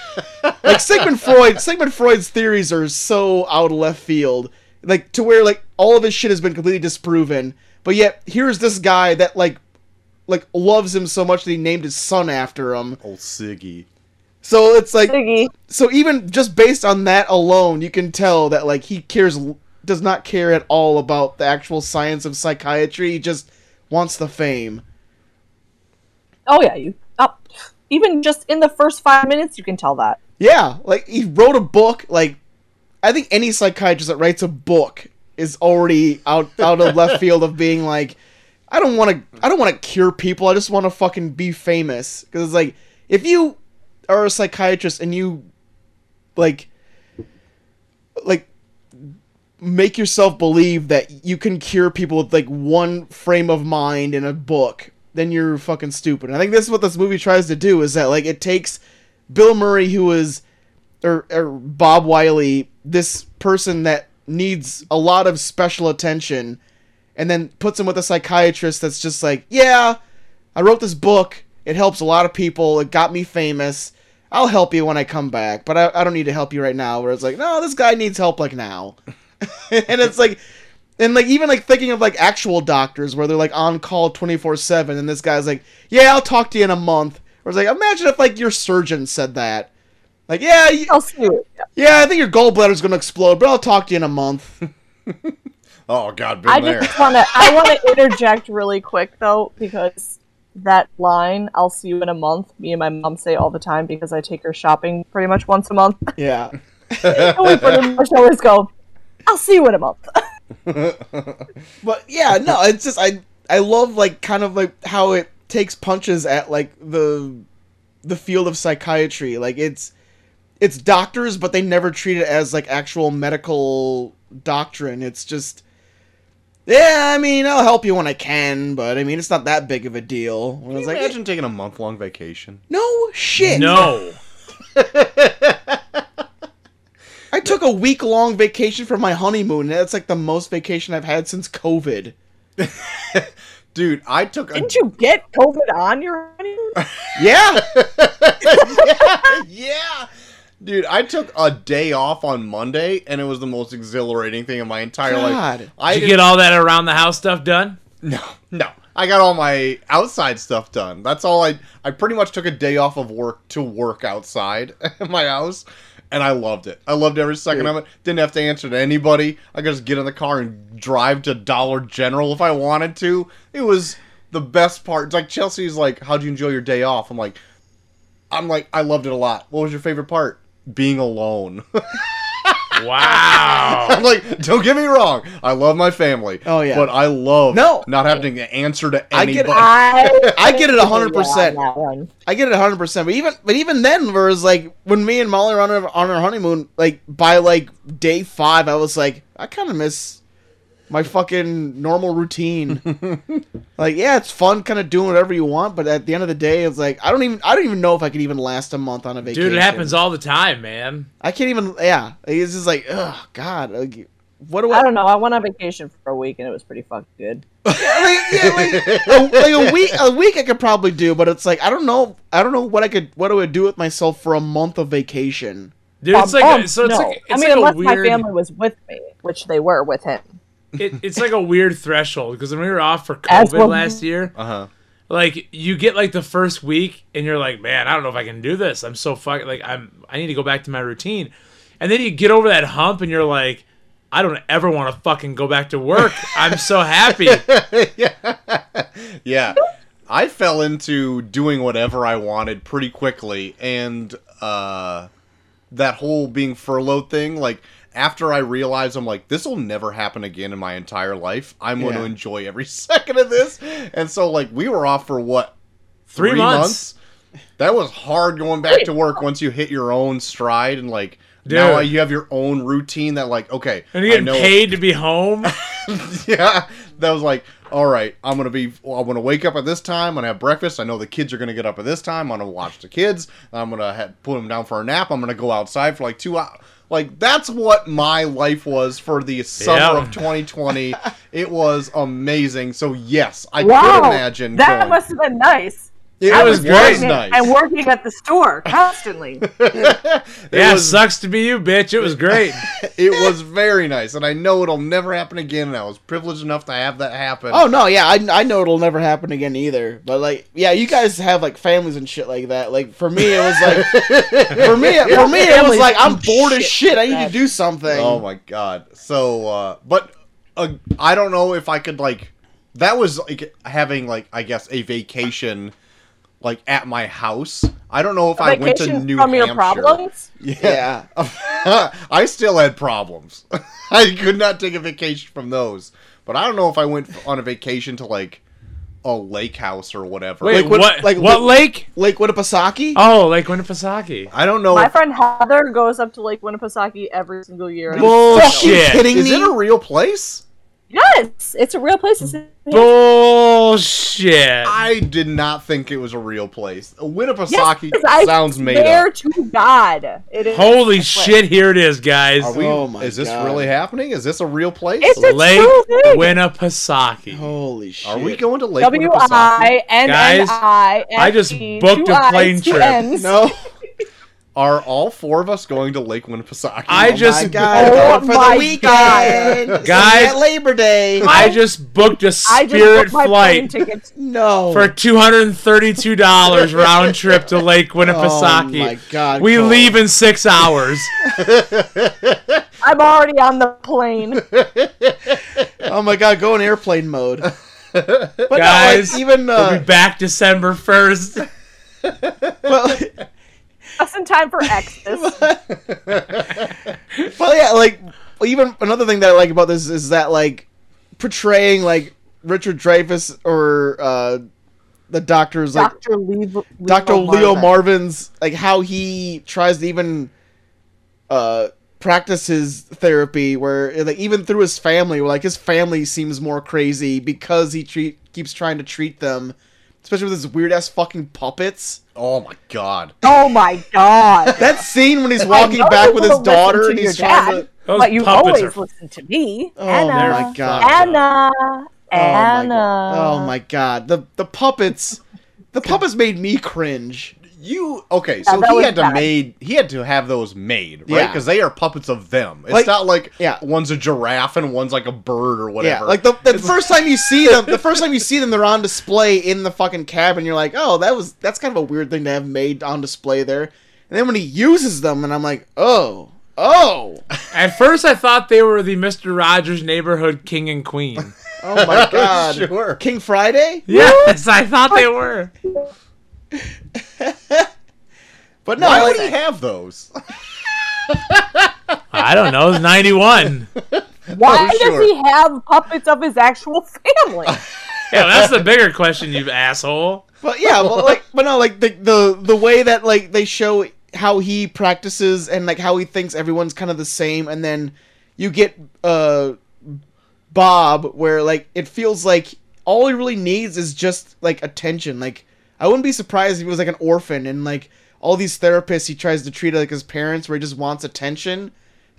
S1: like Sigmund Freud, Sigmund Freud's theories are so out of left field, like to where like all of his shit has been completely disproven. But yet here's this guy that like, like loves him so much that he named his son after him.
S2: Old Siggy.
S1: So it's like,
S4: Siggy.
S1: so even just based on that alone, you can tell that like he cares does not care at all about the actual science of psychiatry. He just wants the fame.
S4: Oh, yeah. you up. Even just in the first five minutes, you can tell that.
S1: Yeah, like he wrote a book. Like I think any psychiatrist that writes a book is already out out of left field of being like, I don't want to I don't want to cure people. I just want to fucking be famous because it's like if you are a psychiatrist and you like like make yourself believe that you can cure people with like one frame of mind in a book then you're fucking stupid and i think this is what this movie tries to do is that like it takes bill murray who is or, or bob wiley this person that needs a lot of special attention and then puts him with a psychiatrist that's just like yeah i wrote this book it helps a lot of people it got me famous i'll help you when i come back but i, I don't need to help you right now where it's like no this guy needs help like now and it's like and like even like thinking of like actual doctors where they're like on call 24/7 and this guy's like, "Yeah, I'll talk to you in a month." Or it's like, "Imagine if like your surgeon said that." Like, "Yeah, you,
S4: I'll see you.
S1: yeah, I think your gallbladder's going to explode, but I'll talk to you in a month."
S2: Oh God, been
S4: I
S2: there.
S4: just want to. I want to interject really quick though, because that line, "I'll see you in a month," me and my mom say all the time because I take her shopping pretty much once a month,
S1: yeah.
S4: and we pretty much always go, "I'll see you in a month."
S1: But yeah, no, it's just I I love like kind of like how it takes punches at like the the field of psychiatry. Like it's it's doctors, but they never treat it as like actual medical doctrine. It's just yeah, I mean, I'll help you when I can, but I mean, it's not that big of a deal. And I
S2: Can
S1: was
S2: you
S1: like,
S2: imagine taking a month long vacation?
S1: no shit.
S3: No.
S1: I took a week long vacation for my honeymoon, and that's like the most vacation I've had since COVID.
S2: Dude, I took a
S4: Didn't you get COVID on your honeymoon?
S1: Yeah,
S2: yeah. Dude, I took a day off on Monday, and it was the most exhilarating thing in my entire life.
S1: God.
S2: I
S3: Did you
S2: didn't-
S3: get all that around the house stuff done?
S2: No, no. I got all my outside stuff done. That's all I. I pretty much took a day off of work to work outside my house, and I loved it. I loved every second of it. Didn't have to answer to anybody. I could just get in the car and drive to Dollar General if I wanted to. It was the best part. It's like Chelsea's like, "How'd you enjoy your day off?" I'm like, "I'm like, I loved it a lot." What was your favorite part? Being alone.
S3: Wow.
S2: I'm like, don't get me wrong. I love my family.
S1: Oh, yeah.
S2: But I love
S1: No.
S2: not having to answer to
S1: I get-
S2: anybody.
S4: I
S1: I get it hundred
S4: Yeah, on
S1: percent.
S4: that one.
S1: I get it hundred percent, but even but even then, whereas like when me and Molly were on our, on our honeymoon, like by like day five, I was like, I kind of miss my fucking normal routine. like, yeah, it's fun, kind of doing whatever you want, but at the end of the day, it's like I don't even I don't even know if I could even last a month on a vacation.
S3: Dude, it happens all the time, man.
S1: I can't even. Yeah, it's just like, oh god, like, what do I?
S4: I don't know. I went on vacation for a week and it was pretty fucking good.
S1: a, like a week a week I could probably do, but it's like I don't know I don't know what I could what I would do with myself for a month of vacation.
S3: Dude, it's
S4: Um,
S3: like
S4: um,
S3: a, so it's
S4: no.
S3: like it's
S4: I mean,
S3: like
S4: unless
S3: a weird,
S4: my family was with me, which they were with him.
S3: it, it's like a weird threshold because when we were off for
S4: As
S3: COVID
S4: well-
S3: last year,
S2: Uh huh.
S3: like you get like the first week and you're like, man, I don't know if I can do this. I'm so fucking like I'm I need to go back to my routine, and then you get over that hump and you're like, I don't ever want to fucking go back to work. I'm so happy.
S2: Yeah. I fell into doing whatever I wanted pretty quickly and uh that whole being furloughed thing like after I realized I'm like this will never happen again in my entire life. I'm going to
S1: Yeah.
S2: enjoy every second of this. And so like we were off for what
S3: Three, months.
S2: That was hard going back to work once you hit your own stride and like now
S3: Dude.
S2: you have your own routine that like okay
S3: And you're
S2: I
S3: getting
S2: know-
S3: paid to be home.
S2: yeah, that was like, all right, I'm gonna be, well, I'm gonna wake up at this time, I'm gonna have breakfast. I know the kids are gonna get up at this time. I'm gonna watch the kids. I'm gonna ha- put them down for a nap. I'm gonna go outside for like two hours. Like that's what my life was for the summer
S3: Yeah.
S2: of 2020. it was amazing. So yes, I
S4: wow,
S2: could imagine
S4: that
S2: going-
S4: must have been nice.
S2: it
S3: I
S2: was,
S3: was great.
S2: nice.
S4: And working at the store constantly.
S2: It
S3: yeah,
S2: was-
S3: sucks to be you, bitch. It was great.
S2: it was very nice, and I know it'll never happen again. And I was privileged enough to have that happen.
S1: Oh no, yeah, I, I know it'll never happen again either. But like, yeah, you guys have like families and shit like that. Like for me, it was like for me for me it was
S4: Families
S1: like I'm
S4: eat
S1: bored as
S4: shit
S1: shit. I need
S4: bad.
S1: to do something.
S2: Oh my god. So, uh, but uh, I don't know if I could like. That was like having like I guess a vacation, like at my house. I don't know if I went to
S4: Vacations
S2: New
S4: from
S2: Hampshire.
S4: your problems.
S1: Yeah.
S2: I still had problems. I could not take a vacation from those. But I don't know if I went on a vacation to like a lake house or whatever.
S3: Wait,
S1: Like,
S3: what?
S1: what-
S3: What,
S1: like, what-
S3: lake?
S1: Lake Winnipesaukee?
S3: Oh, Lake Winnipesaukee.
S2: I don't know.
S4: My
S2: If,
S4: friend Heather goes up to Lake Winnipesaukee every single year. and-
S1: Fucking
S3: Bullshit.
S1: kidding
S2: is
S1: me?
S2: it a real place?
S4: yes, it's a real place. It's in-
S3: Bullshit.
S2: I did not think it was a real place.
S4: yes,
S2: Winnipesaukee
S4: I
S2: sounds made up.
S4: swear to God, it is.
S3: Holy
S4: It's a
S3: shit! Here it is, guys.
S2: Are we?
S1: Oh my
S2: is this
S1: God.
S2: really happening? Is this a real place?
S4: It's a
S3: Lake
S4: true thing.
S3: Winnipesaukee.
S1: Holy shit.
S2: Are we going to Lake
S4: W
S2: Winnipesaukee?
S4: I N N I.
S3: Guys, I just booked a plane trip.
S1: No. Oh,
S2: Are all four of us going to Lake Winnipesaukee?
S3: I just,
S1: I got
S4: Oh
S1: going for
S4: my
S1: the weekend.
S3: Guys-
S1: at Labor Day.
S3: I just booked a
S4: I just
S3: Spirit
S4: booked my plane
S3: flight
S4: tickets.
S1: No.
S3: for two hundred and thirty-two dollars round trip to Lake Winnipesaukee.
S1: Oh my God,
S3: We
S1: Cole.
S3: leave in six hours.
S4: I'm already on the plane.
S1: oh my god, go in airplane mode. But no, like,
S3: Guys,
S1: even
S3: we'll
S1: uh,
S3: be back December first.
S1: well,
S4: Just in time for Exodus.
S1: well, yeah, like even another thing that I like about this is that like portraying like Richard Dreyfuss or uh, the doctor's like
S4: Dr. Leo,
S1: Dr. Leo Marvin's like how he tries to even uh practice his therapy where like even through his family like his family seems more crazy because he treat keeps trying to treat them especially with his weird ass fucking puppets
S2: oh my god!
S4: Oh my God.
S1: that scene when he's
S4: I
S1: walking
S4: know
S1: back
S4: you
S1: with his
S4: will listen
S1: daughter
S4: to
S1: and he's
S4: your
S1: trying
S4: dad,
S1: to
S3: Those
S4: But you
S3: puppets
S4: always
S3: are-
S4: listen to me.
S1: Oh
S4: Anna.
S1: my God.
S4: Anna.
S1: oh my
S4: Anna.
S1: god oh my god the the puppets the puppets made me cringe
S2: You okay?
S4: Yeah,
S2: so
S4: that
S2: he
S4: was
S2: had to
S4: bad.
S2: made he had to have those made right
S1: Yeah.
S2: because they are puppets of them. It's
S1: Like-
S2: not like
S1: yeah.
S2: one's a giraffe and one's like a bird or whatever.
S1: Yeah, like the, the first time you see them, the first time you see them, they're on display in the fucking cabin. You're like, oh, that was that's kind of a weird thing to have made on display there. And then when he uses them, and I'm like, oh, oh,
S3: At first, I thought they were the Mister Rogers neighborhood king and queen.
S1: oh my god,
S2: Sure.
S1: King Friday.
S3: yes, I thought they were.
S1: But no,
S2: why
S1: like,
S2: would he have those?
S3: I don't know. It's ninety-one.
S4: Why
S2: Oh, sure.
S4: does he have puppets of his actual family?
S3: Yeah, that's the bigger question, you asshole.
S1: but yeah, but like, but no, like the the the way that like they show how he practices and like how he thinks everyone's kind of the same, and then you get uh Bob where like it feels like all he really needs is just like attention. Like I wouldn't be surprised if he was like an orphan and like all these therapists he tries to treat like his parents where he just wants attention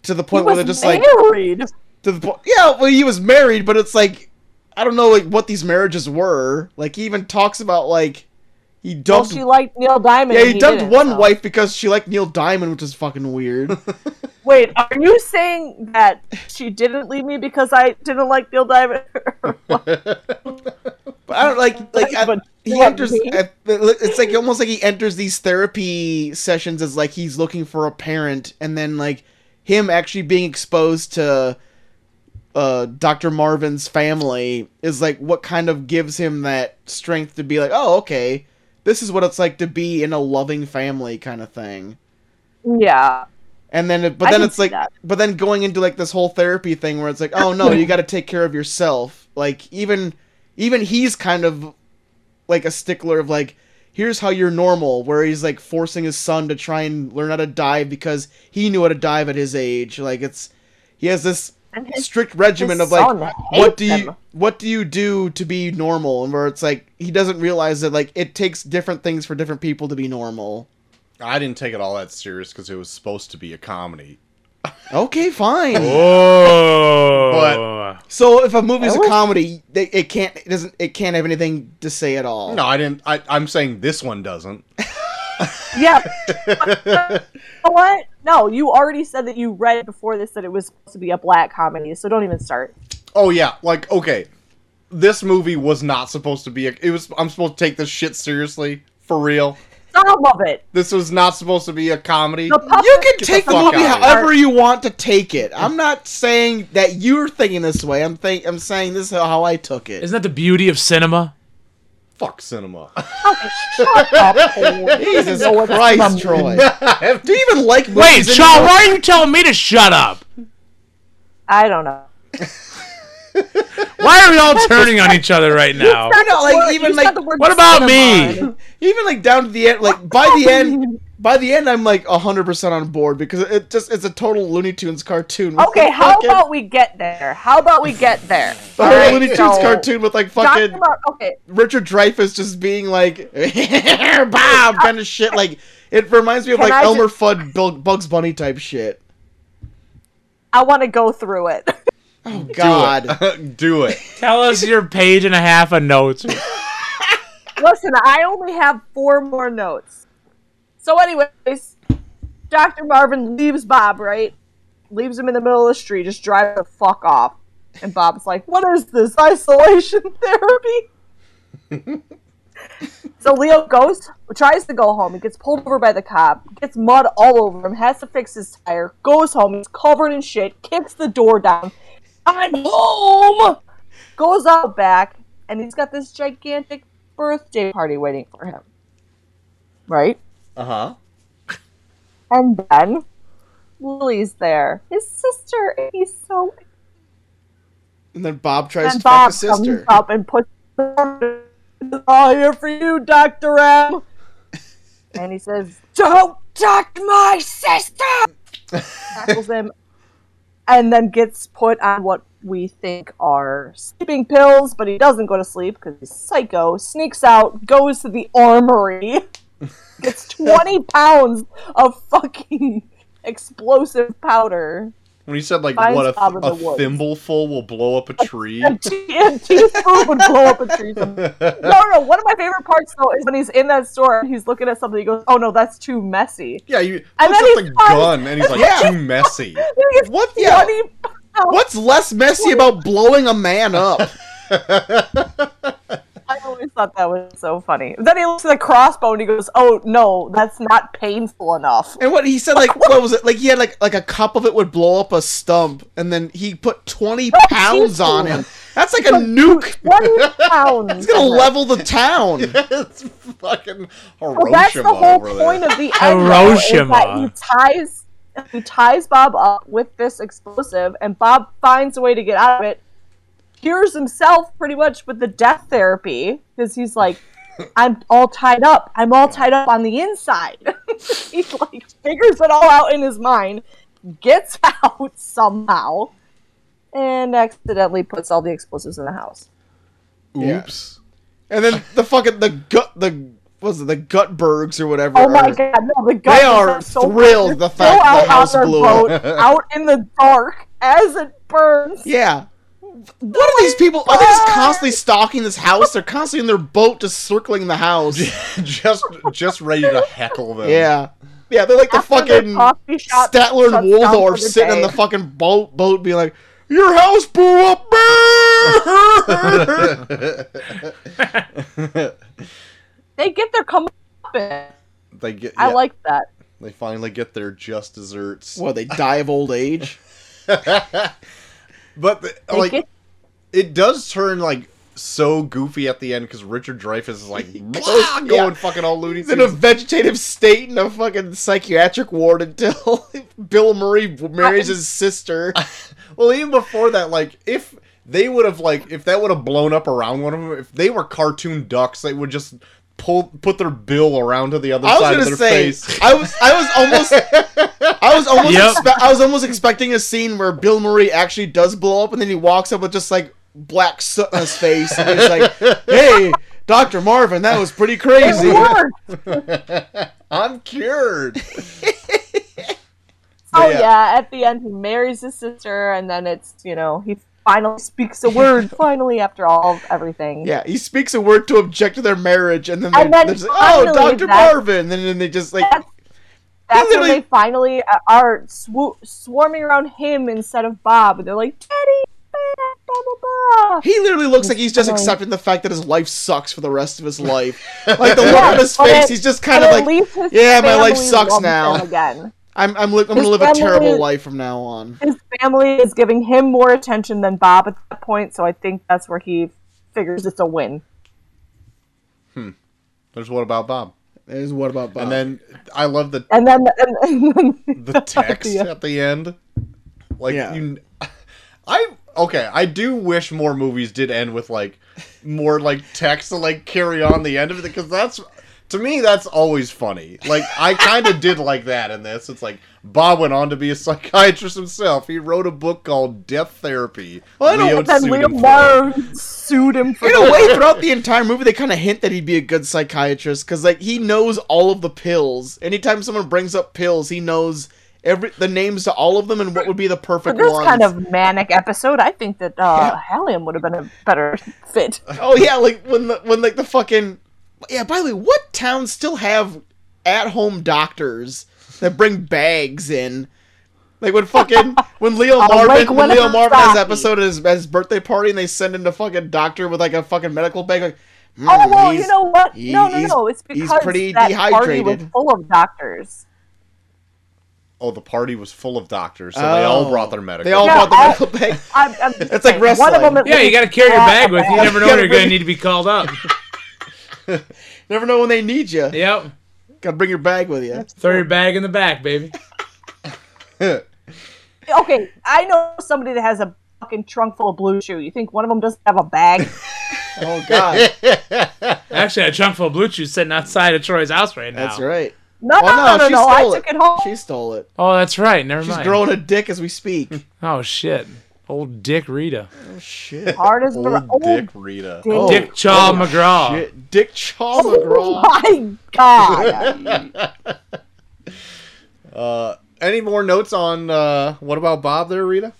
S1: to the
S4: He
S1: point where
S4: was
S1: they're just like
S4: married.
S1: to the point. Yeah, well, he was married, but it's like I don't know like what these marriages were. Like he even talks about like he
S4: Well,
S1: dumped.
S4: she liked Neil Diamond.
S1: yeah,
S4: and
S1: he
S4: he
S1: dumped
S4: didn't,
S1: one
S4: so.
S1: wife because she liked Neil Diamond, which is fucking weird.
S4: Wait, are you saying that she didn't leave me because I didn't like Neil Diamond?
S1: But I don't like like I-
S4: But
S1: he
S4: what
S1: enters.
S4: me?
S1: I- It's like almost like he enters these therapy sessions as like he's looking for a parent, and then like him actually being exposed to uh, Dr. Marvin's family is like what kind of gives him that strength to be like, oh okay, this is what it's like to be in a loving family kind of thing.
S4: yeah.
S1: And then, it, but
S4: I
S1: then
S4: can
S1: it's
S4: see
S1: like,
S4: that.
S1: but then going into like this whole therapy thing where it's like, oh no, you got to take care of yourself. Like even, even he's kind of like a stickler of like, here's how you're normal. Where he's like forcing his son to try and learn how to dive because he knew how to dive at his age. Like it's, he has this
S4: And his-
S1: strict regimen of
S4: his
S1: like,
S4: son hates
S1: what do you,
S4: him.
S1: what do you do to be normal? And where it's like he doesn't realize that like it takes different things for different people to be normal.
S2: I didn't take it all that serious because it was supposed to be a comedy.
S1: Okay, fine.
S3: Oh.
S1: So if a movie's a
S4: Really?
S1: comedy, they, it can't it doesn't it can't have anything to say at all.
S2: No, I didn't. I, I'm saying this one doesn't.
S4: Yeah. You know what? No, you already said that you read before this that it was supposed to be a black comedy, so don't even start.
S2: Oh yeah, like okay, this movie was not supposed to be. A, it was. I'm supposed to take this shit seriously for real.
S4: Some of it.
S2: This was not supposed to be a comedy.
S4: The puppet
S1: You can
S2: Get
S1: take
S2: the
S1: the,
S2: fuck
S1: movie
S2: outta here.
S1: however you want to take it. I'm not saying that you're thinking this way. I'm think I'm saying this is how I took it.
S3: Isn't that the beauty of cinema?
S2: Fuck cinema.
S1: Jesus
S4: know what's
S1: Christ, Troy. Do you even like movies?
S3: Wait, Sean,
S1: anymore?
S3: why are you telling me to shut up?
S4: I don't know.
S3: Why are we all turning on each other right now?
S1: I know, like,
S4: Well,
S1: even,
S4: you said
S1: like-
S4: the word
S3: What about
S4: cinema.
S3: me?
S1: Even like down to the end, like by the end, by the end, I'm like 100 percent on board because it just it's a total Looney Tunes cartoon. with
S4: Okay,
S1: the
S4: how
S1: fucking-
S4: about we get there? How about we get there?
S1: the whole
S4: Alright,
S1: Looney Tunes
S4: so-
S1: cartoon with like fucking
S4: Talking about, okay,
S1: Richard Dreyfuss just being like Bob kind of shit. Like it reminds me of
S4: Can
S1: like
S4: I
S1: Elmer Fudd, Bug- Bugs Bunny type shit.
S4: I want to go through it.
S1: Oh God,
S2: Do it.
S3: Tell us your page and a half of notes.
S4: Listen, I only have four more notes. So, anyways, Dr. Marvin leaves Bob, right? Leaves him in the middle of the street, just drive the fuck off. And Bob's like, What is this? Isolation therapy? so Leo goes, tries to go home. He gets pulled over by the cop, gets mud all over him, has to fix his tire, goes home, he's covered in shit, kicks the door down. I'm home! goes out back, and he's got this gigantic birthday party waiting for him. Right?
S2: Uh
S1: Uh-huh.
S2: huh.
S4: And then Lily's there. His sister. and He's so.
S1: and then Bob tries
S4: and
S1: to fuck
S4: Bob
S1: his sister.
S4: comes up and puts. the- "It's All here for you, Doctor M. and he says, "Don't touch my sister." Tackles him, and then gets put on what we think are sleeping pills, but he doesn't go to sleep because he's psycho. Sneaks out, goes to the armory, gets twenty pounds of fucking explosive powder.
S2: When you said like
S4: Finds
S2: what a,
S4: Bob in
S2: th-
S4: the
S2: a
S4: woods.
S2: thimbleful will blow up a tree.
S4: and teaspoon would blow up a tree. somewhere. No, no. One of my favorite parts though is when he's in that store and he's looking at something. He goes, "Oh no, that's too messy."
S2: Yeah, you
S4: And
S2: looks
S4: then
S2: at
S4: he
S2: the
S4: finds-
S2: gun and he's like
S1: Yeah.
S2: too messy.
S1: What?
S4: Yeah.
S1: Yeah. What's less messy about blowing a man up?
S4: I always thought that was so funny. Then he looks at the crossbow and he goes, "Oh no, that's not painful enough."
S1: And what he said, like what was it? Like he had like like a cup of it would blow up a stump, and then he put 20 pounds on him. That's like a nuke.
S4: One pound.
S1: It's gonna level the town.
S2: it's fucking Hiroshima
S4: Well, that's the whole
S2: over there.
S4: point of the end. though, is that
S3: Hiroshima.
S4: He ties he ties Bob up with this explosive, and Bob finds a way to get out of it. Cures himself pretty much with the death therapy because he's like, I'm all tied up. I'm all tied up on the inside. he like figures it all out in his mind, gets out somehow, and accidentally puts all the explosives in the house.
S2: Oops.
S1: And then the fucking the gut the what was it the Gutbergs or whatever.
S4: Oh my
S1: are-
S4: god, no, the guys
S1: They are
S4: so
S1: thrilled the fact
S4: go
S1: the
S4: out
S1: house
S4: on their
S1: blew up.
S4: boat out in the dark as it burns.
S1: Yeah. What are
S4: Oh
S1: these people? Are they just constantly stalking this house? They're constantly in their boat, just circling the house.
S2: just just ready to heckle them.
S1: Yeah, yeah. They're like the
S4: After the
S1: fucking
S4: coffee shop
S1: Statler and
S4: shuts down for
S1: Waldorf
S4: the
S1: sitting in
S4: day.
S1: the fucking boat, boat, being like, "Your house blew up." man!"
S4: They get their come up. I
S2: They get. yeah,
S4: like that.
S2: They finally get their just desserts.
S1: what? They die of old age.
S2: But the,
S4: They
S2: like,
S4: get
S2: it does turn like so goofy at the end because Richard Dreyfuss is like
S1: goes-
S2: going
S1: yeah.
S2: fucking all Looney
S1: He's in a
S2: Tunes.
S1: vegetative state in a fucking psychiatric ward until Bill Murray marries his sister.
S2: Well, even before that, like if they would have like if that would have blown up around one of them, if they were cartoon ducks, they would just pull put their bill around to the other
S1: I was
S2: side of
S1: gonna
S2: their
S1: say,
S2: face.
S1: I was, I was almost, I was almost,
S3: Yep.
S1: expe- I was almost expecting a scene where Bill Murray actually does blow up, and then he walks up with just like black soot on his face, and he's like, "Hey, Doctor Marvin, that was pretty crazy."
S4: it worked.
S2: I'm cured.
S4: Oh
S2: yeah.
S4: yeah. at the end he marries his sister, and then it's you know he finally speaks a word finally after all of everything.
S1: Yeah, he speaks a word to object to their marriage, and then, they,
S4: And then
S1: they're just like, "Oh,
S4: finally
S1: Doctor
S4: that's-
S1: Marvin," and then they just like,
S4: That's, that's when
S1: Literally-
S4: they finally uh, are swo- swarming around him instead of Bob, and they're like, "Daddy, blah blah blah."
S1: he literally looks like he's just
S4: Annoying.
S1: accepting the fact that his life sucks for the rest of his life. Like the look on his
S4: but
S1: face,
S4: it-
S1: he's just
S4: And
S1: kind of
S4: at
S1: like,
S4: least his
S1: "Yeah, my life
S4: family
S1: sucks
S4: loves
S1: now."
S4: him Again,
S1: "I'm, I'm, li- I'm gonna
S4: his
S1: live a terrible
S4: family-
S1: life from now on."
S4: his family is giving him more attention than Bob at that point, so I think that's where he figures it's a win.
S2: There's what about Bob?
S1: Is what about Bob?
S2: And then I love the
S4: And then, and, and then
S2: the text
S4: Yeah.
S2: at the end. Like
S1: Yeah.
S2: you, I okay. I do wish more movies did end with like more like text to like carry on the end of it because that's to me that's always funny. Like I kind of did like that in this. It's like Bob went on to be a psychiatrist himself. He wrote a book called Death Therapy.
S1: Well, I know,
S2: Leo
S1: but
S4: then
S2: sued
S4: Leo
S2: him for it.
S4: Maher sued him for
S1: in a way throughout the entire movie they kind of hint that he'd be a good psychiatrist because like he knows all of the pills anytime someone brings up pills he knows every the names to all of them and what would be the
S4: For
S1: perfect
S4: this
S1: ones.
S4: kind of manic episode, I think that uh, Hallium would have been a better fit.
S1: oh yeah like when the when like the fucking yeah by the way what towns still have at-home doctors that bring bags in like when fucking when Leo Marvin
S4: Oh, like
S1: when
S4: when
S1: Leo
S4: I'm
S1: Marvin has
S4: sorry.
S1: episode at his, at his birthday party and they send in the fucking doctor with like a fucking medical bag like "Hmm,
S4: Oh well,
S1: he's-
S4: you know what?
S1: he-
S4: no, no,
S1: he's-
S4: no. It's
S1: he's
S4: because
S1: pretty
S4: that party was
S1: dehydrated.
S4: full of doctors.
S2: Oh, the party was full of doctors, so they all
S1: Oh.
S2: brought their medical.
S1: They all
S4: Yeah,
S1: brought the
S4: I-
S1: medical bag.
S4: I'm, I'm just
S1: It's like
S4: saying, One of
S1: wrestling.
S4: them at
S3: Yeah, you
S4: least
S3: got to carry your
S4: had
S3: bag
S4: a
S3: with you. You
S4: bag.
S3: never know
S1: You
S3: when
S1: gotta
S3: you're going
S1: bring-
S3: to need to be called up.
S1: Never know when they need you.
S3: Yep.
S1: Gotta bring your bag with you.
S3: Throw your bag in the back, baby.
S4: Okay, I know somebody that has a fucking trunk full of blue chew. You think one of them doesn't have a bag?
S1: Oh God,
S3: Actually, I had a trunk full of blue chews sitting outside of Troy's house right now.
S1: that's right.
S4: No,
S1: Oh
S4: no, no, no.
S1: she
S4: no. I
S1: stole
S4: took it home.
S1: She stole it.
S3: Oh, that's right. Never
S1: She's
S3: mind.
S1: growing a dick as we speak.
S3: Oh shit. Old Dick Rita.
S1: Shit.
S4: Hard as
S2: Old
S4: oh,
S2: Dick Rita.
S4: Dick.
S1: Oh.
S3: Dick Chaw
S1: holy
S3: McGraw.
S1: Shit. Dick Chaw
S4: Oh,
S1: McGraw.
S4: my god.
S2: Uh, Any more notes on uh, what about Bob there, Rita?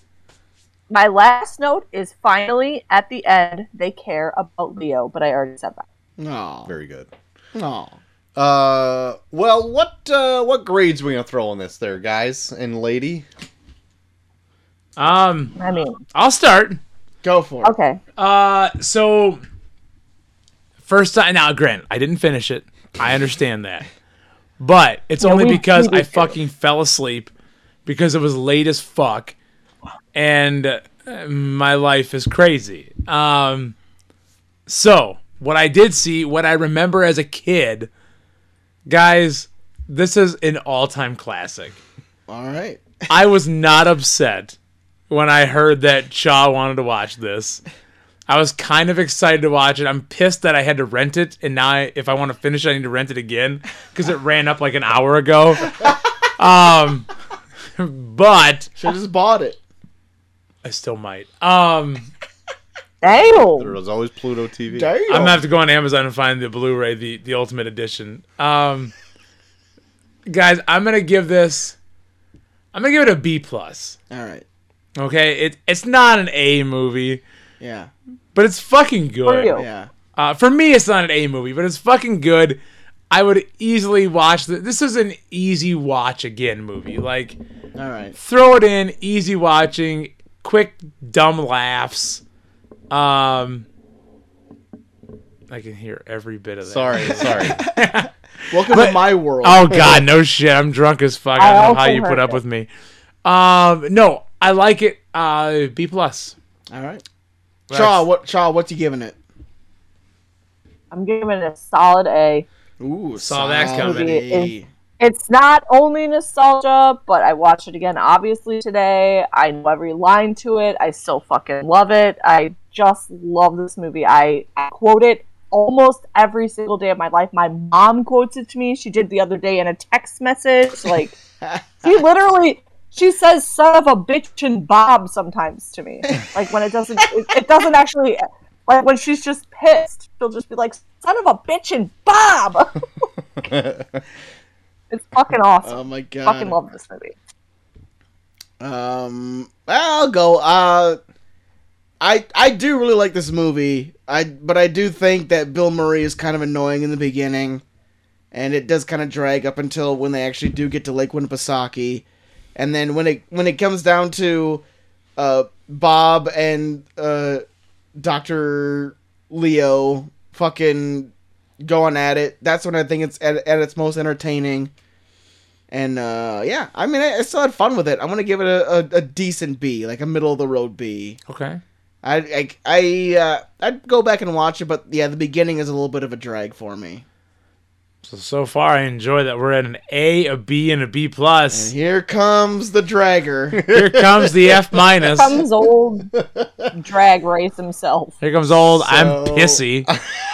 S4: My last note is finally at the end they care about Leo, but I already said that.
S1: No,
S2: Very good.
S1: no.
S2: Uh, well, what uh, what grades we gonna throw on this, there, guys and lady?
S3: Um,
S4: I mean,
S3: I'll start.
S1: Go for it.
S4: okay.
S3: Uh, so first time now, Grant, I didn't finish it. I understand that, but it's only
S4: we-
S3: because
S4: we
S3: I
S4: did too.
S3: fucking fell asleep because it was late as fuck, and uh, my life is crazy. Um, so what I did see, what I remember as a kid, guys, this is an all-time classic.
S1: All right.
S3: I was not upset when I heard that Shaw wanted to watch this. I was kind of excited to watch it. I'm pissed that I had to rent it, and now I, if I want to finish it, I need to rent it again because it ran up like an hour ago. Um, but
S1: Should have just bought it.
S3: I still might. Um,
S2: There
S4: Damn.
S2: was always Pluto TV.
S1: Damn.
S3: I'm gonna have to go on Amazon and find the Blu-ray, the the Ultimate Edition. Um, guys, I'm gonna give this. I'm gonna give it a B plus.
S1: All right.
S3: Okay, it it's not an A movie,
S1: Yeah.
S3: but it's fucking
S4: For
S3: good.
S4: you.
S1: Yeah.
S3: Uh, for me, it's not an A movie, but it's fucking good. I would easily watch the, this. Is an easy watch again movie. Like
S1: All right.
S3: throw it in, easy watching, quick dumb laughs. Um, I can hear every bit of that.
S2: Sorry, sorry.
S1: Welcome to
S3: But-
S1: my world.
S3: Oh God, no shit. I'm drunk as fuck. I
S4: I
S3: don't know
S4: also
S3: how you
S4: heard
S3: put up
S4: it.
S3: with me. Um, no, I like it. Uh, B plus.
S1: All right.
S3: That's-
S1: Chaw, what Chaw, what's you giving it?
S4: I'm giving it a solid A.
S1: Ooh,
S3: Saw that
S1: solid
S4: coming.
S1: A.
S4: It's not only nostalgia, but I watched it again obviously today. I know every line to it. I still fucking love it. I just love this movie. I, I quote it almost every single day of my life. My mom quotes it to me. She did the other day in a text message. Like she literally she says son of a bitch and Bob sometimes to me. Like when it doesn't it, it doesn't actually like when she's just pissed, she'll just be like, son of a bitch and Bob. it's fucking awesome
S1: Oh my god.
S4: fucking love this movie.
S1: Um, I'll go. Uh, I I do really like this movie. I but I do think that Bill Murray is kind of annoying in the beginning, and it does kind of drag up until when they actually do get to Lake Winnipesaukee, and then when it when it comes down to uh, Bob and uh, Doctor Leo fucking going at it. That's when I think it's at, at its most entertaining. And uh, yeah, I mean, I, I still had fun with it. I'm gonna give it a, a, a decent B, like a middle of the road B.
S3: Okay.
S1: I I I uh, I'd go back and watch it, but yeah, the beginning is a little bit of a drag for me.
S3: So so far, I enjoy that we're at an A, a B, and a B
S1: And
S3: plus.
S1: here comes the dragger.
S3: Here comes the F minus.
S4: Comes old drag race himself.
S3: Here comes old. I'm
S2: So-
S3: pissy.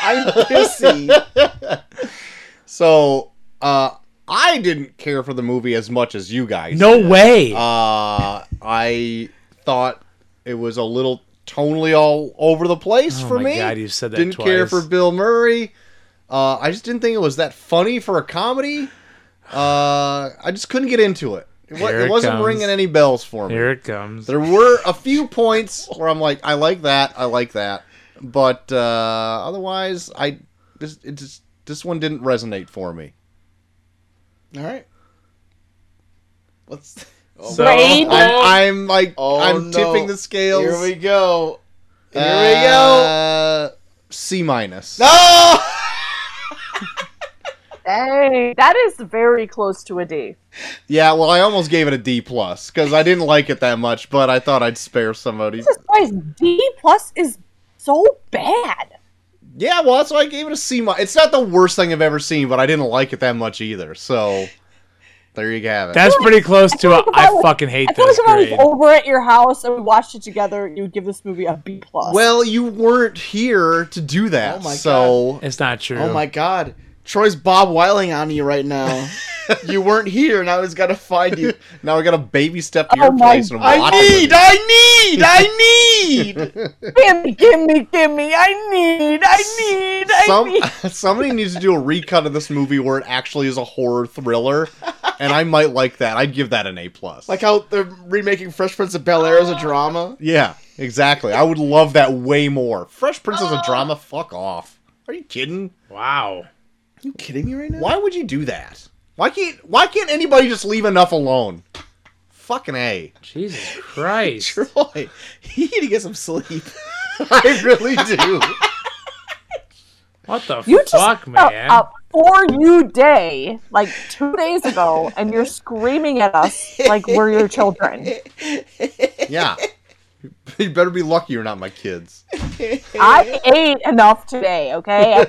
S1: I'm pissy.
S2: so, uh, I didn't care for the movie as much as you guys.
S3: No way.
S2: Uh, I thought it was a little tonally all over the place
S3: Oh
S2: for
S3: my
S2: me.
S3: God, you said that
S2: Didn't care for
S3: twice.
S2: Bill Murray. Uh, I just didn't think it was that funny for a comedy. Uh, I just couldn't get into it. It, wa-
S3: Here
S2: it
S3: it
S2: wasn't
S3: comes.
S2: ringing any bells for me.
S3: Here it comes.
S2: There were a few points where I'm like, I like that, I like that, but uh, otherwise, I this it just this one didn't resonate for me.
S1: All right. Let's. Oh,
S3: So-
S4: Right?
S2: I'm, I'm like,
S1: Oh,
S2: I'm
S1: no.
S2: tipping the scales.
S1: here we go. Here we go.
S2: Uh, C minus.
S1: No.
S4: Dang, that is very close to a D.
S2: Yeah, well, I almost gave it a D plus because I didn't like it that much, but I thought I'd spare somebody.
S4: Jesus Christ, D plus is so bad.
S2: Yeah, well, that's why I gave it a C minus. It's not the worst thing I've ever seen, but I didn't like it that much either. So there you have it.
S3: That's pretty close to a.
S4: like if
S3: I
S4: I was-
S3: fucking hate
S4: I feel like
S3: this
S4: if I was
S3: grade.
S4: over at your house and we watched it together, you would give this movie a B plus.
S2: well, you weren't here to do that.
S1: Oh my
S2: so
S3: It's not true.
S1: Oh my god. Troy's Bob Wiling on you right now. you weren't here, and I was gotta find you.
S2: now I got a baby step to
S4: Oh
S2: your
S4: my-
S2: place and
S1: I
S2: watch it.
S1: need, I need, I need.
S4: gimme, gimme, gimme! I need, I need, I
S2: Some,
S4: need.
S2: somebody needs to do a recut of this movie where it actually is a horror thriller, and I might like that. I'd give that an A plus.
S1: like how they're remaking Fresh Prince of Bel Air as a drama.
S2: yeah, exactly. I would love that way more. Fresh Prince
S1: Ah.
S2: is a drama. Fuck off. Are you kidding?
S3: Wow.
S1: you kidding me right now?
S2: Why would you do that? Why can't Why can't anybody just leave enough alone? Fucking A.
S3: Jesus Christ.
S1: Troy, he need to get some sleep.
S2: I really do.
S3: What the
S4: You just
S3: fuck,
S4: had
S3: man?
S4: a, a for you day like two days ago, and you're screaming at us like we're your children.
S2: yeah. You better be lucky you're not my kids.
S4: I ate enough today, okay?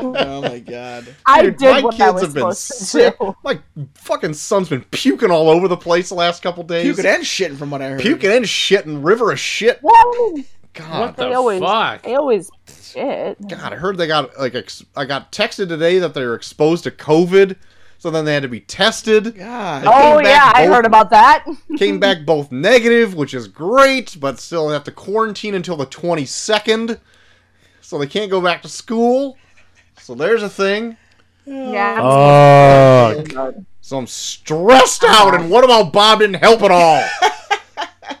S1: oh my god.
S4: I
S2: Dude,
S4: did
S2: my
S4: what I
S2: kids
S4: was
S2: have been
S4: supposed
S2: sick.
S4: to do.
S2: My fucking son's been puking all over the place the last couple days.
S1: Puking and shitting from what I heard.
S2: Puking and shit and river of shit.
S4: Well,
S2: God,
S3: The
S4: they always,
S3: fuck?
S4: they always shit.
S2: God, I heard they got like ex- I got texted today that they were exposed to COVID, so then they had to be tested.
S1: God.
S4: Oh
S2: came back
S4: yeah, I
S2: both-
S4: heard about that.
S2: Came back both negative, which is great, but still have to quarantine until the twenty second, so they can't go back to school. So there's a thing.
S4: yeah.
S3: Oh,
S2: So I'm stressed out, and what about Bob didn't help at all?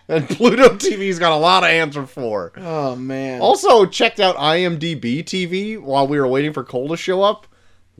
S2: and Pluto TV's got a lot to answer for.
S1: Oh man.
S2: Also, checked out IMDb TV while we were waiting for Cole to show up.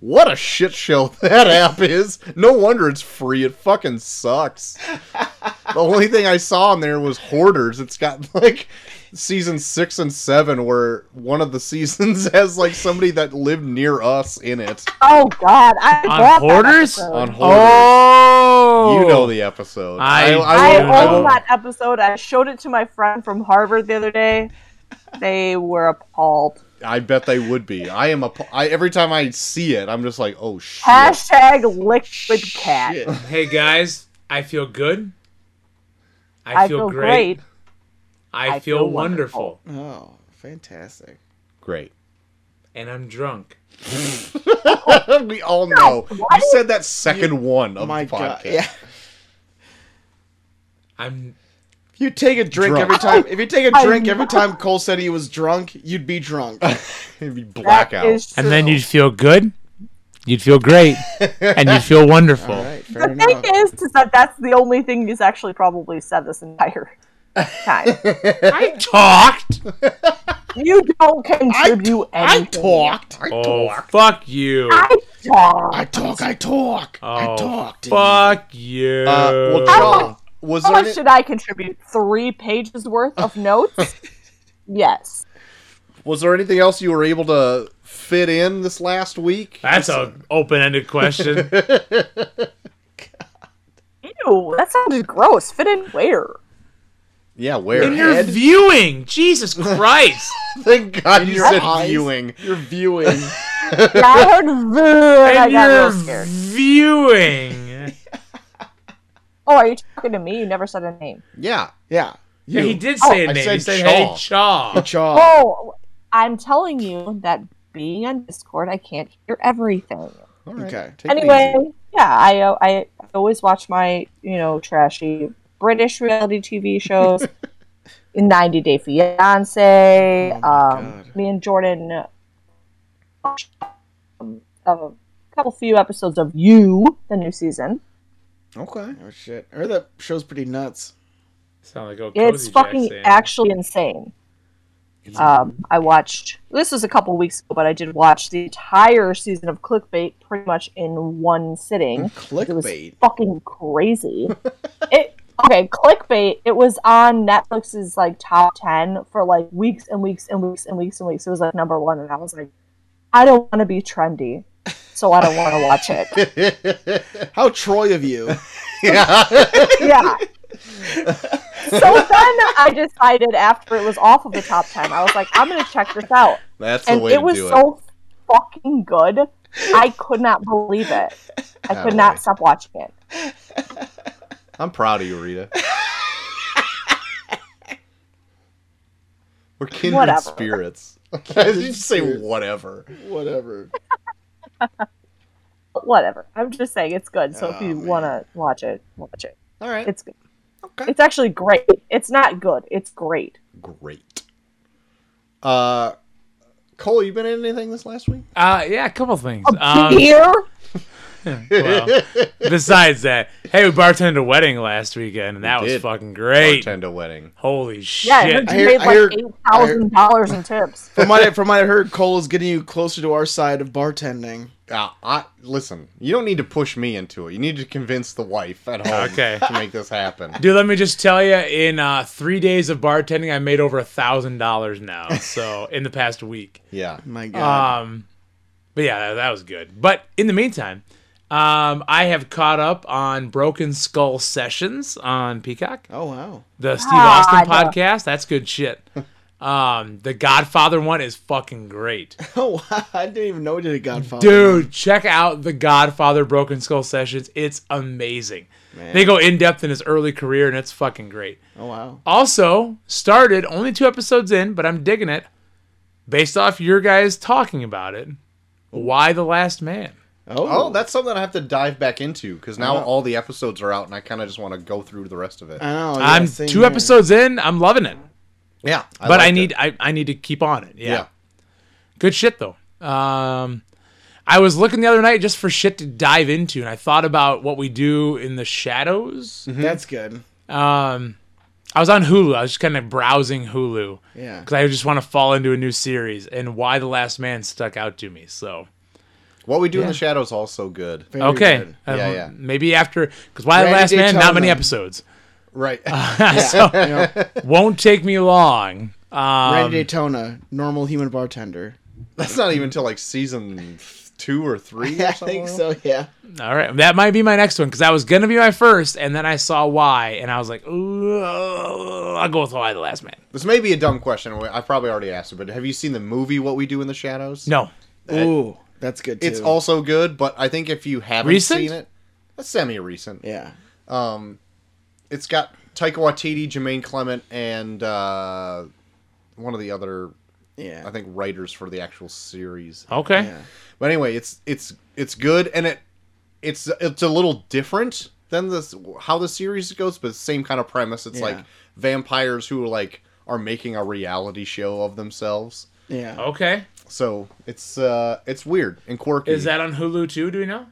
S2: What a shit show that app is. No wonder it's free. It fucking sucks. the only thing I saw on there was Hoarders. It's got like season six and seven, where one of the seasons has like somebody that lived near us in it
S4: Oh God, I
S3: On
S4: bought
S3: Hoarders?
S4: That episode.
S2: on Hoarders.
S3: Oh,
S2: You know the episode.
S3: I- I
S4: I own
S3: won't- I won't-
S4: that episode. I showed it to my friend from Harvard the other day. They were appalled.
S2: I bet they would be. I am a. I, every time I see it, I'm just like, oh shit.
S4: Hashtag liquid cat.
S1: Shit.
S3: Hey guys, I feel good. I,
S4: I,
S3: feel, great.
S4: great.
S3: I,
S4: I
S3: feel,
S4: feel
S3: wonderful.
S4: wonderful.
S1: Oh, fantastic.
S2: Great.
S3: and I'm drunk.
S2: we all know. You said that second one of
S1: My
S2: the
S1: God.
S2: podcast.
S1: Yeah.
S3: I'm
S1: You take a drink
S2: Drunk.
S1: every time. If you take a
S4: I-
S1: drink every time Cole said he was drunk, you'd be drunk.
S2: It'd be
S4: That
S2: blackout.
S4: is
S3: and then
S4: true.
S3: you'd feel good, you'd feel great, and you'd feel wonderful.
S1: All right, fair
S4: The thing
S1: enough.
S4: is, is that that's the only thing he's actually probably said this entire time.
S3: I talked.
S4: you don't contribute
S1: I
S4: anything.
S1: talked.
S3: Oh, fuck you.
S4: I talk.
S1: I talk. I talk. I
S3: Oh,
S1: talked.
S3: Fuck you.
S2: Uh, well,
S4: How
S2: John, was
S4: How
S2: there?
S4: much
S2: Any,
S4: did I contribute? Three pages worth of notes? yes.
S2: was there anything else you were able to fit in this last week?
S3: That's an open-ended question.
S4: Ew, that sounded gross. Fit in where?
S2: Yeah, where?
S3: and you're viewing. Jesus Christ.
S2: Thank God you
S1: your
S2: said
S1: eyes.
S2: viewing.
S1: You're viewing.
S4: Yeah, I heard "Vuh," and I
S3: and
S4: got
S3: you're
S4: real scared.
S3: viewing.
S4: Oh, are you talking to me? You never said a name.
S2: Yeah.
S1: Yeah.
S3: Yeah,
S1: You.
S3: he did say
S2: I
S3: a name. he
S2: said
S3: Oh, said,
S2: Chaw.
S3: hey, Chaw.
S1: Chaw.
S4: Oh, I'm telling you that being on Discord, I can't hear everything.
S2: All right.
S1: Okay. Take it
S4: Anyway,
S1: easy.
S4: yeah, I, uh, I I always watch my you know trashy British reality TV shows. 90 Day Fiance.
S1: Oh my
S4: um,
S1: God.
S4: me and Jordan watched um, a couple few episodes of You, the new season.
S2: Okay.
S1: Oh shit. I heard that show's pretty nuts.
S3: Sound like old
S4: It's
S3: Cozy Jack
S4: fucking
S3: saying.
S4: actually insane. Um, I watched this was a couple weeks ago, but I did watch the entire season of Clickbait pretty much in one sitting. It was
S1: Clickbait.
S4: fucking crazy. it okay, Clickbait. It was on Netflix's like top ten for like weeks and weeks and weeks and weeks and weeks. It was like number one, and I was like, I don't want to be trendy, so I don't want to watch it.
S1: How Troy of you.
S2: yeah.
S4: yeah. so then I decided after it was off of the top 10, I was like, I'm going to check this out.
S2: That's the
S4: And
S2: way
S4: it
S2: to
S4: was
S2: do it.
S4: so fucking good. I could not believe it. I could
S2: Attaboy.
S4: not stop watching it.
S2: I'm proud of you, Rita. We're kindred
S4: Whatever.
S2: spirits. you just say
S1: spirits.
S2: whatever.
S1: Whatever.
S4: But whatever. I'm just saying it's good. So if
S1: Oh,
S4: you
S1: man.
S4: want to watch it, watch it.
S1: All right.
S4: It's good.
S1: Okay.
S4: It's actually great. It's not good. It's great.
S2: Great. Uh, Cole, you been in anything this last week?
S3: Uh, yeah, a couple things.
S4: Here,
S3: Um, well, besides that, hey, we bartended a wedding last weekend, and that
S2: We
S3: was
S2: did.
S3: fucking great.
S2: Bartender wedding.
S3: Holy shit!
S4: Yeah, I heard
S1: I
S4: you
S1: hear-
S4: made
S1: I hear-
S4: like eight thousand dollars in tips.
S1: From what I, from what I heard, Cole is getting you closer to our side of bartending.
S2: Uh, I listen. You don't need to push me into it. You need to convince the wife at home
S3: Okay.
S2: to make this happen.
S3: Dude, let me just tell you, in uh, three days of bartending, I made over a thousand dollars now. So in the past week,
S2: Yeah.
S1: My God.
S3: um, but yeah, that, that was good. But in the meantime, um, I have caught up on Broken Skull Sessions on Peacock,
S1: oh wow.
S3: the Steve Austin
S4: God.
S3: podcast. That's good shit. Um, the Godfather one is fucking great.
S1: Oh wow. I didn't even know we did a Godfather.
S3: Dude, check out the Godfather Broken Skull Sessions. It's amazing.
S1: Man.
S3: They go in depth in his early career, and it's fucking great.
S1: Oh wow.
S3: Also, started only two episodes in, but I'm digging it. Based off your guys talking about it, why the last man?
S1: Oh.
S2: Oh, that's something I have to dive back into because now all the episodes are out, and I kind of just want to go through the rest of it.
S1: I know. yeah,
S3: I'm
S1: same
S3: two
S1: here.
S3: episodes in. I'm loving it,
S2: yeah,
S3: but I
S2: liked it.
S3: need I, I need to keep on it. Yeah.
S2: Yeah.
S3: good shit though. Um, I was looking the other night just for shit to dive
S1: Mm-hmm.
S3: into, and I thought about what we do in the shadows.
S1: That's good.
S3: Um, I was on Hulu. I was just kind of browsing Hulu
S1: Yeah.
S3: because I just want to fall into a new series, and Why the Last Man stuck out to me. So
S2: What we do in the shadows also good.
S1: Very
S3: okay,
S1: good.
S3: Uh,
S2: Yeah, yeah.
S3: maybe after because Why the
S1: Randy
S3: Last Man, not many
S1: Daytona.
S3: episodes,
S2: Right.
S3: so
S1: You know,
S3: won't take me long. Um,
S1: Randy Daytona, normal human bartender.
S2: That's not even till like season two or three. Or something.
S1: Yeah.
S3: All right, that might be my next one because that was gonna be my first, and then I saw why, and I was like, "Ooh, I'll go with why the last man.
S2: This may be a dumb question. I probably already asked it, but have you seen the movie What We Do in the Shadows?
S3: No,
S1: Ooh, that's good too.
S2: It's also good, but I think if you haven't
S3: Recent?
S2: seen it, that's semi-recent.
S1: yeah.
S2: It's got Taika Waititi, Jermaine Clement, and uh, one of the other,
S1: Yeah.
S2: I think, writers for the actual series.
S3: okay,
S1: Yeah.
S2: But anyway, it's it's it's good, and it it's it's a little different than this how the series goes, but same kind of premise. It's
S1: Yeah.
S2: like vampires who like are making a reality show of themselves.
S1: Yeah.
S3: okay.
S2: So it's uh it's weird and quirky.
S3: Is that on Hulu too? Do we know?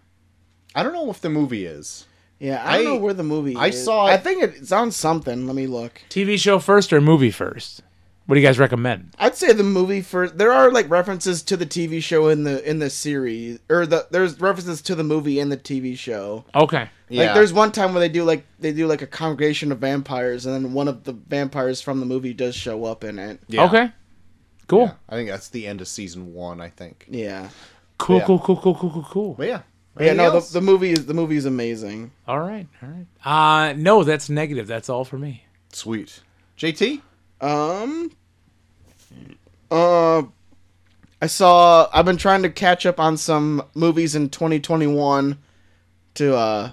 S2: I don't know if the movie is.
S1: Yeah. I, don't
S2: I-
S1: know where the movie.
S2: I
S1: is.
S2: saw
S1: I
S2: it-
S1: think it's on something. Let me look.
S3: TV show first or movie first? What do you guys recommend?
S1: I'd say the movie for there are like references to the TV show in the in the series or the there's references to the movie in the TV show.
S3: Okay,
S1: Like there's one time where they do like they do like a congregation of vampires and then one of the vampires from the movie does show up in it.
S2: Yeah.
S3: okay, cool,
S2: Yeah. I think that's the end of season one. I think.
S1: Yeah.
S3: cool,
S2: Yeah.
S3: cool, cool, cool, cool, cool, cool.
S2: But yeah.
S1: Yeah,
S2: Anything
S1: no,
S2: else?
S1: the, the movie is the movie is amazing.
S3: All right, all right. Uh, no, that's negative. That's all for me.
S2: sweet. JT.
S1: Um uh I saw I've been trying to catch up on some movies in 2021 to uh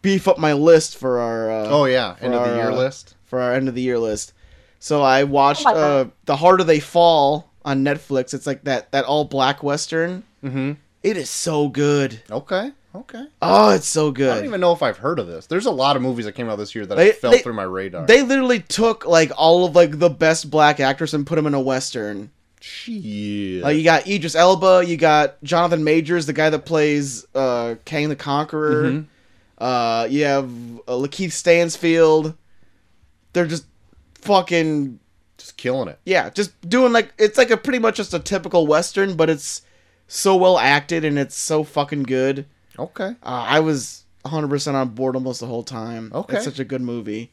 S1: beef up my list for our uh,
S2: Oh yeah, end of the
S1: our,
S2: year
S1: uh,
S2: list.
S1: for our end of the year list. So I watched
S4: Oh my
S1: uh, The Harder They Fall on Netflix. It's like that that all black western. Mm-hmm. is so good.
S2: Okay. Okay.
S1: Oh, it's so
S2: I
S1: good.
S2: don't even know if I've heard of this. There's a lot of movies that came out this year that
S1: They-
S2: fell
S1: they-
S2: through my radar.
S1: they literally took like all of like the best black actors and put them in a western.
S2: Shit.
S1: Like you got Idris Elba, you got Jonathan Majors, the guy that plays uh, Kang the Conqueror.
S2: Mm-hmm.
S1: Uh, you have uh, Lakeith Stansfield. They're just fucking
S2: Just killing it.
S1: yeah just doing like it's like a pretty much just a typical western but it's so well acted and it's so fucking good
S2: Okay.
S1: uh, i was 100% on board almost the whole time
S2: Okay.
S1: it's such a good movie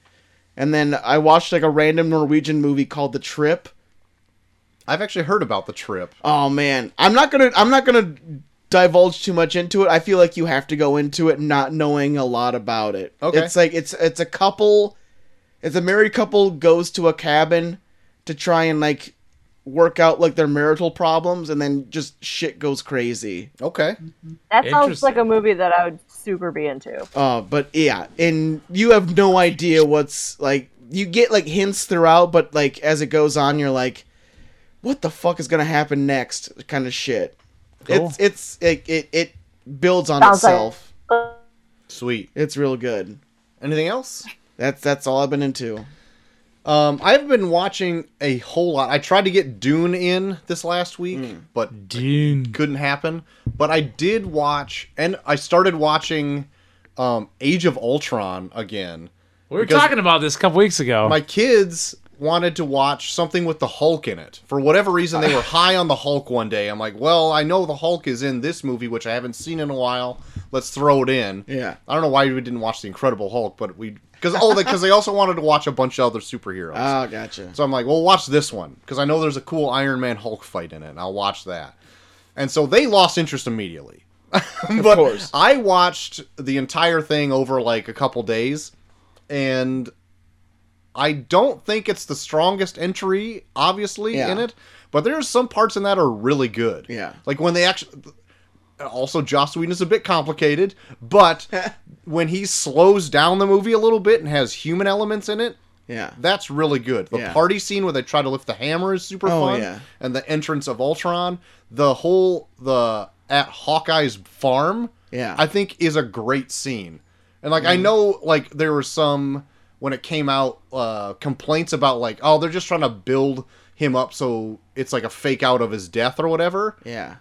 S1: and then i watched like a random norwegian movie called the trip
S2: I've actually heard about the trip.
S1: oh man i'm not gonna i'm not gonna divulge too much into it i feel like you have to go into it not knowing a lot about it
S2: Okay.
S1: it's like it's it's a couple it's a married couple goes to a cabin to try and like work out like their marital problems and then just shit goes crazy
S2: Okay.
S4: That sounds
S3: Interesting.
S4: like a movie that I would super be into.
S1: uh but yeah and you have no idea what's like you get like hints throughout but like as it goes on you're like what the fuck is gonna happen next kind of shit it's it's it it, it builds on
S4: Sounds like-
S1: itself
S2: Sweet.
S1: it's real good
S2: Anything else?
S1: that's that's all i've been into
S2: Um, I've been watching a whole lot. I tried to get Dune in this last week, but
S3: Dune.
S2: couldn't happen. But I did watch, and I started watching um, Age of Ultron again.
S3: We were
S2: Because-
S3: talking about this a couple weeks ago.
S2: My kids wanted to watch something with the Hulk in it. For whatever reason, they were high on the Hulk one day. I'm like, well, I know the Hulk is in this movie, which I haven't seen in a while. Let's throw it in.
S1: Yeah.
S2: I don't know why we didn't watch the Incredible Hulk, but we because oh, because they also wanted to watch a bunch of other superheroes.
S1: oh gotcha
S2: So I'm like, well, watch this one because I know there's a cool Iron Man Hulk fight in it, and I'll watch that. And so they lost interest immediately. but
S1: course.
S2: I watched the entire thing over like a couple days, and I don't think it's the strongest entry, obviously,
S1: Yeah.
S2: in it. But there's some parts in that are really good.
S1: Yeah.
S2: like when they actually. Also, Joss Whedon is a bit complicated, but when he slows down the movie a little bit and has human elements in it,
S1: yeah
S2: that's really good. The
S1: Yeah.
S2: party scene where they try to lift the hammer is super
S1: Oh,
S2: fun,
S1: yeah.
S2: and the entrance of Ultron, the whole the at Hawkeye's farm,
S1: Yeah. Mm-hmm.
S2: I think is a great scene. And like I know, like there were some when it came out uh, complaints about like oh they're just trying to build him up so it's like a fake out of his death or whatever.
S1: yeah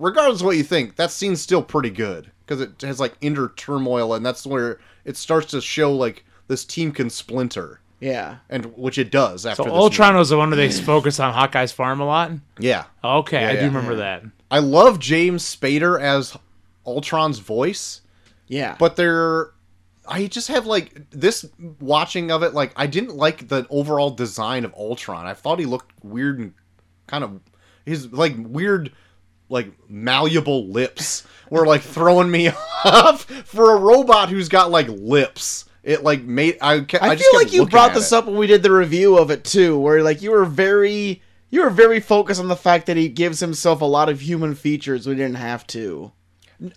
S2: Regardless of what you think, that scene's still pretty good because it has like inner turmoil, and that's where it starts to show like this team can splinter,
S1: Yeah.
S2: and which it does after
S3: So
S2: this
S3: Ultron
S2: movie.
S3: was the one where they focused on Hawkeye's farm a lot.
S2: Yeah,
S3: Okay,
S2: Yeah,
S3: I do
S2: yeah.
S3: remember that.
S2: I love James Spader as Ultron's voice,
S1: Yeah.
S2: but they're. I just have like this watching of it. Like I didn't like the overall design of Ultron. I thought he looked weird and kind of his like weird, like malleable lips were like throwing me off for a robot who's got like lips. It like made I. Kept, I,
S1: I,
S2: just
S1: feel
S2: kept
S1: like you
S2: looking
S1: brought
S2: at
S1: this
S2: it.
S1: up when we did the review of it too, where like you were very you were very focused on the fact that he gives himself a lot of human features we didn't have to.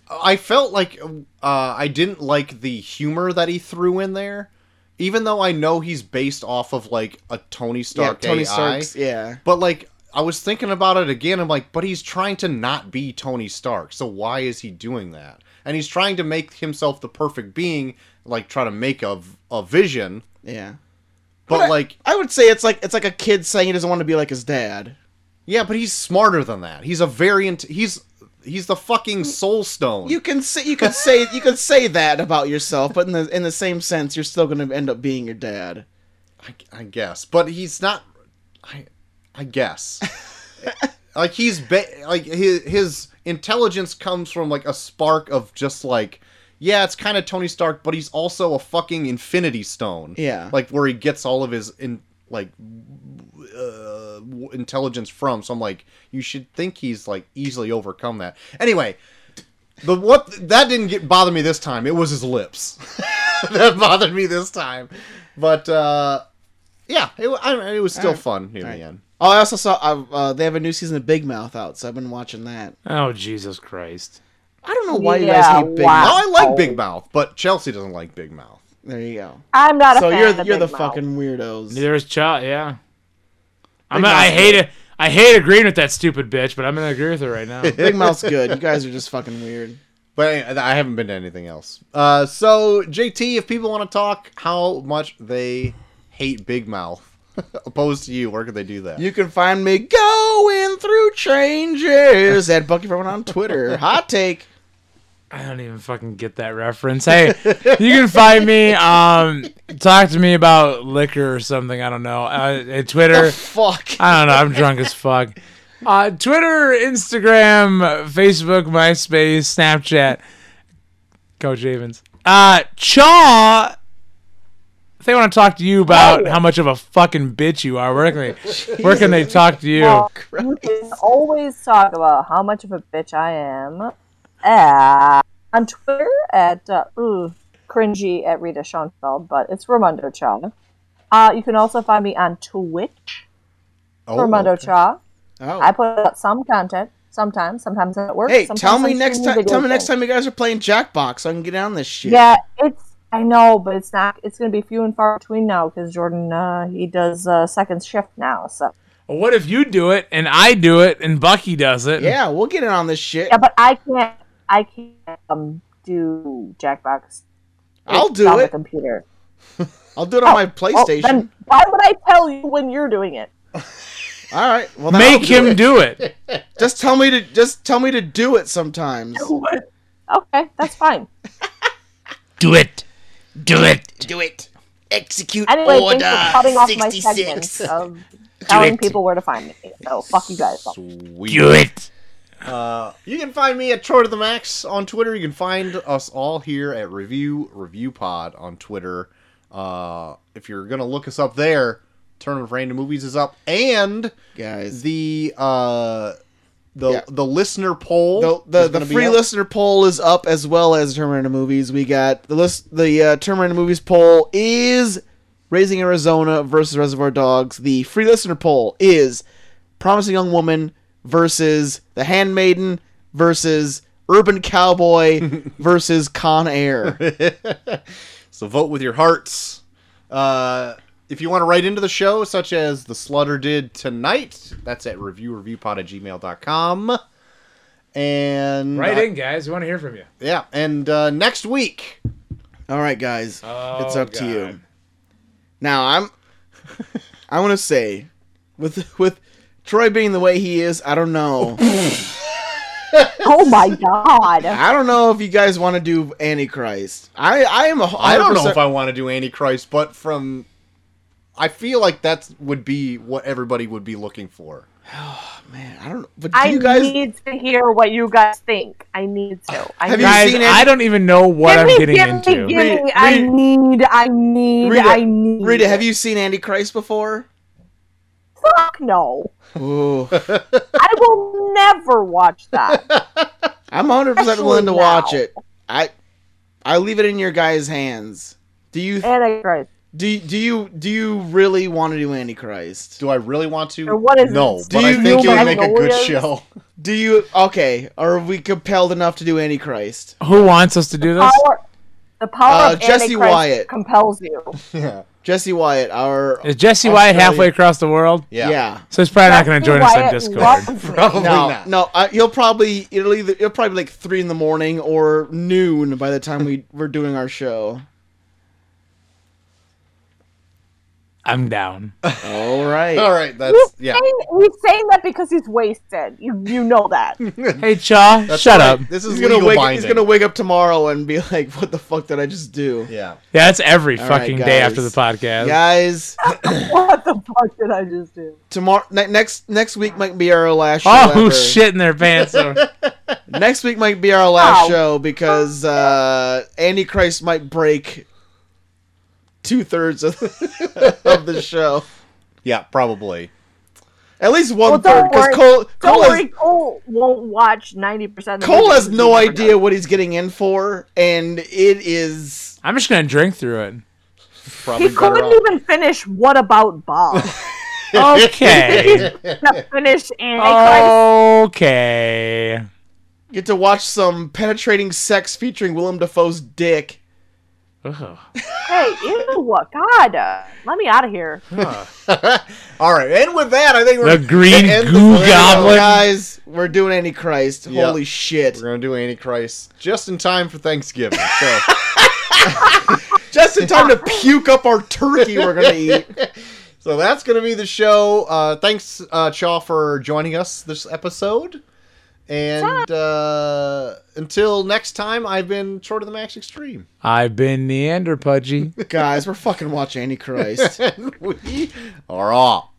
S2: I felt like uh, I didn't like the humor that he threw in there, even though I know he's based off of like a Tony Stark
S1: yeah, Tony
S2: AI.
S1: Stark's yeah.
S2: But like, I was thinking about it again. I'm like, but he's trying to not be Tony Stark, so why is he doing that? And he's trying to make himself the perfect being, like try to make a a vision.
S1: Yeah.
S2: But,
S1: But I-
S2: like,
S1: I would say it's like it's like a kid saying he doesn't want to be like his dad.
S2: yeah, but he's smarter than that. He's a variant. He's he's the fucking Soul Stone.
S1: You can say you can say you can say that about yourself, but in the in the same sense, you're still going to end up being your dad.
S2: I, I guess, but he's not. I I guess. like he's ba- like his his intelligence comes from like a spark of just like yeah, it's kind of Tony Stark, but he's also a fucking Infinity Stone.
S1: Yeah.
S2: like where he gets all of his in like uh, w- intelligence from. So I'm like, you should think he's like easily overcome that. Anyway. The what that didn't get bother me this time. It was his lips that bothered me this time, but uh, yeah, it, wa- I, don't know, it was still
S1: Alright.
S2: fun near
S1: Alright.
S2: the end.
S1: Oh, I also saw uh, uh, they have a new season of Big Mouth out, so I've been watching that.
S3: Oh Jesus Christ!
S1: I don't know why you
S4: Yeah,
S1: guys hate Big
S4: wow.
S1: Mouth.
S2: No, I like
S4: Oh.
S2: Big Mouth, but Chelsea doesn't like Big Mouth.
S1: There you go.
S4: I'm not
S1: So
S4: a fan.
S1: you're
S4: of
S1: the, you're the
S4: Big Mouth.
S1: fucking weirdos.
S3: Neither is Chop. Yeah, I'm.
S1: Big
S3: I
S1: Mouth's
S3: hate it. I hate agreeing with that stupid bitch, but I'm gonna agree with her right now.
S1: Big Mouth's good. You guys are just fucking weird.
S2: But anyway, I haven't been to anything else. Uh, so JT, if people want to talk how much they hate Big Mouth, opposed to you, where could they do that?
S1: You can find me going through changes at Bucky Rowan on Twitter. Hot take.
S3: I don't even fucking get that reference. Hey, you can find me. Um, talk to me about liquor or something. I don't know. Uh, at Twitter.
S1: Fuck.
S3: I don't know. I'm drunk as fuck. Uh, Twitter, Instagram, uh, Facebook, MySpace, Snapchat. Coach Havens. Uh, Chaw. If they want to talk to you
S1: Oh.
S3: about how much of a fucking bitch you are, where can they, where can they talk to you?
S4: Well, you can always talk about how much of a bitch I am at, on Twitter at uh, ooh, cringy at Rita Schoenfeld, but it's Ramondo Cha. Uh, you can also find me on Twitch,
S2: Oh,
S4: Ramondo
S2: okay.
S4: Cha.
S1: Oh.
S4: I put out some content sometimes. Sometimes it works.
S1: hey,
S4: sometimes
S1: tell me
S4: I'm
S1: next
S4: streaming
S1: time. Tell
S4: video
S1: me next
S4: games.
S1: time you guys are playing Jackbox, so I can get on this shit.
S4: Yeah, it's. I know, but it's not. It's going to be few and far between now because Jordan uh, he does uh, second shift now. So
S3: Well, What if you do it and I do it and Bucky does it?
S1: Yeah, we'll get in on this shit.
S4: yeah, but I can't. I can't um, do Jackbox.
S1: I'll
S4: It's
S1: do
S4: on the
S1: it.
S4: computer.
S1: I'll do it on my
S4: Oh,
S1: PlayStation.
S4: then why would I tell you when you're doing it?
S1: All right. Well, then
S3: Make
S1: I'll do
S3: him
S1: it.
S3: do it.
S1: Just tell me to just tell me to do it sometimes.
S4: Okay, that's fine.
S3: Do it. Do it.
S6: Do it. Execute
S4: Anyway,
S1: Oh,
S6: order
S4: thanks for cutting off my
S6: 66.
S4: segment of telling people where to find me. So fuck you guys.
S2: Sweet.
S3: Do it.
S2: You can find me at Troy to the Max on Twitter. You can find us all here at Review Review Pod on Twitter. Uh, if you're gonna look us up there, Turn of Random Movies is up, and
S1: Guys.
S2: the uh, the
S1: Yeah.
S2: the listener poll,
S1: The the,
S2: is
S1: the
S2: gonna be
S1: free
S2: up.
S1: listener poll is up as well as Terminator movies. We got the list. The uh, Terminator movies poll is Raising Arizona versus Reservoir Dogs. The free listener poll is Promising Young Woman versus The Handmaiden versus Urban Cowboy versus Con Air.
S2: So vote with your hearts. Uh, if you want to write into the show, such as the Slaughter did tonight, that's at reviewreviewpod at gmail.com. And uh,
S3: Right in, guys. We want to hear from you.
S2: yeah, and uh, next week
S1: All right, guys, it's
S3: Oh,
S1: up to you.
S3: God.
S1: Now I'm. I want to say, with with Troy being the way he is, I don't know.
S4: oh my god.
S1: I don't know if you guys want to do Antichrist. I I am a.
S2: I don't know if I want to do Antichrist, but from I feel like that would be what everybody would be looking for.
S1: Man, I don't. But do
S4: I
S1: you guys
S4: need to hear what you guys think. I need to. I
S1: Have
S4: need
S1: you
S4: to.
S3: Guys,
S1: seen it?
S3: I don't even know what
S4: Give
S3: I'm
S4: me-
S3: getting
S4: give me-
S3: into.
S4: give
S1: Rita,
S4: me- I
S1: Rita-
S4: need, I need,
S1: Rita,
S4: I need.
S1: Rita, have you seen Antichrist before?
S4: Fuck no.
S1: Ooh,
S4: I will never watch that.
S1: I'm 100 percent
S4: Especially
S1: willing to
S4: now.
S1: watch it. I I leave it in your guys' hands. Do you
S4: Antichrist.
S1: do do you do you really want to do Antichrist?
S2: Do I really want to?
S4: Or what is
S2: no,
S4: it?
S2: but
S1: Do
S2: I
S1: you
S2: think
S1: know
S2: it would make a good
S4: Magnolias?
S2: show.
S1: Do you okay? Are we compelled enough to do Antichrist?
S3: Who wants us to do this?
S4: Power, the power
S1: Uh,
S4: of
S1: Jesse
S4: Antichrist
S1: Wyatt.
S4: compels you.
S2: yeah.
S1: Jesse Wyatt, our
S3: Is Jesse White
S1: Australia.
S3: halfway across the world?
S1: yeah.
S2: Yeah.
S3: So he's probably not going to
S4: Jesse
S3: join us on
S4: Wyatt
S3: Discord.
S4: loves it.
S2: Probably
S1: No,
S2: not.
S1: no, I, you'll probably it'll either it'll probably be like three in the morning or noon by the time we we're doing our show.
S3: I'm down.
S1: All right.
S2: All right, that's
S4: He's,
S2: yeah.
S4: saying, he's saying that because he's wasted. You you know that.
S3: Hey, Chaw,
S2: That's
S3: shut
S2: right.
S3: up.
S2: This is
S1: He's
S2: legal
S1: gonna wake.
S2: binding.
S1: He's gonna wake up tomorrow and be like, "What the fuck did I just do?"
S2: Yeah.
S3: Yeah, that's every
S1: All right,
S3: fucking day
S1: guys.
S3: after the podcast.
S1: Guys,
S4: what the fuck did I just do?
S1: tomorrow ne- next next week might be our last show.
S3: Oh,
S1: ever.
S3: shit in their pants.
S1: Next week might be our last
S4: Wow.
S1: show because uh, Antichrist might break two thirds of, of the show.
S2: Yeah, probably.
S1: At least
S4: Well,
S1: one third,
S4: don't
S1: because
S4: worry.
S1: Cole
S4: Don't
S1: Cole
S4: worry,
S1: has,
S4: Cole won't watch ninety percent.
S1: Cole has no idea what he's getting in for, and it is
S3: I'm just going to drink through it.
S2: Probably
S4: He
S2: better
S4: couldn't
S2: off.
S4: even finish. What about Bob?
S3: Okay.
S4: Not finish
S1: Oh.
S4: Antichrist.
S3: okay.
S1: get to watch some penetrating sex featuring Willem Dafoe's dick.
S3: Ugh.
S4: Hey, ew, God, uh, let me out of here.
S2: All right, and with that, I think we're
S3: The green
S2: end the
S3: goo
S2: video.
S3: goblin.
S1: Guys, we're doing Antichrist.
S2: Yeah.
S1: Holy shit!
S2: We're gonna do Antichrist just in time for Thanksgiving. So
S1: Just in time to puke up our turkey we're gonna eat.
S2: So that's going to be the show. Uh, thanks, uh, Chaw, for joining us this episode. And uh, until next time, I've been short of the max extreme.
S3: I've been Neander Pudgy.
S1: Guys, we're fucking watching Antichrist.
S2: And we are off.